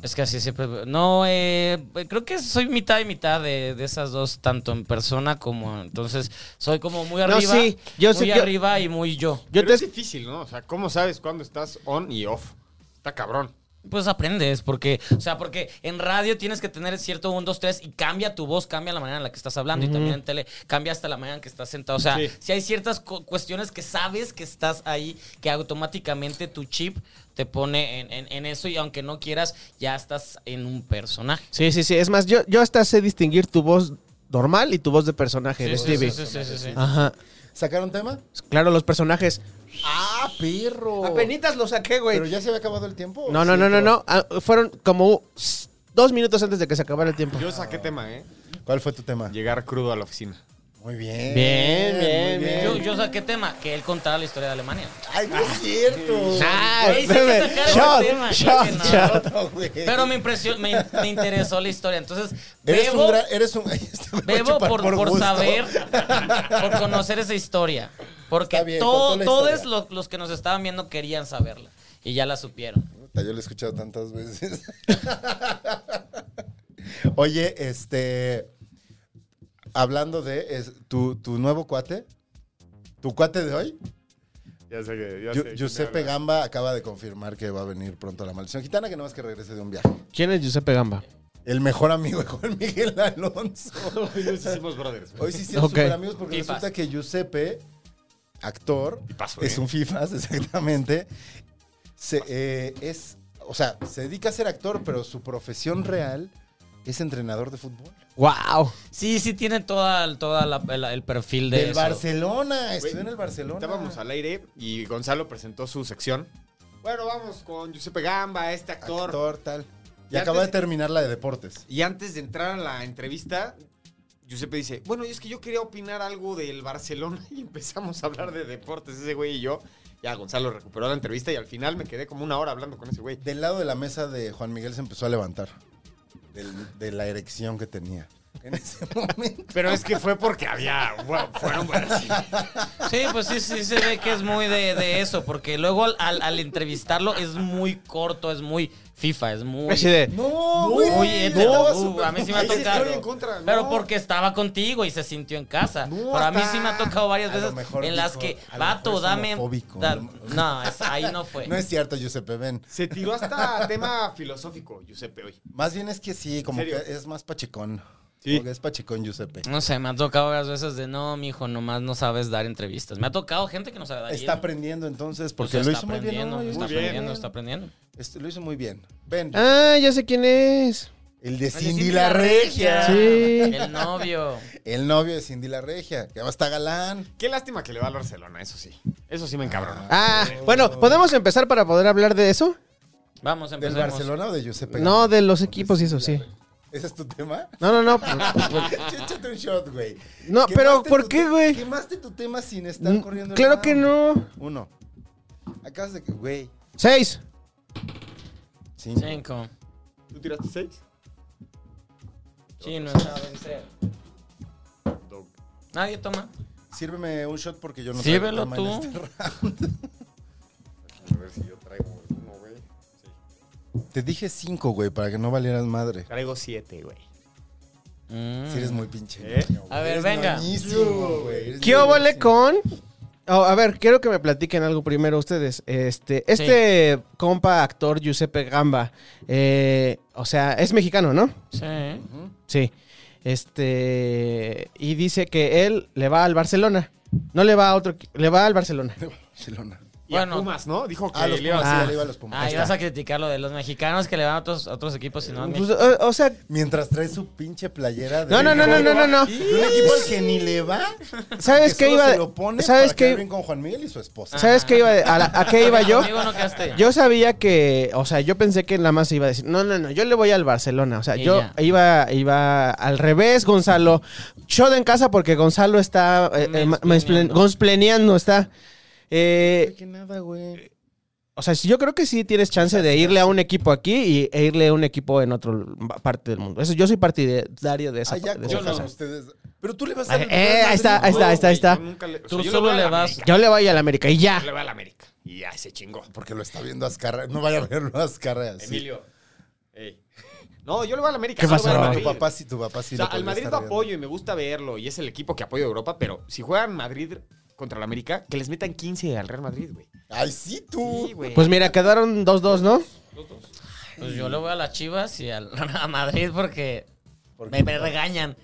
Es que así siempre. No, eh, creo que soy mitad y mitad de, de esas dos, tanto en persona como. Entonces, soy como muy No, arriba. sí, yo muy sí, yo- arriba y muy yo. Yo Pero te- es difícil, ¿no? O sea, ¿cómo sabes cuándo estás on y off? Está cabrón. Pues aprendes, porque, o sea, porque en radio tienes que tener cierto 1, 2, 3 y cambia tu voz, cambia la manera en la que estás hablando y también en tele cambia hasta la manera en que estás sentado. O sea, Sí. si hay ciertas cu- cuestiones que sabes que estás ahí, que automáticamente tu chip te pone en, en- en eso y aunque no quieras, ya estás en un personaje. Sí, sí, sí. Es más, yo, yo hasta sé distinguir tu voz normal y tu voz de personaje de sí, Stevie. sí, sí, sí, sí. Ajá. ¿Sacaron tema? Claro, los personajes. ¡Ah, perro! Apenitas lo saqué, güey. ¿Pero ya se había acabado el tiempo? No, no, Sí, no, no, pero- no. Ah, fueron como s- dos minutos antes de que se acabara el tiempo. Yo saqué tema, ¿eh? ¿Cuál fue tu tema? Llegar crudo a la oficina. Muy bien. Bien, bien, muy Yo, yo saqué tema, que él contara la historia de Alemania. Ay, no es cierto. Ah, Güey, sí hay que bebe. sacar ese Shot, tema, shot, creo que no. shot. No, güey. Pero me impresionó, me, in- me interesó la historia. Entonces, Eres bebo- un gran. Eres un. Este güey va a Bebo chupar por, por gusto. saber, por conocer esa historia. Porque Está bien, to- contó la todos historia. los, los que nos estaban viendo querían saberla. Y ya la supieron. Puta, Yo lo he escuchado tantas veces. Oye, este. Hablando de es- tu, tu nuevo cuate, tu cuate de hoy, Ya sé que. Ya Yu- sé Giuseppe quién habla. Gamba acaba de confirmar que va a venir pronto a la maldición gitana, que no más que regrese de un viaje. ¿Quién es Giuseppe Gamba? El mejor amigo de Juan Miguel Alonso. Nos hicimos brothers. güey. Hoy sí hicieron Ok. super amigos porque Fifas. resulta que Giuseppe, actor, Tipazo, es ¿eh? un FIFAS, exactamente. Se, eh, es, o sea, se dedica a ser actor, pero su profesión real es entrenador de fútbol. ¡Wow! Sí, sí, tiene toda, toda la- el, el perfil de Del eso. Barcelona, estudió Güey, en el Barcelona. Estábamos al aire y Gonzalo presentó su sección. Bueno, vamos con Giuseppe Gamba, este actor. actor, tal. Y Y acaba de antes- terminar la de deportes. Y antes de entrar a la entrevista, Giuseppe dice, bueno, y es que yo quería opinar algo del Barcelona y empezamos a hablar de deportes, ese güey y yo. Ya Gonzalo recuperó la entrevista y al final me quedé como una hora hablando con ese güey. Del lado de la mesa de Juan Miguel se empezó a levantar. del- de la erección que tenía. En ese momento. Pero es que fue porque había, bueno, fueron así. Sí, pues sí, sí se ve que es muy de, de eso. Porque luego al, al- al entrevistarlo es muy corto, es muy FIFA, es muy. Así de. No, muy güey, hétero, estaba uh, súper- a mí sí me ha Ahí sí tocado. estoy en contra, no. Pero porque estaba contigo y se sintió en casa. No, Pero a mí hasta- sí me ha tocado varias A lo veces mejor en las dijo, que, a lo vato, mejor es dame. homofóbico, da- ¿no? no, es- ahí no fue. No es cierto, Giuseppe, ven. Se tiró hasta tema filosófico, Giuseppe, hoy. Más bien es que sí, como ¿En que serio? es más pachicón. Sí. Como que es pachicón, Giuseppe. No sé, me ha tocado varias veces de no, mijo, nomás no sabes dar entrevistas. Me ha tocado gente que no sabe dar Está bien. aprendiendo entonces, Pues porque lo está hizo muy bien. aprendiendo, ¿no? Está Muy bien. aprendiendo, está aprendiendo. Este, lo hizo muy bien. Ven, Ah, ya sé quién es. el de El de Cindy la Regia. Sí. El novio. El novio de Cindy la Regia, que va está galán. Qué lástima que le va al Barcelona, eso sí. Eso sí me encabrona. Ah, bueno, ¿podemos empezar para poder hablar de eso? Vamos, ¿Del empecemos. Barcelona o de Giuseppe? No, Gamba? de los equipos y eso, sí. ¿Ese es tu tema? No, no, no. Échate un shot, güey. No, pero Quemaste ¿por tu qué, te- güey? Mm, Quemaste tu tema sin estar corriendo. el Claro round. que no. Uno. Acabas de que, güey. Seis. Cinco. Cinco. ¿Tú tiraste seis? Chino, está a vencer. Nadie toma. Sírveme un shot porque yo no traigo Sírvelo tema en tú. este A ver si yo traigo uno, güey. Te dije cinco, güey, para que no valieras madre. Traigo siete, güey. Mm. Si eres muy pinche. ¿Eh? ñoño, güey. A ver, Eres venga. ñoñísimo, güey. Eres ¿Qué óvole ñoñísimo. con? Oh, a ver, quiero que me platiquen algo primero ustedes. Este, este compa actor Giuseppe Gamba, eh, o sea, es mexicano, ¿no? Sí. Ujú. Sí. Este, y dice que él le va al Barcelona. No le va a otro, equi- le va al Barcelona. Barcelona. Y Bueno. a Pumas, ¿no? Dijo que Ah, los le iba Pumas, a sí, Ah. le iba a los Pumas. Ah, Ahí y vas está. a criticar lo de los mexicanos que le van a otros, a otros equipos y no a mí. Pues, o, o sea, Mientras trae su pinche playera de no, no, no, no, no, no, no. De un equipo al que ni le va. ¿Sabes que qué solo iba? Se lo pone ¿Sabes para quedar qué? bien con Juan Miguel y su esposa. ¿Sabes qué iba? A, la- a qué iba yo? Conmigo no quedaste. Yo sabía que, o sea, yo pensé que nada más iba a decir, no, no, no, yo le voy al Barcelona. O sea, Y yo ya. iba, iba al revés, Gonzalo. Yo de en casa porque Gonzalo está eh, eh, ma- mansplain- Mansplaneando. gonspleneando, está. Eh, Que nada, güey. o sea, sí, yo creo que sí tienes chance de irle a un equipo aquí y, e irle a un equipo en otra parte del mundo. Eso, yo soy partidario de esa, Ah, ya de esa con cosa. ustedes. Pero tú le vas a. Ah, eh, ahí está, ahí está, ahí está, ahí está. Tú solo le vas- Yo le voy al América y ya. Yo le voy al América. Y ya se chingó. Porque lo está viendo Azcarra. No vaya a verlo a Azcarra. sí. Emilio. Ey, No, yo le voy al América. ¿Qué no le pasó? voy al Bueno, Madrid. tu papá sí, tu papá sí. o lo sea, al podría Madrid lo estar viendo. apoyo y me gusta verlo y es el equipo que apoyo de Europa, pero si juegan Madrid contra el América, que les metan 15 al Real Madrid, güey. Ay, sí, tú. Sí, güey. Pues mira, quedaron 2-2, ¿no? Pues yo le voy a las Chivas y al- a Madrid porque Porque- me, me regañan.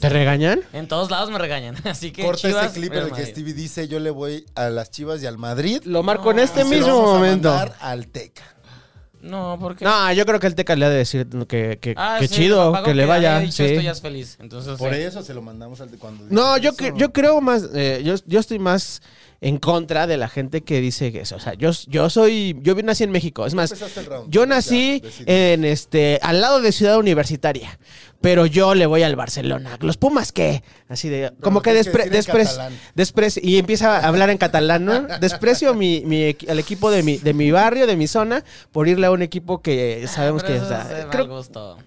¿Te regañan? En todos lados me regañan. Así que Corta Chivas, ese clip voy en al el que Madrid. Stevie dice: Yo le voy a las chivas y al Madrid. Lo marco en No, este y Ah, se lo mismo vamos a momento. mandar al Teca. No, porque... No, yo creo que el Teca le ha de decir que, que, Ah, que sí, chido, papá, que le ya vaya. había dicho sí. esto, ya es feliz. Entonces, Por sí. eso se lo mandamos al Cuando No, dice yo, eso. cre- yo creo más, eh, yo, yo estoy más en contra de la gente que dice que eso. O sea, yo, yo soy, yo nací en México. Es más, Empezaste el round. yo Ya, nací eh, decidí. en este, al lado de Ciudad Universitaria, pero yo le voy al Barcelona. ¿Los Pumas qué? Así de, como lo que tienes que despre, decir en despre- catalán. despre- y empieza a hablar en catalán, ¿no? Desprecio mi, mi equi- al equipo de mi, de mi barrio, de mi zona, por irle a un equipo que sabemos Ah, Pero que, eso o sea, es de mal creo- gusto.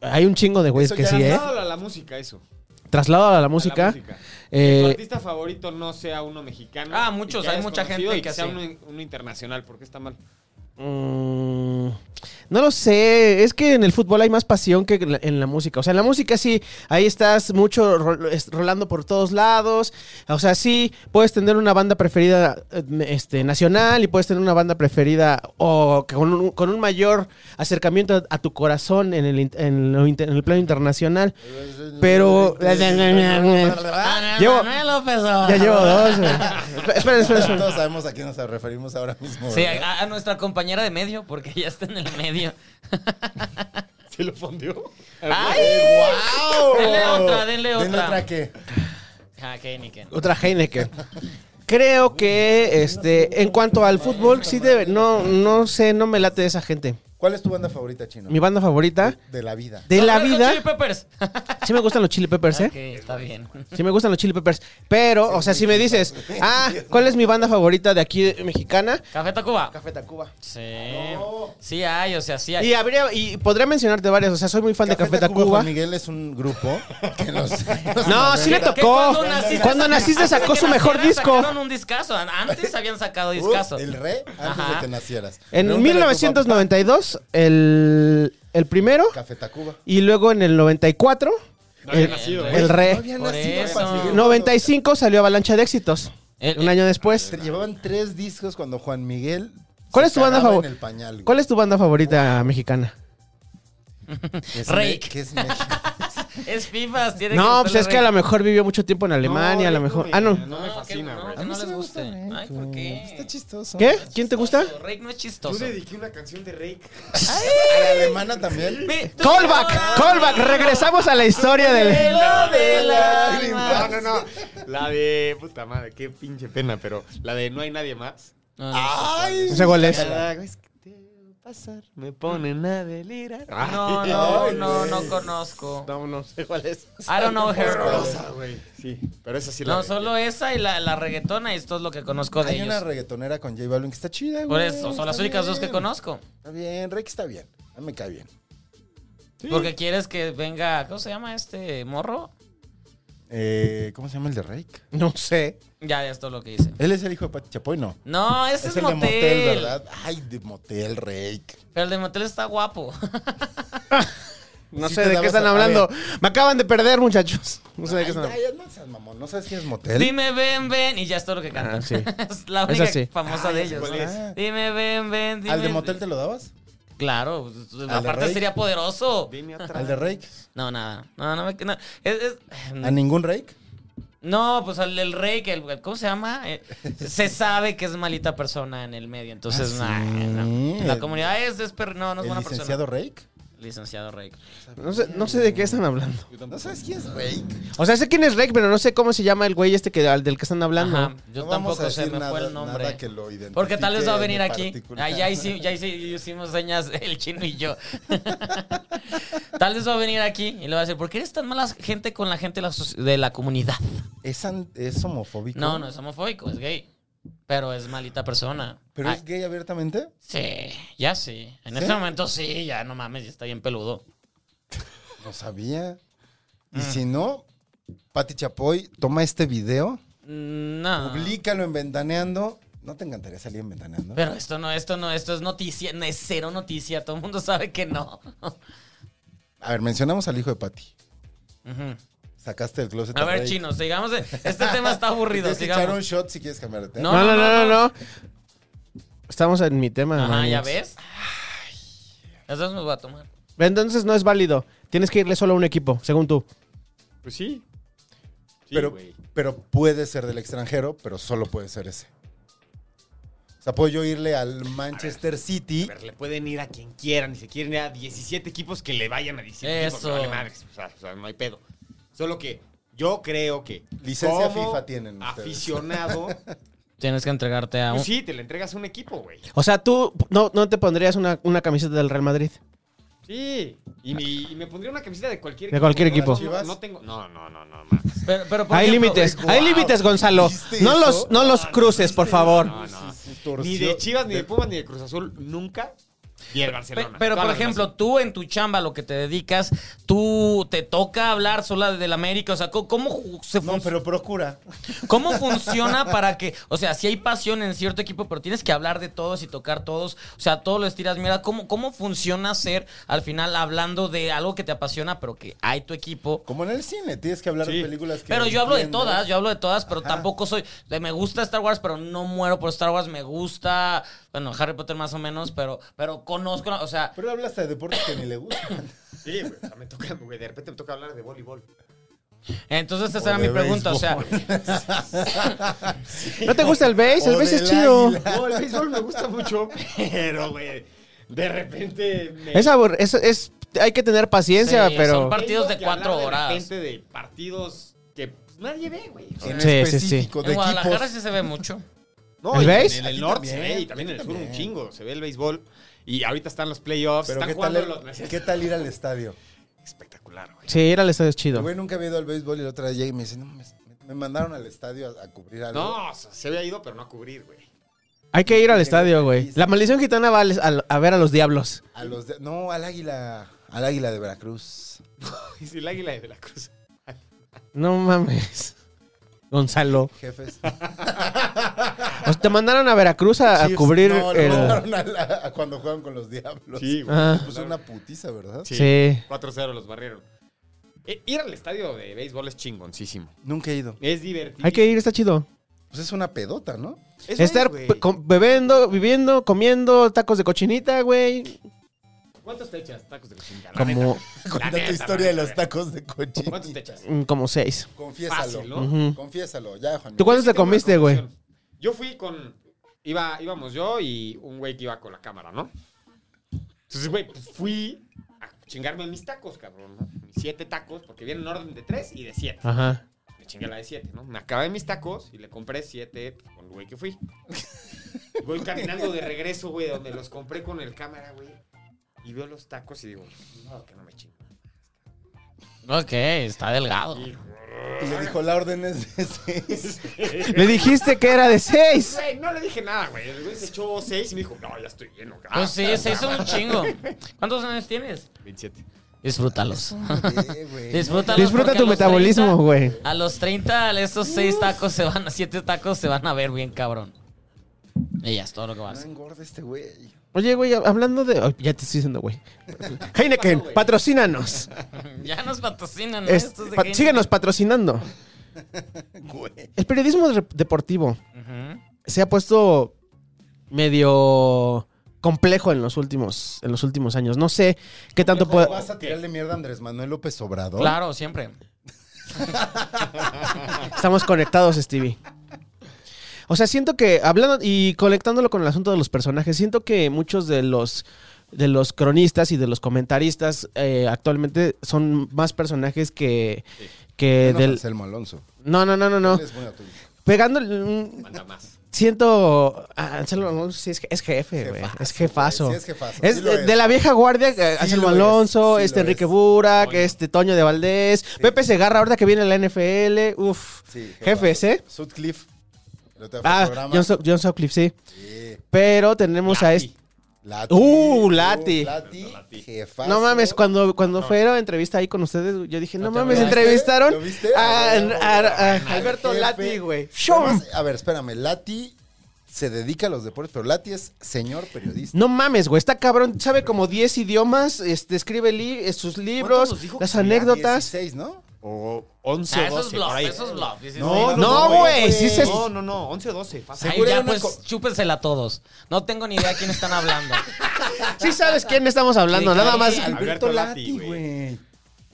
hay un chingo de güeyes Eso que ya sí, ¿eh? no- Trasládalo a la música, eso. Traslado a la A la música. música. Que tu eh, artista favorito no sea uno mexicano. Ah, y muchos, que hay hayas mucha conocido gente y que que sea sí. uno, uno internacional, porque está mal. Mm, No lo sé, es que en el fútbol hay más pasión que en la, en la música. O sea, en la música sí, ahí estás mucho ro- es- rolando por todos lados. O sea, sí, puedes tener una banda preferida eh, este, nacional y puedes tener una banda preferida o que con, un, con un mayor acercamiento a, a tu corazón en el, in- en lo inter- en el plano internacional. Pero- Manuel- Llevo- Ah, Manuel López oh. Obrador. Ya llevo dos. güey. Espera, espera, espera, espera. Todos sabemos a quién nos referimos ahora mismo. Sí, ah. ¿verdad? a, a nuestra compañera de medio, porque ya está en el medio. ¿Se lo fondeó? ¡Ay! ¡Guau! Denle otra, denle ¿Denle otra. otra qué? Ah, Heineken. Otra Heineken. Creo que este en cuanto al fútbol sí debe no no sé, no me late esa gente. ¿Cuál es tu banda favorita, Chino? Mi banda favorita De la vida. de Los la Red Hot Chili vida Peppers. sí me gustan los Chili Peppers, Ok, ¿eh? está bien. Sí me gustan los Chili Peppers, pero o sea, si me dices, "Ah, ¿cuál es mi banda favorita de aquí eh, mexicana?" Café Tacuba. Café Tacuba. Sí. Sí hay, o sea, sí hay. Y habría y podría mencionarte varias, o sea, soy muy fan de Café Juan Tacuba. Miguel es un grupo que nos... No, sí le Que tocó. Cuando saca- naciste antes de sacó que su mejor nacieras, disco. Uh, Sacaron un discazo. An- Antes habían sacado Uf, discazo. el re antes Ajá. de que nacieras. En Pregúntale a tu 1992 el el primero papá. Café Tacuba. y luego en el 94 No había el- nacido, ¿eh? el re No había Por nacido eso. Juan Miguel. 95 salió Avalancha de Éxitos. Eh, El- un año después. Te Llevaban tres discos cuando Juan Miguel... ¿Cuál se es tu banda cagaba favor- en el pañal, güey. ¿Cuál es tu banda favorita mexicana? Que es Rake. Me- que es México. Es FIFAs, tiene No, estar pues es la que a regla. lo mejor vivió mucho tiempo en Alemania, a lo No, mejor. me- Ah, no. No me No, fascina, que no, güey. que no les guste. Ay, ¿por qué? Está chistoso. ¿Qué? ¿Quién te gusta? Rake no es Yo chistoso. dediqué una canción de Rake. A la alemana también. Ve, tú Callback, lloras, callback, regresamos a la historia del... velo del No, alma. no, no. La de. Puta madre, qué pinche pena, pero la de No hay nadie más. Ay, No sé cuál es. Cada vez que te veo pasar, me ponen a delirar. No, no, no, no conozco. No, no sé cuál es. I don't know her. Horrorosa, güey. Sí, pero esa sí la. No, dediqué. solo esa y la, la reggaetona, esto es lo que conozco de Hay una ellos. reggaetonera con J Balvin que está chida, güey. Por eso, son las está únicas dos que bien. conozco. Está bien, Rake está bien. A mí me cae bien. Porque quieres que venga, ¿cómo se llama este morro? Eh, ¿Cómo se llama el de Rake? No sé. Ya, esto es lo que hice. Él es el hijo de Pati Chapoy, ¿no? No, ese Este es, el motel. de motel, ¿verdad? Ay, de motel, Rake. Pero el de motel está guapo. No Sí sé te de dabas qué están a- a hablando. Me acaban de perder, muchachos. No sé de Ay, qué están hablando. ay, no seas mamón, no sabes si es motel. Dime, ven, ven. Y ya es todo lo que canta. Ah, sí. es la Esa única sí. famosa de ellos. cuál es. Dime, ven, ven. Dime, ¿Al de motel te lo dabas? Claro, pues, de aparte Rey? sería poderoso. Dime otra. ¿Al de Rake? No, nada. No, no me. No, es- es- ¿A ningún Rake? no, pues al del rey, que el, ¿cómo se llama? Eh, se sabe que es malita persona en el medio. Entonces, Ah, sí. nah, no. La El- comunidad es, es per- no, no es ¿El buena licenciado Rake? persona. Licenciado rey. No sé, no sé de qué están hablando. ¿No sabes quién es Rake? O sea, sé quién es Rick, pero no sé cómo se llama el güey este que, al del que están hablando. Ajá, yo No vamos a tampoco sé, decir me fue nada- el nombre. nada que lo identifique Porque tal vez va a venir de aquí. particular. Ah, ya, hici- ya hici- hicimos señas el chino y yo. tal vez va a venir aquí y le va a decir, ¿por qué eres tan mala gente con la gente de la, soci- de la comunidad? ¿Es, an- es homofóbico? No, no es homofóbico, es gay. Pero es malita persona. ¿Pero Ay, es gay abiertamente? Sí, ya sí. En este momento sí, ya no mames, ya está bien peludo. No sabía. Mm. Y si no, Pati Chapoy, toma este video, No. publícalo en Ventaneando. ¿No te encantaría salir en Ventaneando? Pero esto no, esto no, esto es noticia, no es cero noticia, todo el mundo sabe que no. A ver, mencionamos al hijo de Patty. Ujú. Sacaste el closet. A ver, Rey. chinos, sigamos. de- Este tema está aburrido, Tienes que echar un sigamos. shot si quieres cambiar de tema. No, No, no, no, no, no. Estamos en mi tema. Ajá, ¿ya Maniacs. ves? Eso nos va a tomar. Entonces no es válido. Tienes que irle solo a un equipo, según tú. Pues sí. Sí, pero, güey. pero puede ser del extranjero, pero solo puede ser ese. O sea, puedo yo irle al Manchester A City. ver, le pueden ir a quien quieran y se quieren ir a 17 equipos que le vayan a 17 equipos. Eso. me vale madres, o, sea, o sea, no hay pedo. Solo que yo creo que. Licencia como FIFA tienen ustedes. Aficionado. Tienes que entregarte a un. pues sí, te le entregas a un equipo, güey. O sea, tú no, no te pondrías una, una camiseta del Real Madrid. Sí. Y, mi- y me pondría una camiseta de cualquier De cualquier equipo. No, no tengo. No, no, no, no. mames. Pero, pero por Hay ejemplo, eh, límites, güey, hay guau. límites, Gonzalo. ¿Viste No eso? los, no los No, no, cruces, por favor. No, no. Sí, sí, torció. Ni de Chivas, ni de Pumas, ni de Cruz Azul, nunca. Y el Pe- Barcelona. Pero, Todas por las ejemplo, tú en tu chamba, lo que te dedicas, tú te toca hablar sola del América. O sea, co- ¿cómo, ju- se No, fun- pero procura. ¿cómo funciona para que. O sea, si hay pasión en cierto equipo, pero tienes que hablar de todos y tocar todos. O sea, todos los tiras. Mira, ¿cómo, ¿cómo funciona ser al final hablando de algo que te apasiona, pero que hay tu equipo? Como en el cine, tienes que hablar Sí. de películas que. Pero yo hablo de entiendas. todas, yo hablo de todas, pero Ajá. tampoco soy. de- Me gusta Star Wars, pero no muero por Star Wars. Me gusta. Bueno, Harry Potter más o menos, pero, pero conozco. O sea, Pero hablas de deportes que ni le gustan. Sí, güey. O sea, me toca, güey, de repente me toca hablar de voleibol. Entonces esa O era mi de pregunta, o sea, ¿No te gusta el base? El O base es del chido. águila. No, el béisbol me gusta mucho, pero, güey, de repente me... Es, abur- es, es- hay que tener paciencia, Sí, pero. son par- partidos de Tengo que hablar cuatro de horas. repente de partidos que pues, nadie ve, güey. O sea, En Sí, sí, sí. específico, en de Guadalajara equipos. sí se ve mucho. no, ¿El y béis? En el Aquí norte se también, ve y también en el aquí sur un también. chingo. Se ve el béisbol y ahorita están los playoffs, Pero están ¿qué tal, jugando el- los... ¿qué tal ir al estadio? Espectacular, güey. Sí, ir al estadio es El chido. güey nunca había ido al béisbol y la otra vez llega y me dice, no, me, me mandaron al estadio a, a cubrir algo. No, o sea, se había ido, pero no a cubrir, güey. Hay que ir al estadio, güey. feliz. La maldición gitana va al- al- a ver a los diablos. A los de- no, al águila. Al águila de Veracruz. Y si el águila de la cruz. No mames. Gonzalo. Jefes. O sea, te mandaron a Veracruz a, a Chiefs. cubrir No, lo el. mandaron a la- a cuando juegan con los diablos. Sí, güey. Ah. Pues una putiza, ¿verdad? Sí. Sí. 4-0 los barrieron. Eh, ir al estadio de béisbol es chingoncísimo. Nunca he ido. Es divertido. Hay que ir, está chido. Pues es una pedota, ¿no? Es Estar béis, pues, pe- güey. com- bebiendo, viviendo, comiendo tacos de cochinita, güey. ¿Cuántos te echas tacos de cochinita? La Como, neta. La Cuenta neta, tu historia de la los neta. tacos de coche. ¿Cuántos te echas? mm, como seis. Confiésalo. Fácil, ¿no? Ujú. Confiésalo, ya, Juan. ¿Tú cuántos te comiste, este, güey? Yo fui con. Iba, íbamos yo y un güey que iba con la cámara, ¿no? Entonces, güey, pues fui a chingarme mis tacos, cabrón, ¿no? Mis siete tacos, porque viene en orden de tres y de siete. Ajá. Me chingué la de siete, ¿no? Me acabé mis tacos y le compré siete pues, con el güey que fui. Voy caminando de regreso, güey, donde los compré con el cámara, güey. Y veo los tacos y digo, no, que no me chingo. Ok, está delgado. Y le dijo, la orden es de seis. "Pues, Le dijiste que era de seis. Güey, no le dije nada, güey. El güey se echó seis y me dijo, no, ya estoy lleno. Pues sí, se hizo un chingo. ¿Cuántos años tienes? 27. Disfrútalos. Ve, güey, no, Disfrútalos Disfruta porque tu a los metabolismo, 30, güey. A los 30, estos seis tacos se van, siete tacos se van a ver bien cabrón. Y ya es todo lo que no vas. engorda este güey. Oye, güey, hablando de. ay, ya te estoy diciendo, güey. pasó, Heineken, güey? patrocínanos. Ya nos patrocinan. ¿no? Es- Estos de pa- Heineken. síguenos patrocinando. Güey. El periodismo de- deportivo Ujú. se ha puesto medio complejo en los últimos, en los últimos años. No sé qué tanto puede. ¿Vas a tirarle mierda a Andrés Manuel López Obrador? Claro, siempre. Estamos conectados, Stevie. O sea, siento que, hablando y conectándolo con el asunto de los personajes, siento que muchos de los de los cronistas y de los comentaristas eh, actualmente son más personajes que, que Menos Eh, del... Anselmo Alonso. No, no, no, no, no. Él es muy atún. Pegando... mm, Manda más. Siento... ah, Anselmo Alonso sí es, je- es jefe, güey. Es jefazo. Sí, es jefazo. Es sí lo de, de la vieja guardia, eh, Sí Anselmo lo es, Alonso, sí lo este Enrique es. Burak, Toño. este Toño de Valdés, Pepe Segarra, ahorita que viene la NFL, uff, Sí, jefazo. jefes, ¿eh? Sutcliffe. el otro fue al Ah, programa. John, Sut- John Sutcliffe, sí. Sí. Pero tenemos a Lati. este. Lati. Uh, Lati. Lati, Lati. jefazo. No mames, cuando, cuando fue la entrevista ahí con ustedes, yo dije, no, ¿No te mames, acordaste? entrevistaron ¿Lo viste? a, Ah, bueno, a- a- a Jefe. Alberto Lati, güey. Además, A ver, espérame. Lati se dedica a los deportes, pero Lati es señor periodista. No mames, güey, está cabrón, sabe como 10 idiomas, este, escribe li- sus libros, nos dijo que las tenía anécdotas. 16, ¿no? O 11 Ah, eso o es 12. bluff, por ahí. eso es bluff. Dices, No, "Ay, No, güey, sí se... No, no, no, 11 o 12. fácil. Ay, Seguro ya, hay una pues co- chúpensela a todos. No tengo ni idea de quién están hablando. Sí sabes quién estamos hablando, Sí, nada sí. más. Alberto Alberto Lati, Lati, güey. güey.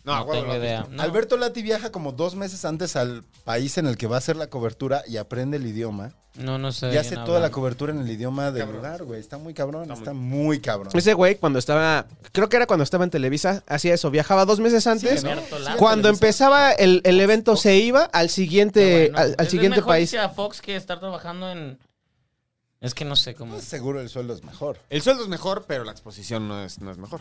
No, No, a huevo, tengo lo has idea. visto. No. Alberto Lati viaja como dos meses antes al país en el que va a hacer la cobertura y aprende el idioma. No, no sé. Y de hace quién toda la hablan. cobertura en el idioma del Cabrón. lugar, güey. Está muy cabrón, está, muy- muy cabrón. Ese güey cuando estaba, creo que era cuando estaba en Televisa, hacía eso, viajaba dos meses antes. Sí, ¿no? Alberto Lati. Cuando empezaba el, el evento se iba al siguiente, Pero Este, bueno, al, al es- es siguiente mejor país. irse a Fox que estar trabajando en. Es que no sé cómo. Pues seguro el sueldo es mejor. El sueldo es mejor, pero la exposición no es, no es mejor.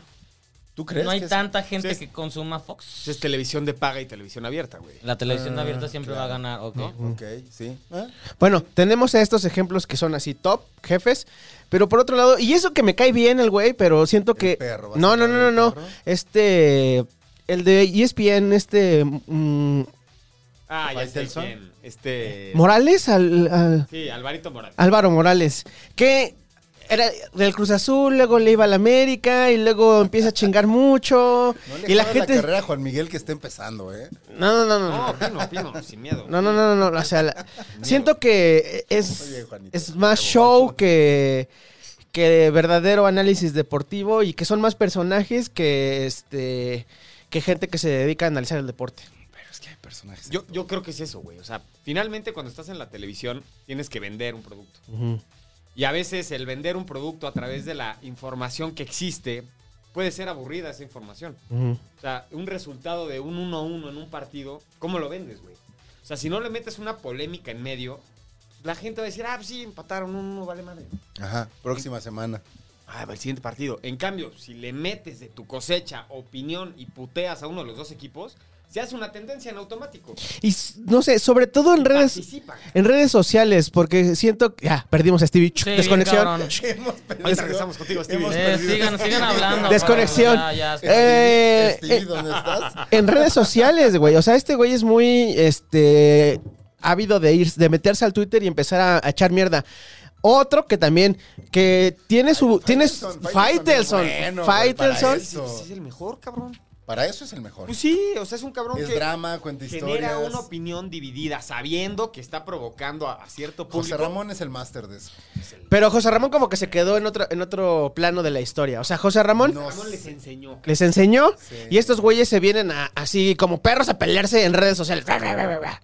¿Tú crees? No hay que es- tanta gente Sí, es- que consuma Fox. Es televisión de paga y televisión abierta, güey. La televisión Ah, abierta siempre claro. Mm, va a ganar, ¿ok? Ok, sí. Ah, Bueno, tenemos a estos ejemplos que son así top, jefes. Pero por otro lado, y eso que me cae bien el güey, pero siento que. perro, ¿vas a no, no, hablar no, no, del no. perro? Este. El de ESPN, este. mm, Ah, ya sé Faitelson. quién. Este. Morales, al- al- Sí, Alvarito Morales. Álvaro Morales. Que era del Cruz Azul, luego le iba al América y luego empieza a chingar mucho. No le y la jodas gente. la carrera a Juan Miguel que está empezando, ¿eh? No, no, no, no. No, no. opino, opino, sin miedo. No, no, no, no, no, O sea, la- siento que Oye, es, Juanito, es más show que, que verdadero análisis deportivo y que son más personajes que este que gente que se dedica a analizar el deporte. Pero es que hay personajes. Yo, yo creo que es eso, güey. O sea, finalmente cuando estás en la televisión tienes que vender un producto. Y a veces el vender un producto a través de la información que existe puede ser aburrida esa información. O sea, un resultado de un 1-1 en un partido, ¿cómo lo vendes, güey? O sea, si no le metes una polémica en medio, la gente va a decir, ah, pues sí, empataron, 1-1, vale madre. Ajá, próxima semana. Ah, va el siguiente partido. En cambio, si le metes de tu cosecha, opinión y puteas a uno de los dos equipos, se hace una tendencia en automático. Y s- no sé, sobre todo en redes Participa. en redes sociales, porque siento que ya perdimos a Stevie. Ch, Sí, bien desconexión. cabrón. Ch, Ahorita regresamos contigo, Stevie. Hemos Eh, Eh, perdido. sigan, sigan hablando. pero Desconexión. ya, ya, está. Eh, Stevie, eh, ¿dónde estás? en redes sociales, güey. O sea, este güey es muy este ávido de ir, de meterse al Twitter y empezar a, a echar mierda. Otro que también, que tiene su. Tiene su- Faitelson, Faitelson. Faitelson es bueno, güey, para Faitelson. eso. Sí, sí, es el mejor, cabrón. ah. Para eso es el mejor. Pues sí, o sea, es un cabrón Es que drama, cuenta historias. genera una opinión dividida, sabiendo que está provocando a, a cierto público. José Ramón es el máster de eso. Pero José Ramón como que se quedó en otro, en otro plano de la historia. O sea, José Ramón No Ramón les sé. enseñó. les enseñó Sí. y estos güeyes se vienen a- así como perros a pelearse en redes sociales. Bla, bla, bla, bla, bla.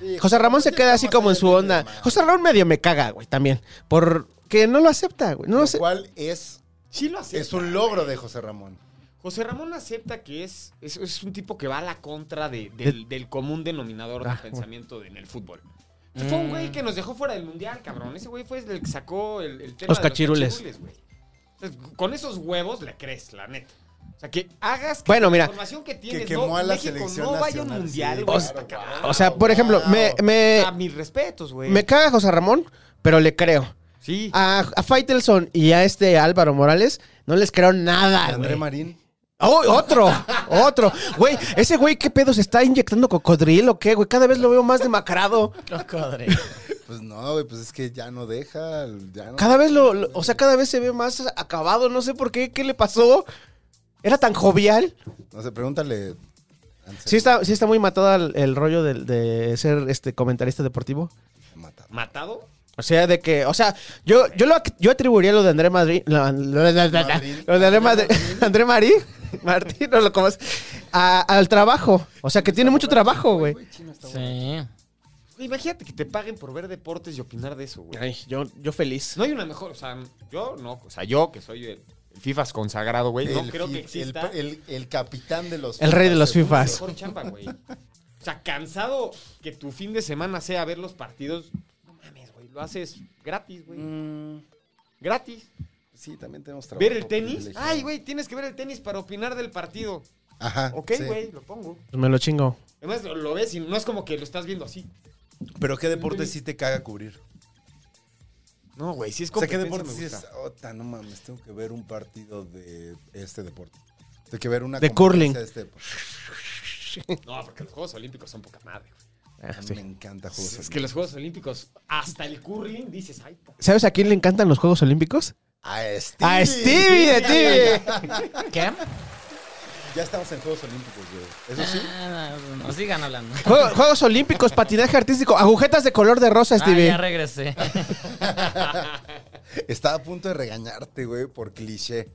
Sí, José Ramón se queda así como en su tiene onda. drama, José Ramón medio me caga, güey, también. Porque no lo acepta, güey. No lo lo ace- cual es, Sí lo acepta. es un logro de José Ramón. José Ramón acepta que es, es, es un tipo que va a la contra de- del, del común denominador Ah, del bueno. pensamiento de- en el fútbol. Fue un güey que nos dejó fuera del mundial, cabrón. Ese güey fue el que sacó el, el tema Los de cachirules. güey. Entonces, con esos huevos le crees, la neta. O sea, que hagas que Bueno, la mira. información que tienes quemó no, a la México selección no vaya a un nacional, sí, mundial, güey. claro, Está wow. O sea, por ejemplo, me, me, A mis respetos, güey. me caga José Ramón, pero le creo. Sí. A, a Faitelson y a este Álvaro Morales no les creo nada, André Ah, güey. Marín. ¡Oh, otro! ¡Otro! Güey, ese güey, ¿qué pedo? ¿Se está inyectando cocodril o qué, güey? Cada vez lo veo más demacrado. Cocodre. Pues no, güey, pues es que ya no deja. ya no- Cada vez lo, lo- O sea, cada vez se ve más acabado. No sé por qué. ¿Qué le pasó? ¿Era tan jovial? No sé, pregúntale. Ansel, Sí está, sí está muy matada el, el rollo del- de, ser este comentarista deportivo. mata. ¿Matado? O sea, de que, o sea, yo, yo lo ac- yo atribuiría lo de André Madrid, lo, lo de- Madrid. lo de André Madrid, André Marí, Martín, no lo comas, a- al trabajo. O sea, que tiene mucho trabajo, güey. Sí. Güey, Imagínate que te paguen por ver deportes y opinar de eso, güey. yo, yo feliz. No hay una mejor, o sea, yo no, o sea, yo que soy el, el FIFA's consagrado, güey, no creo fi- que exista El, el- el capitán de los. El rey de los se puso. FIFAs. mejor chamba, güey. O sea, cansado que tu fin de semana sea ver los partidos, no mames, güey, lo haces gratis, güey. Mm, Gratis. sí, también tenemos trabajo. ¿Ver el tenis? privilegiado. Ay, güey, tienes que ver el tenis para opinar del partido. Ajá. Ok, Ah, sí. güey, lo pongo. Pues Me lo chingo. Además, lo- lo ves y no es como que lo estás viendo así. Pero ¿qué deporte sí te caga cubrir? No, güey, si es O sea, ¿qué competencia, deporte me sí es? gusta. Ota, no mames, tengo que ver un partido de este deporte. Tengo que ver una. De competencia curling. de este deporte. No, porque los Juegos Olímpicos son poca madre, güey. Ah, A mí sí. Me encanta juegos. Es que los Juegos Olímpicos, hasta el curling, dices, ay, ¿Sabes a quién le encantan los Juegos Olímpicos? A Stevie. A Stevie de Stevie. ¿Qué? Ya estamos en Juegos Olímpicos, güey. Eso sí. Ah, no, no, sigan hablando. Juego- Juegos Olímpicos, patinaje artístico, agujetas de color de rosa, Ah, Stevie. ya regresé. Estaba a punto de regañarte, güey, por cliché.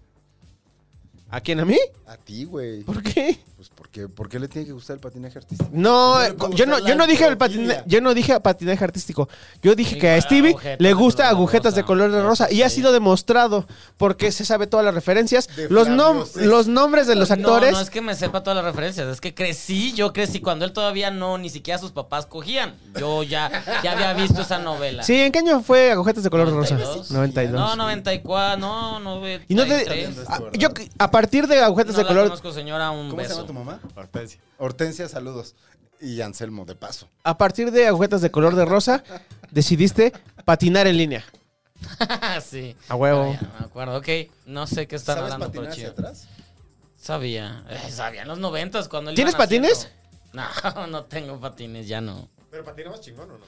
¿A quién? ¿A mí? A ti, güey. ¿Por qué? Pues porque, ¿por qué le tiene que gustar el patinaje artístico? No, eh, No le puede yo no, gustar yo la no dije el alterofilia. patinaje, yo no dije patinaje artístico. Yo dije Sí, que a para Stevie agujetas le de gusta color de agujetas de rosa. color de rosa y ha eh, Sí. sido demostrado porque se sabe todas las referencias, De los Flavio nom- Sesto. los nombres de los actores. No, no es que me sepa todas las referencias, es que crecí, yo crecí cuando él todavía no, ni siquiera sus papás cogían. Yo ya, ya había visto esa novela. Sí, ¿en qué año fue agujetas de color de rosa? 92. 92. No, 94, no, 93. Y no te, a, yo que- a partir de No agujetas la de color conozco, señora, un ¿Cómo se beso. llama tu mamá? Hortensia. Hortensia, saludos. Y Anselmo, de paso. a partir de agujetas de color de rosa decidiste patinar en línea. sí. A huevo. Ah, ya, me acuerdo, ok. No sé qué están ¿Sabes hablando, patinar pero hacia chido. atrás? Sabía, eh, sabía en los noventas cuando él ¿Tienes iban patines? haciendo- No, no tengo patines, ya no. Pero patinamos chingón o no?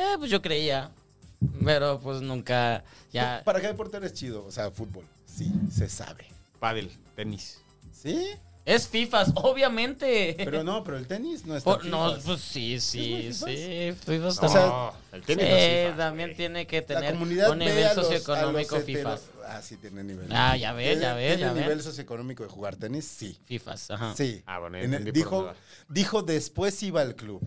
Eh, pues yo creía, pero pues nunca, ya... Pues, ¿Para qué deporte eres chido? O sea, fútbol. Sí, se sabe. Pádel, tenis. ¿Sí? Es FIFAs, obviamente. Pero no, pero el tenis no está. Por- en no, FIFAs. pues sí, sí, ¿Es muy sí. FIFAs No, O también. sea, Sí, el eh, tenis no es FIFA, también güey. tiene que La tener comunidad un ve nivel a los- a socioeconómico los FIFAs. hetero- Ah, sí, tiene nivel. Ah, ya ves, ya ves, ¿Tiene ya ves. nivel socioeconómico de jugar tenis? Sí. FIFAs, ajá. Sí. Ah, bueno, ya En- entendí por dijo, dónde dijo después iba al club.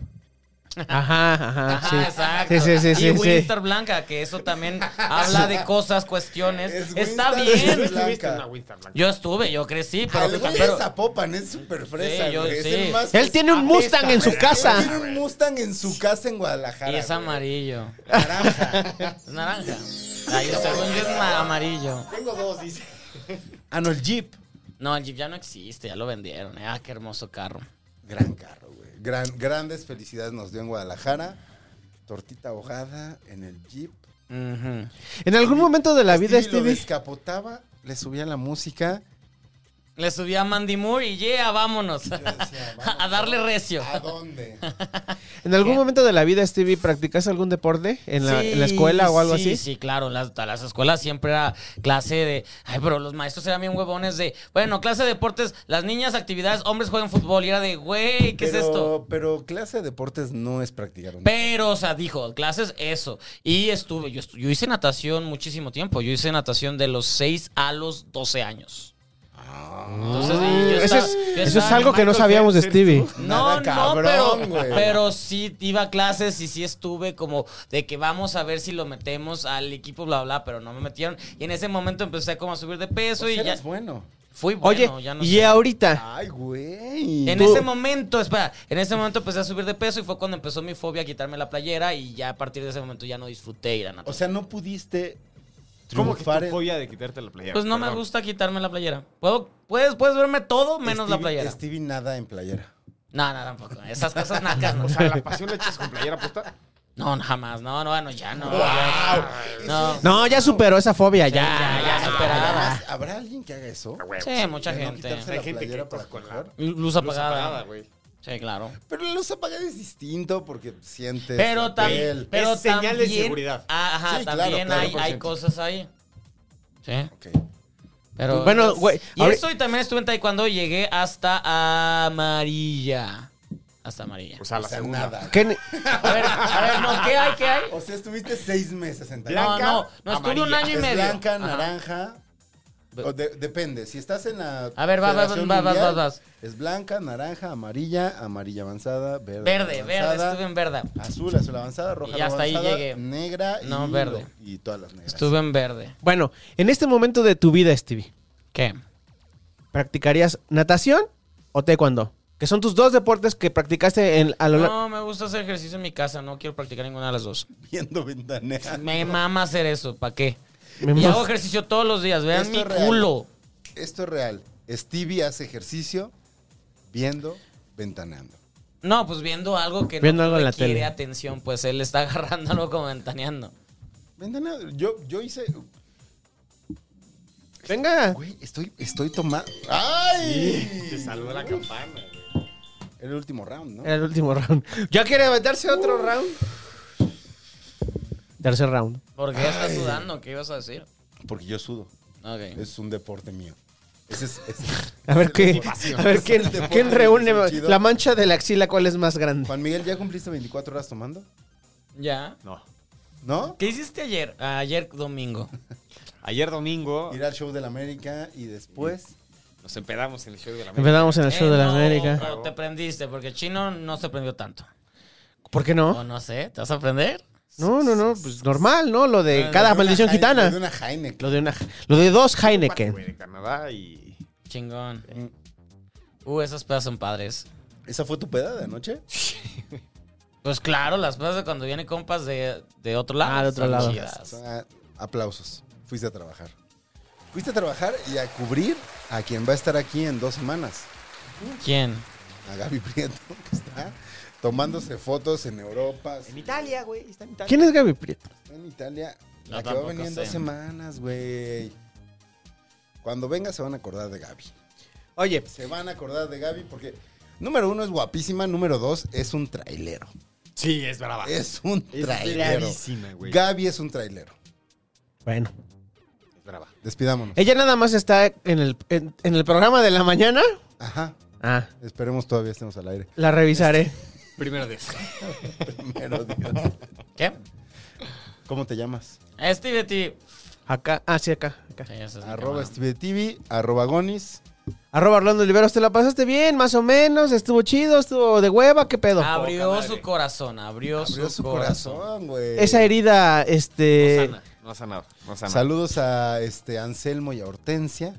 Ajá, ajá, Ajá, sí. exacto. Sí, sí, sí, sí, sí. y Winstar Blanca, que eso también habla de cosas, cuestiones. Es Winstar Está Tú bien. Blanca. estuviste en una Winston Blanca. Yo estuve, yo crecí, pero... Al güey pero- de Zapopan es súper fresa, yo güey. Es sí. el más Él tiene un Apesta, Mustang en su güey. Él casa. tiene un Mustang en su casa en Guadalajara. y es güey. amarillo. Naranja. Es naranja. Ay, según yo es ma- amarillo. Tengo dos, dice. Ah, no, el Jeep. No, el Jeep ya no existe, ya lo vendieron. Ah, qué hermoso carro. Gran carro, güey. Gran, grandes felicidades nos dio en Guadalajara. Tortita ahogada en el Jeep. Ujú. En algún momento de la vida, Stevie lo Stevie. descapotaba, le subía la música. Le subí a Mandy Moore y yeah, vámonos. decía, "Vamos, a darle recio. Ah, ¿A dónde? En algún momento de la vida, Stevie, ¿practicaste algún deporte en la, en la escuela o algo sí, así? Sí, claro, en las, a las escuelas siempre era clase de... Ay, pero los maestros eran bien huevones de... Bueno, clase de deportes, las niñas actividades, hombres juegan fútbol y era de, güey, ¿qué es Pero- esto? Pero clase de deportes no es practicar un Pero, o sea, dijo, clases, eso. Y estuve, yo, estu- yo hice natación muchísimo tiempo. Yo hice natación de los 6 a los 12 años. Ah. Entonces, y yo Eso estaba- es, yo eso es estaba en algo que no Michael sabíamos de Phelps, Stevie. No, Nada cabrón, no, güey. pero, pero sí iba a clases y sí estuve como de que vamos a ver si lo metemos al equipo, bla, bla, pero no me metieron. Y en ese momento empecé como a subir de peso Pues y ya eras bueno. fui Oye, bueno, ya no y sé. ahorita. Ay, güey. En tú- ese momento, espera, en ese momento empecé a subir de peso y fue cuando empezó mi fobia a quitarme la playera y ya a partir de ese momento ya no disfruté ir a O natación. sea, no pudiste ¿Cómo que triunfar tu en- fobia de quitarte la playera? Pues no me Perdón. gusta quitarme la playera. Puedo, puedes, puedes verme todo menos la Stevie- playera. Stevie nada en playera. No, no, tampoco. Esas cosas nacas no. O sea, la pasión la echas con playera puesta. No, jamás. No, no, no, ya no. Eso No. es- No, ya superó esa fobia, Sí, ya, ya. ya, superada. Además, ¿Habrá alguien que haga eso? Ah, güey, Sí, Ah, mucha de no gente. pues, quitarse Hay la gente que playera entra para con coger. la Luz luz apagada. Pues apagada, güey. Sí, claro. Pero la luz apagada es distinto porque sientes. Pero, la tam- piel. pero Es señal de también. ah, seguridad. Ajá, Sí, claro, también claro, hay, por hay ciento. cosas ahí. Sí, Ok. pero. Bueno, güey, Y ahorita- eso y también estuve en taekwondo y llegué hasta amarilla. Hasta amarilla. O sea, O la sea, segunda. nada. ¿Qué ni- A ver, a ver, no, ¿qué hay? ¿Qué hay? O sea, estuviste seis meses en Tailandia. No, Blanca, no, no, estuve un amarilla. año y Es medio. blanca, Ajá. naranja. Be- o de- depende, si estás en la. A ver, va, va, Federación va, va, Mundial, va, vas. Es blanca, naranja, amarilla, amarilla avanzada, verde. Verde, verde, avanzada, estuve en verde. Azul, azul avanzada, roja, Y hasta ahí avanzada, llegué. Negra y, No, verde. y todas las negras. Estuve en verde. Bueno, en este momento de tu vida, Stevie, ¿Qué? ¿practicarías natación o taekwondo? Que son tus dos deportes que practicaste en, a lo largo. No, me gusta hacer ejercicio en mi casa, no quiero practicar ninguna de las dos. viendo ventaneas. Me mama hacer eso, ¿para qué? Me Y mama. hago ejercicio todos los días, vean Esto mi es real. culo. Esto es real. Stevie hace ejercicio viendo, ventaneando. No, pues viendo algo que Viendo no algo en la requiere tele. atención, pues él está agarrándolo como ventaneando. Ventaneando. Yo, yo hice. Venga. Güey, estoy, estoy tomando. ¡Ay! Te saludó la campana, güey. Era el último round, ¿no? Era el último round. ¿Ya quiere darse otro round? Tercer round. ¿Por qué estás sudando? ¿Qué ibas a decir? Porque yo sudo. Ok. Es un deporte mío. Ese es, ese es- A ver qué. A ver quién, deporte quién más reúne chido. la mancha de la axila, cuál es más grande. Juan Miguel, ¿ya cumpliste 24 horas tomando? ¿Ya? No. ¿No? ¿Qué hiciste ayer? Ayer domingo. Ayer domingo Ir al show de la América y después. nos empedamos en el show de la América. Empezamos en el show Eh, de la no, América. pero te prendiste, porque Chino no se prendió tanto. ¿Por qué O no? no sé, ¿te vas a prender? No, no, no. Pues normal, ¿no? Lo de No, cada Ah, de una maldición Heine- De gitana. una Heine. Lo de una. Lo de dos Heineken. Güey, de Canadá y... Chingón. Uh, esas pedas son padres. Mm, ¿Esa fue tu peda de anoche? Pues claro, las pedas de cuando vienen compas de, de otro lado. Ah, de otro son lado. chidas. Ah, aplausos. Fuiste a trabajar. Fuiste a trabajar y a cubrir a quien va a estar aquí en dos semanas. ¿Quién? A Gaby Prieto, que está tomándose fotos en Europa. En Italia, güey. Está en Italia. ¿Quién es Gaby Prieto? Está en Italia. la que No, va a tampoco venir en sé. dos semanas, güey. Cuando venga se van a acordar de Gaby. Oye, Se van a acordar de Gaby porque, número uno, es guapísima. Número dos, es un trailero. Sí, es brava. Es un Es trailero. bravísima, güey. Gaby es un trailero. bueno. Es brava. Despidámonos. Ella nada más está en el, en, en el programa de la mañana. Ajá. Ah, Esperemos todavía estemos al aire. la revisaré. Primero de eso. Primero Dios. ¿Qué? ¿Cómo te llamas? Este Betty. Acá, ah, sí, acá. acá. Sí, esa es mi Arroba cámara. Steve TV, arroba Gonis. Arroba Orlando Oliveros, ¿te la pasaste bien? Más o menos, estuvo chido, estuvo de hueva, ¿qué pedo? Abrió Poca su madre. corazón, abrió, Abrió su corazón. corazón, güey. Esa herida, este... No sana. No sanado. No sana. Saludos a este Anselmo y a Hortensia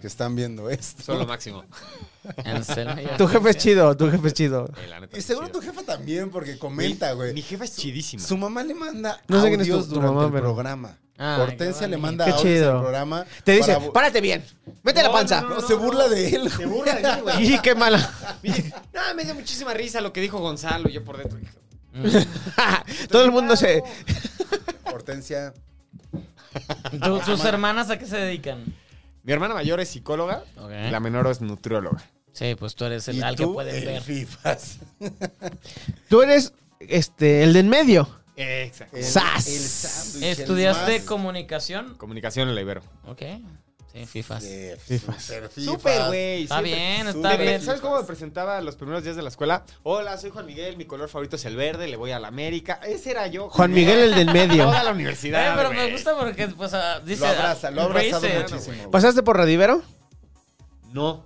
que están viendo esto. Solo máximo. Anselmo y Tu jefe es Hortensia. chido, tu jefe es chido. Eh, la neta, y qué seguro chido. tu jefa también, porque comenta, Mi- Mi güey. jefa es chidísima. Su mamá le manda No sé quién es tu- audios tu durante mamá, el pero- programa. Ah, Ay, Hortensia qué le bonito. manda Qué audios chido. del programa. Te dice, para bu- párate bien, mete la No, panza. no, No, se burla de él. Se burla de mí, güey. Y qué mala. Mire, nada, me dio muchísima risa lo que dijo Gonzalo. Yo por dentro dije, Mm. Todo el mundo se... Hortensia, Tu- ¿Sus hermanas a qué se dedican? Mi hermana mayor es psicóloga, Ok. y la menor es nutrióloga. Sí, pues tú eres y el al que tú pueden en ver. Fifas. Tú eres, este, el de en medio. Exacto. El- ¡Sas! el sándwich, el ¿Estudiaste más- comunicación? Comunicación en la Ibero. Ok. Sí, FIFAs. Eh, Fifas. super Fifas. Súper, güey. Está siempre. bien, Súper. está bien. ¿Sabes cómo me presentaba los primeros días de la escuela? Hola, soy Juan Miguel, mi color favorito es el verde, le voy a la América. Ese era yo. Juan Miguel, el del medio. Toda la Eh, universidad. pero me güey. gusta porque pues ah, dice Lo abraza, lo ha abrazado Razer. muchísimo. güey. ¿Pasaste por Radivero? No,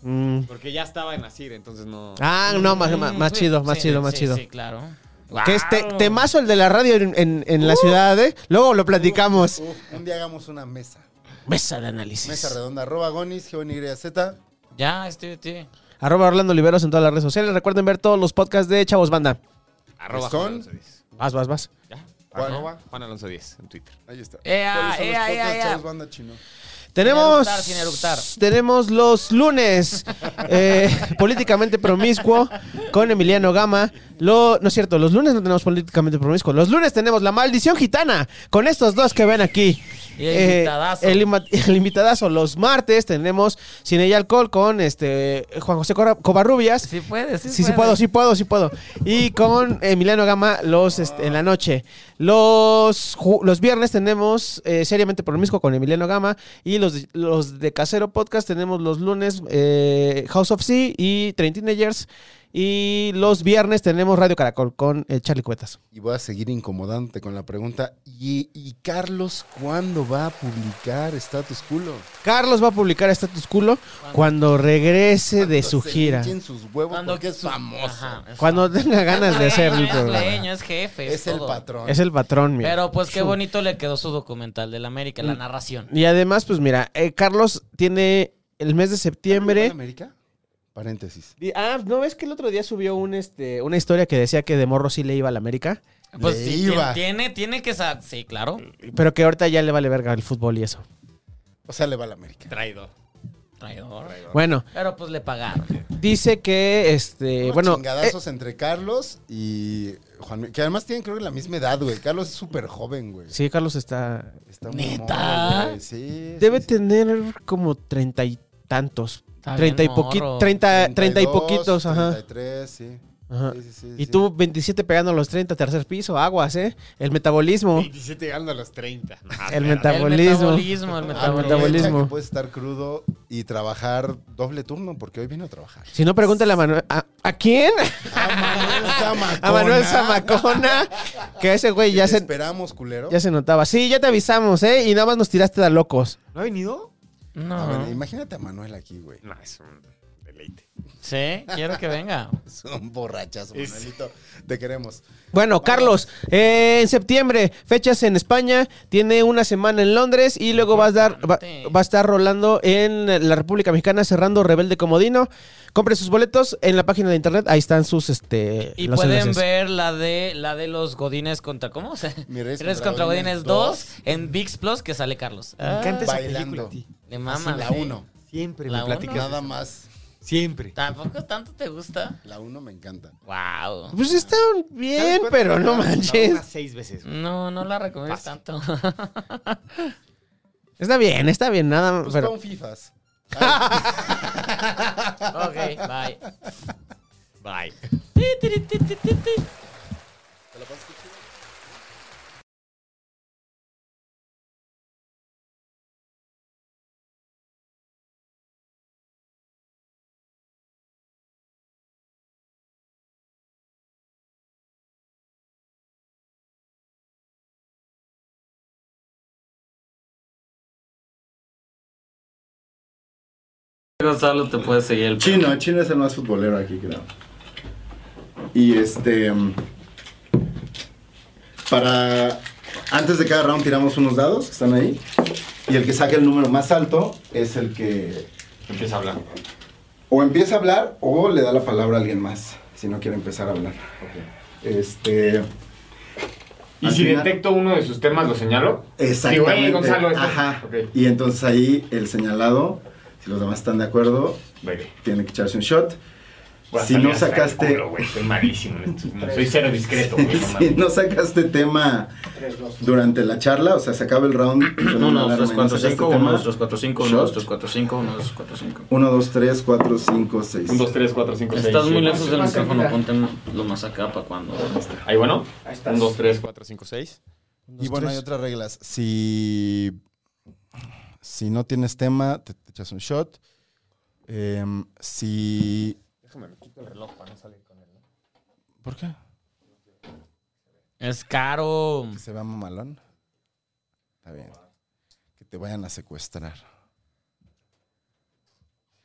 Mm. porque ya estaba en Asir, entonces no. Ah, no, más, más- más Mm, Sí, chido, más sí, chido, más sí, chido. Sí, claro. Que Ah, es te- Wow. temazo el de la radio en, en- en la ciudad, ¿eh? Luego lo platicamos. Uf, un día hagamos una Uh, mesa. Mesa de análisis. Mesa redonda, arroba gonis, g o n y z Ya, este, estoy tío. Arroba Orlando Oliveros en todas las redes sociales. Recuerden ver todos los podcasts de Chavos Banda. Ah, Arroba Son- Juan Alonso 10. Vas, vas, vas. ¿Ya? Juan- Arroba Juan Alonso 10 en Twitter. Ahí está. Ea, ¿Cuáles son los ea, ea, podcasts, ea. chavos, banda chino? Tenemos. eructar, sin eructar. Tenemos los lunes. eh, políticamente promiscuo con Emiliano Gama. Lo, no es cierto, los lunes no tenemos políticamente promiscuo. Los lunes tenemos la maldición gitana con estos dos que ven aquí. Eh, Y el invitadazo. El, ima- el invitadazo. Los martes tenemos Cine y Alcohol con este Juan José Corra- Covarrubias. Sí puedes, sí Sí, sí puedo, sí puedo, sí puedo. Y con Emiliano Gama los este, en la noche. Los, ju- los viernes tenemos eh, seriamente promiscuo con Emiliano Gama y los, de- los de Casero Podcast tenemos los lunes eh, House of Sea y Train Teenagers y los viernes tenemos Radio Caracol con eh, Charlie Cuetas. Y voy a seguir incomodándote con la pregunta. ¿Y, y Carlos cuándo va a publicar Status Culo? Carlos va a publicar este Status Culo cuando regrese de su Se gira. hinchen sus huevos Cuando- porque es famoso. Ajá, es- Cuando tenga ganas de es hacer el dueño, Es programa. dueño, es jefe. Es el todo. patrón. Es el patrón, mío. Pero pues qué bonito le quedó su documental del América, Mm. la narración. Y además, pues mira, eh, Carlos tiene el mes de septiembre. América? Paréntesis. Di- Ah, ¿no ves que el otro día subió un, este, una historia que decía que de morro sí le iba a la América? Pues Le sí, iba. tiene, tiene, tiene que sa- Sí, claro. Pero que ahorita ya le vale verga el fútbol y eso. O sea, le va a la América. Traidor. Traidor. Bueno, Pero pues le pagaron. dice que, este, Unos bueno... Chingadazos entre Carlos y Juan. Mi- Que además tienen, creo que, la misma edad, güey. Carlos es súper joven, güey. eh, sí, Carlos está... Está muy ¿Neta? morro, güey. Sí. Debe sí, sí. tener como treinta y tantos. Está 30 y, bien poqui- morro. 30, 30 y 32, poquitos, ajá. 33, sí. Ajá. Sí, sí, sí, Y sí. tú 27 pegando a los 30, tercer piso, aguas, ¿eh? El metabolismo. 27 llegando a los 30. El No, espérate. meta- El metabolismo, el Aprovecha metabolismo. que puedes estar crudo y trabajar doble turno, porque hoy vino a trabajar. Si no, pregúntale a Manuel. ¿A, a quién? A Manuel Zamacona. A Ah, Manuel Zamacona. Que ese güey ya Te se, esperamos, culero. ya se notaba. Sí, ya te avisamos, ¿eh? Y nada más nos tiraste de locos. ¿No ha venido? A No. ver, imagínate a Manuel aquí, güey. No, es un deleite. Sí, quiero que venga. Son borrachas, Es- Manuelito. Te queremos. Bueno, Carlos, eh, en septiembre, fechas en España, tiene una semana en Londres y luego va a, dar, va, Importante. va a estar rolando en la República Mexicana cerrando Rebelde Comodino. Compre sus boletos en la página de internet, ahí están sus este Y los pueden enlaces. ver la de la de los Godines contra ¿cómo? se Mi Reyes Reyes contra contra Godines Godines 2 en VIX Plus que sale Carlos. Me encanta esa película Bailando. a ti. De Mm. Así, mama. la sí. 1. Siempre La me platicas. uno. de Nada eso. más. Siempre. Tampoco tanto te gusta. La 1 me encanta. Wow. Pues están bien, pero no manches. unas seis veces. No, no la recomiendas Fácil. tanto. Está bien, está bien, nada Pues pero con FIFAs. ok, bye. Bye. Gonzalo te puede seguir el Chino, Chino es el más futbolero aquí, creo. Y este. mm, Para. Antes de cada round tiramos unos dados que están ahí. Y el que saque el número más alto es el que. Empieza a hablar. O empieza a hablar o le da la palabra a alguien más. Si no quiere empezar a hablar. Este. Y Al si final- detecto uno de sus temas, lo señalo. Exactamente. Digo, "Ey, Gonzalo, este". Ajá. Ok. Y entonces ahí el señalado, si los demás están de acuerdo, Vale. tiene que echarse un shot. Voy a Si salir no hasta el sacaste- culo, güey, Soy malísimo. en esto. Soy cero discreto. güey, no si mames. no sacaste tema durante la charla, o sea, se acaba el round. suena una 1, 2, alarma 3, y 4, sacaste 5, tema, 1, 2, 3, 4, 5, 1, 2, 3, 4, 5, 1, 2, 4, 5. 1, 2, 3, 4, 5, 6. Un, dos, tres, cuatro, cinco, seis. Estás muy siete. lejos del micrófono, ponte lo más acá para cuando. Ahí, bueno. Un, dos, tres, cuatro, cinco, seis. Y bueno, hay otras reglas. Si, si no tienes tema, te, te echas un shot. Em, si. Déjame, me quito el reloj para no salir con él. ¿Por qué? Es caro. Que se vea mamalón. Está bien. Que te vayan a secuestrar.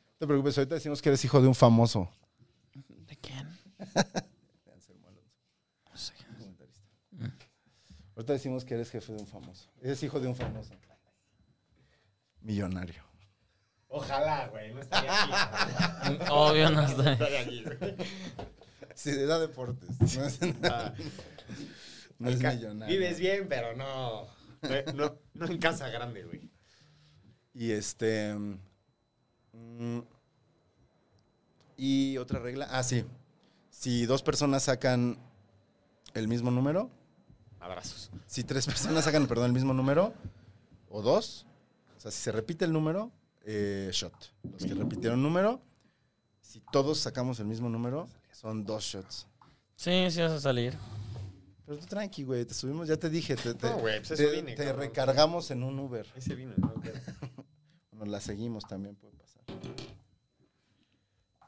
No te preocupes, ahorita decimos que eres hijo de un famoso. ¿De quién? Mm. Ahorita decimos que eres jefe de un famoso. Eres hijo de un famoso. Millonario. Ojalá, güey. No estaría aquí. Mm, Obvio no sé. estaría aquí, güey. Sí, da deportes. No es, no es millonario. Vives bien, pero no. eh, No, no en casa grande, güey. Y este. mm, Y otra regla. Ah, sí. Si dos personas sacan el mismo número, Abrazos. si tres personas sacan, perdón, el mismo número, o dos, o sea, si se repite el número, eh, shot. Los que repitieron número, si todos sacamos el mismo número, son dos shots. Sí, sí vas a salir. Pero tú tranqui, güey, te subimos, ya te dije, te, te, No, güey, pues eso te- vine, te cabrón. recargamos en un Uber. Ese vino, ¿no? Nos la seguimos también, puede pasar.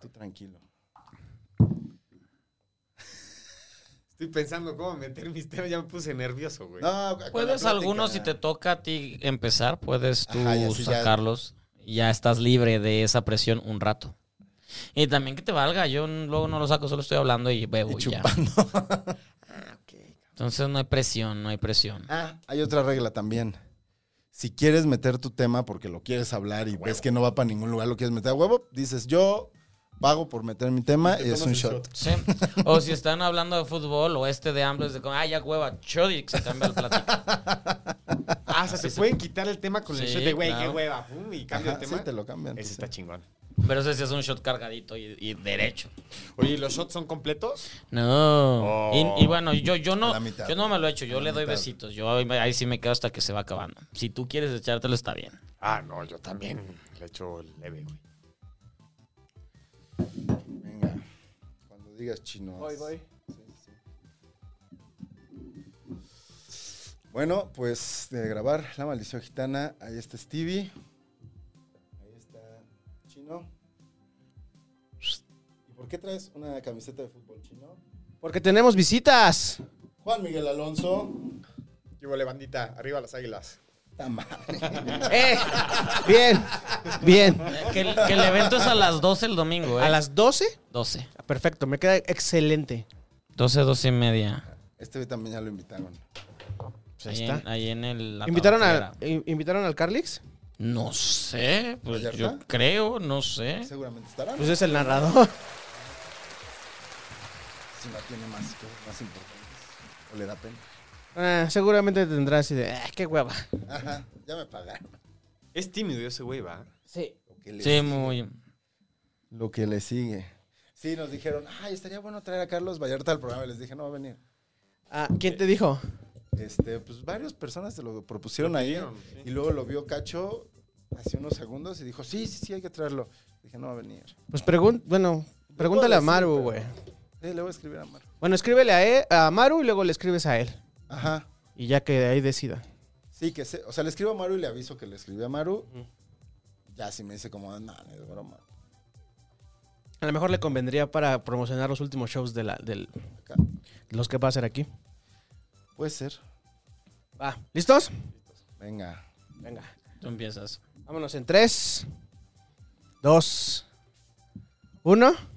Tú tranquilo. Estoy pensando cómo meter mis temas. Ya me puse nervioso, güey. No, con Puedes la plática. algunos, si te toca a ti empezar, puedes tú Ajá, ya, sí, ya. sacarlos. Ya estás libre de esa presión un rato. Y también que te valga, yo n- luego no lo saco, solo estoy hablando y bebo Y y ya. chupando. Entonces no hay presión, no hay presión. Ah, hay otra regla también. Si quieres meter tu tema porque lo quieres hablar y ves que no va para ningún lugar, lo quieres meter a huevo, dices yo pago por meter mi tema y es un shot. Sí. O si están hablando de fútbol o este de AMLO es de como, ah, ya hueva, chodi, que se cambia el plática. Ah, o sea, se pueden quitar el tema con el Sí, shot de, güey, claro. qué hueva. Pum, y cambio Ajá, el sí, tema. te lo cambian. Ese sí. está chingón. Pero ese sí es un shot cargadito y, y derecho. Oye, ¿y los shots son completos? No. Oh. Y, y bueno, yo, yo A no la mitad. yo no me lo he hecho, yo la le doy mitad. besitos. Yo ahí, me- ahí sí me quedo hasta que se va acabando. Si tú quieres echártelo, está bien. Ah, no, yo también le echo leve, güey. digas chino. Voy, voy. Bueno, pues de grabar La Maldición Gitana, ahí está Stevie. Ahí está Chino. ¿Y por qué traes una camiseta de fútbol chino? Porque tenemos visitas. Juan Miguel Alonso. Yo vale bandita, arriba las águilas. Ta madre. ¡Eh! Bien, bien. Que el, que el evento es a las 12 el domingo, ¿eh? ¿A las 12? 12. Ah, Perfecto, me queda excelente. 12, 12 y media. Este güey también ya lo invitaron. Pues ahí ahí, está. En, ahí en el... la ¿Invitaron, a, tabacalera. in- ¿Invitaron al Carlix? No sé, pues ¿Vallarta? yo creo, no sé. Seguramente estará. Pues es el narrador. Si no tiene más, cosas más importantes. O le da pena. Ah, seguramente tendrá así de, "Ah, qué hueva. Ajá, ya me pagaron. Es tímido ese güey, va. Sí. Lo que le, Sí, muy... lo que le sigue. Sí, nos dijeron, ay, estaría bueno traer a Carlos Vallarta al programa. Y les dije, no va a venir. Ah, ¿Quién te dijo? Este, pues varias personas se lo propusieron ahí. Y luego lo vio Cacho hace unos segundos y dijo, sí, sí, sí, hay que traerlo. Dije, no va a venir. Pues pregun bueno, pregúntale a decir, Maru, pero- güey. Eh, le voy a escribir a Mar. Bueno, escríbele a, e- a Maru y luego le escribes a él. Ajá. Y ya que de ahí decida. Sí, que se, o sea, le escribo a Maru y le aviso que le escribí a Maru. Ya si me dice como, no, no es broma. A lo mejor le convendría para promocionar los últimos shows de la, del, Acá. los que va a hacer aquí. Puede ser. Va, ¿listos? Venga. Venga. Tú empiezas. Vámonos en 3, 2, 1.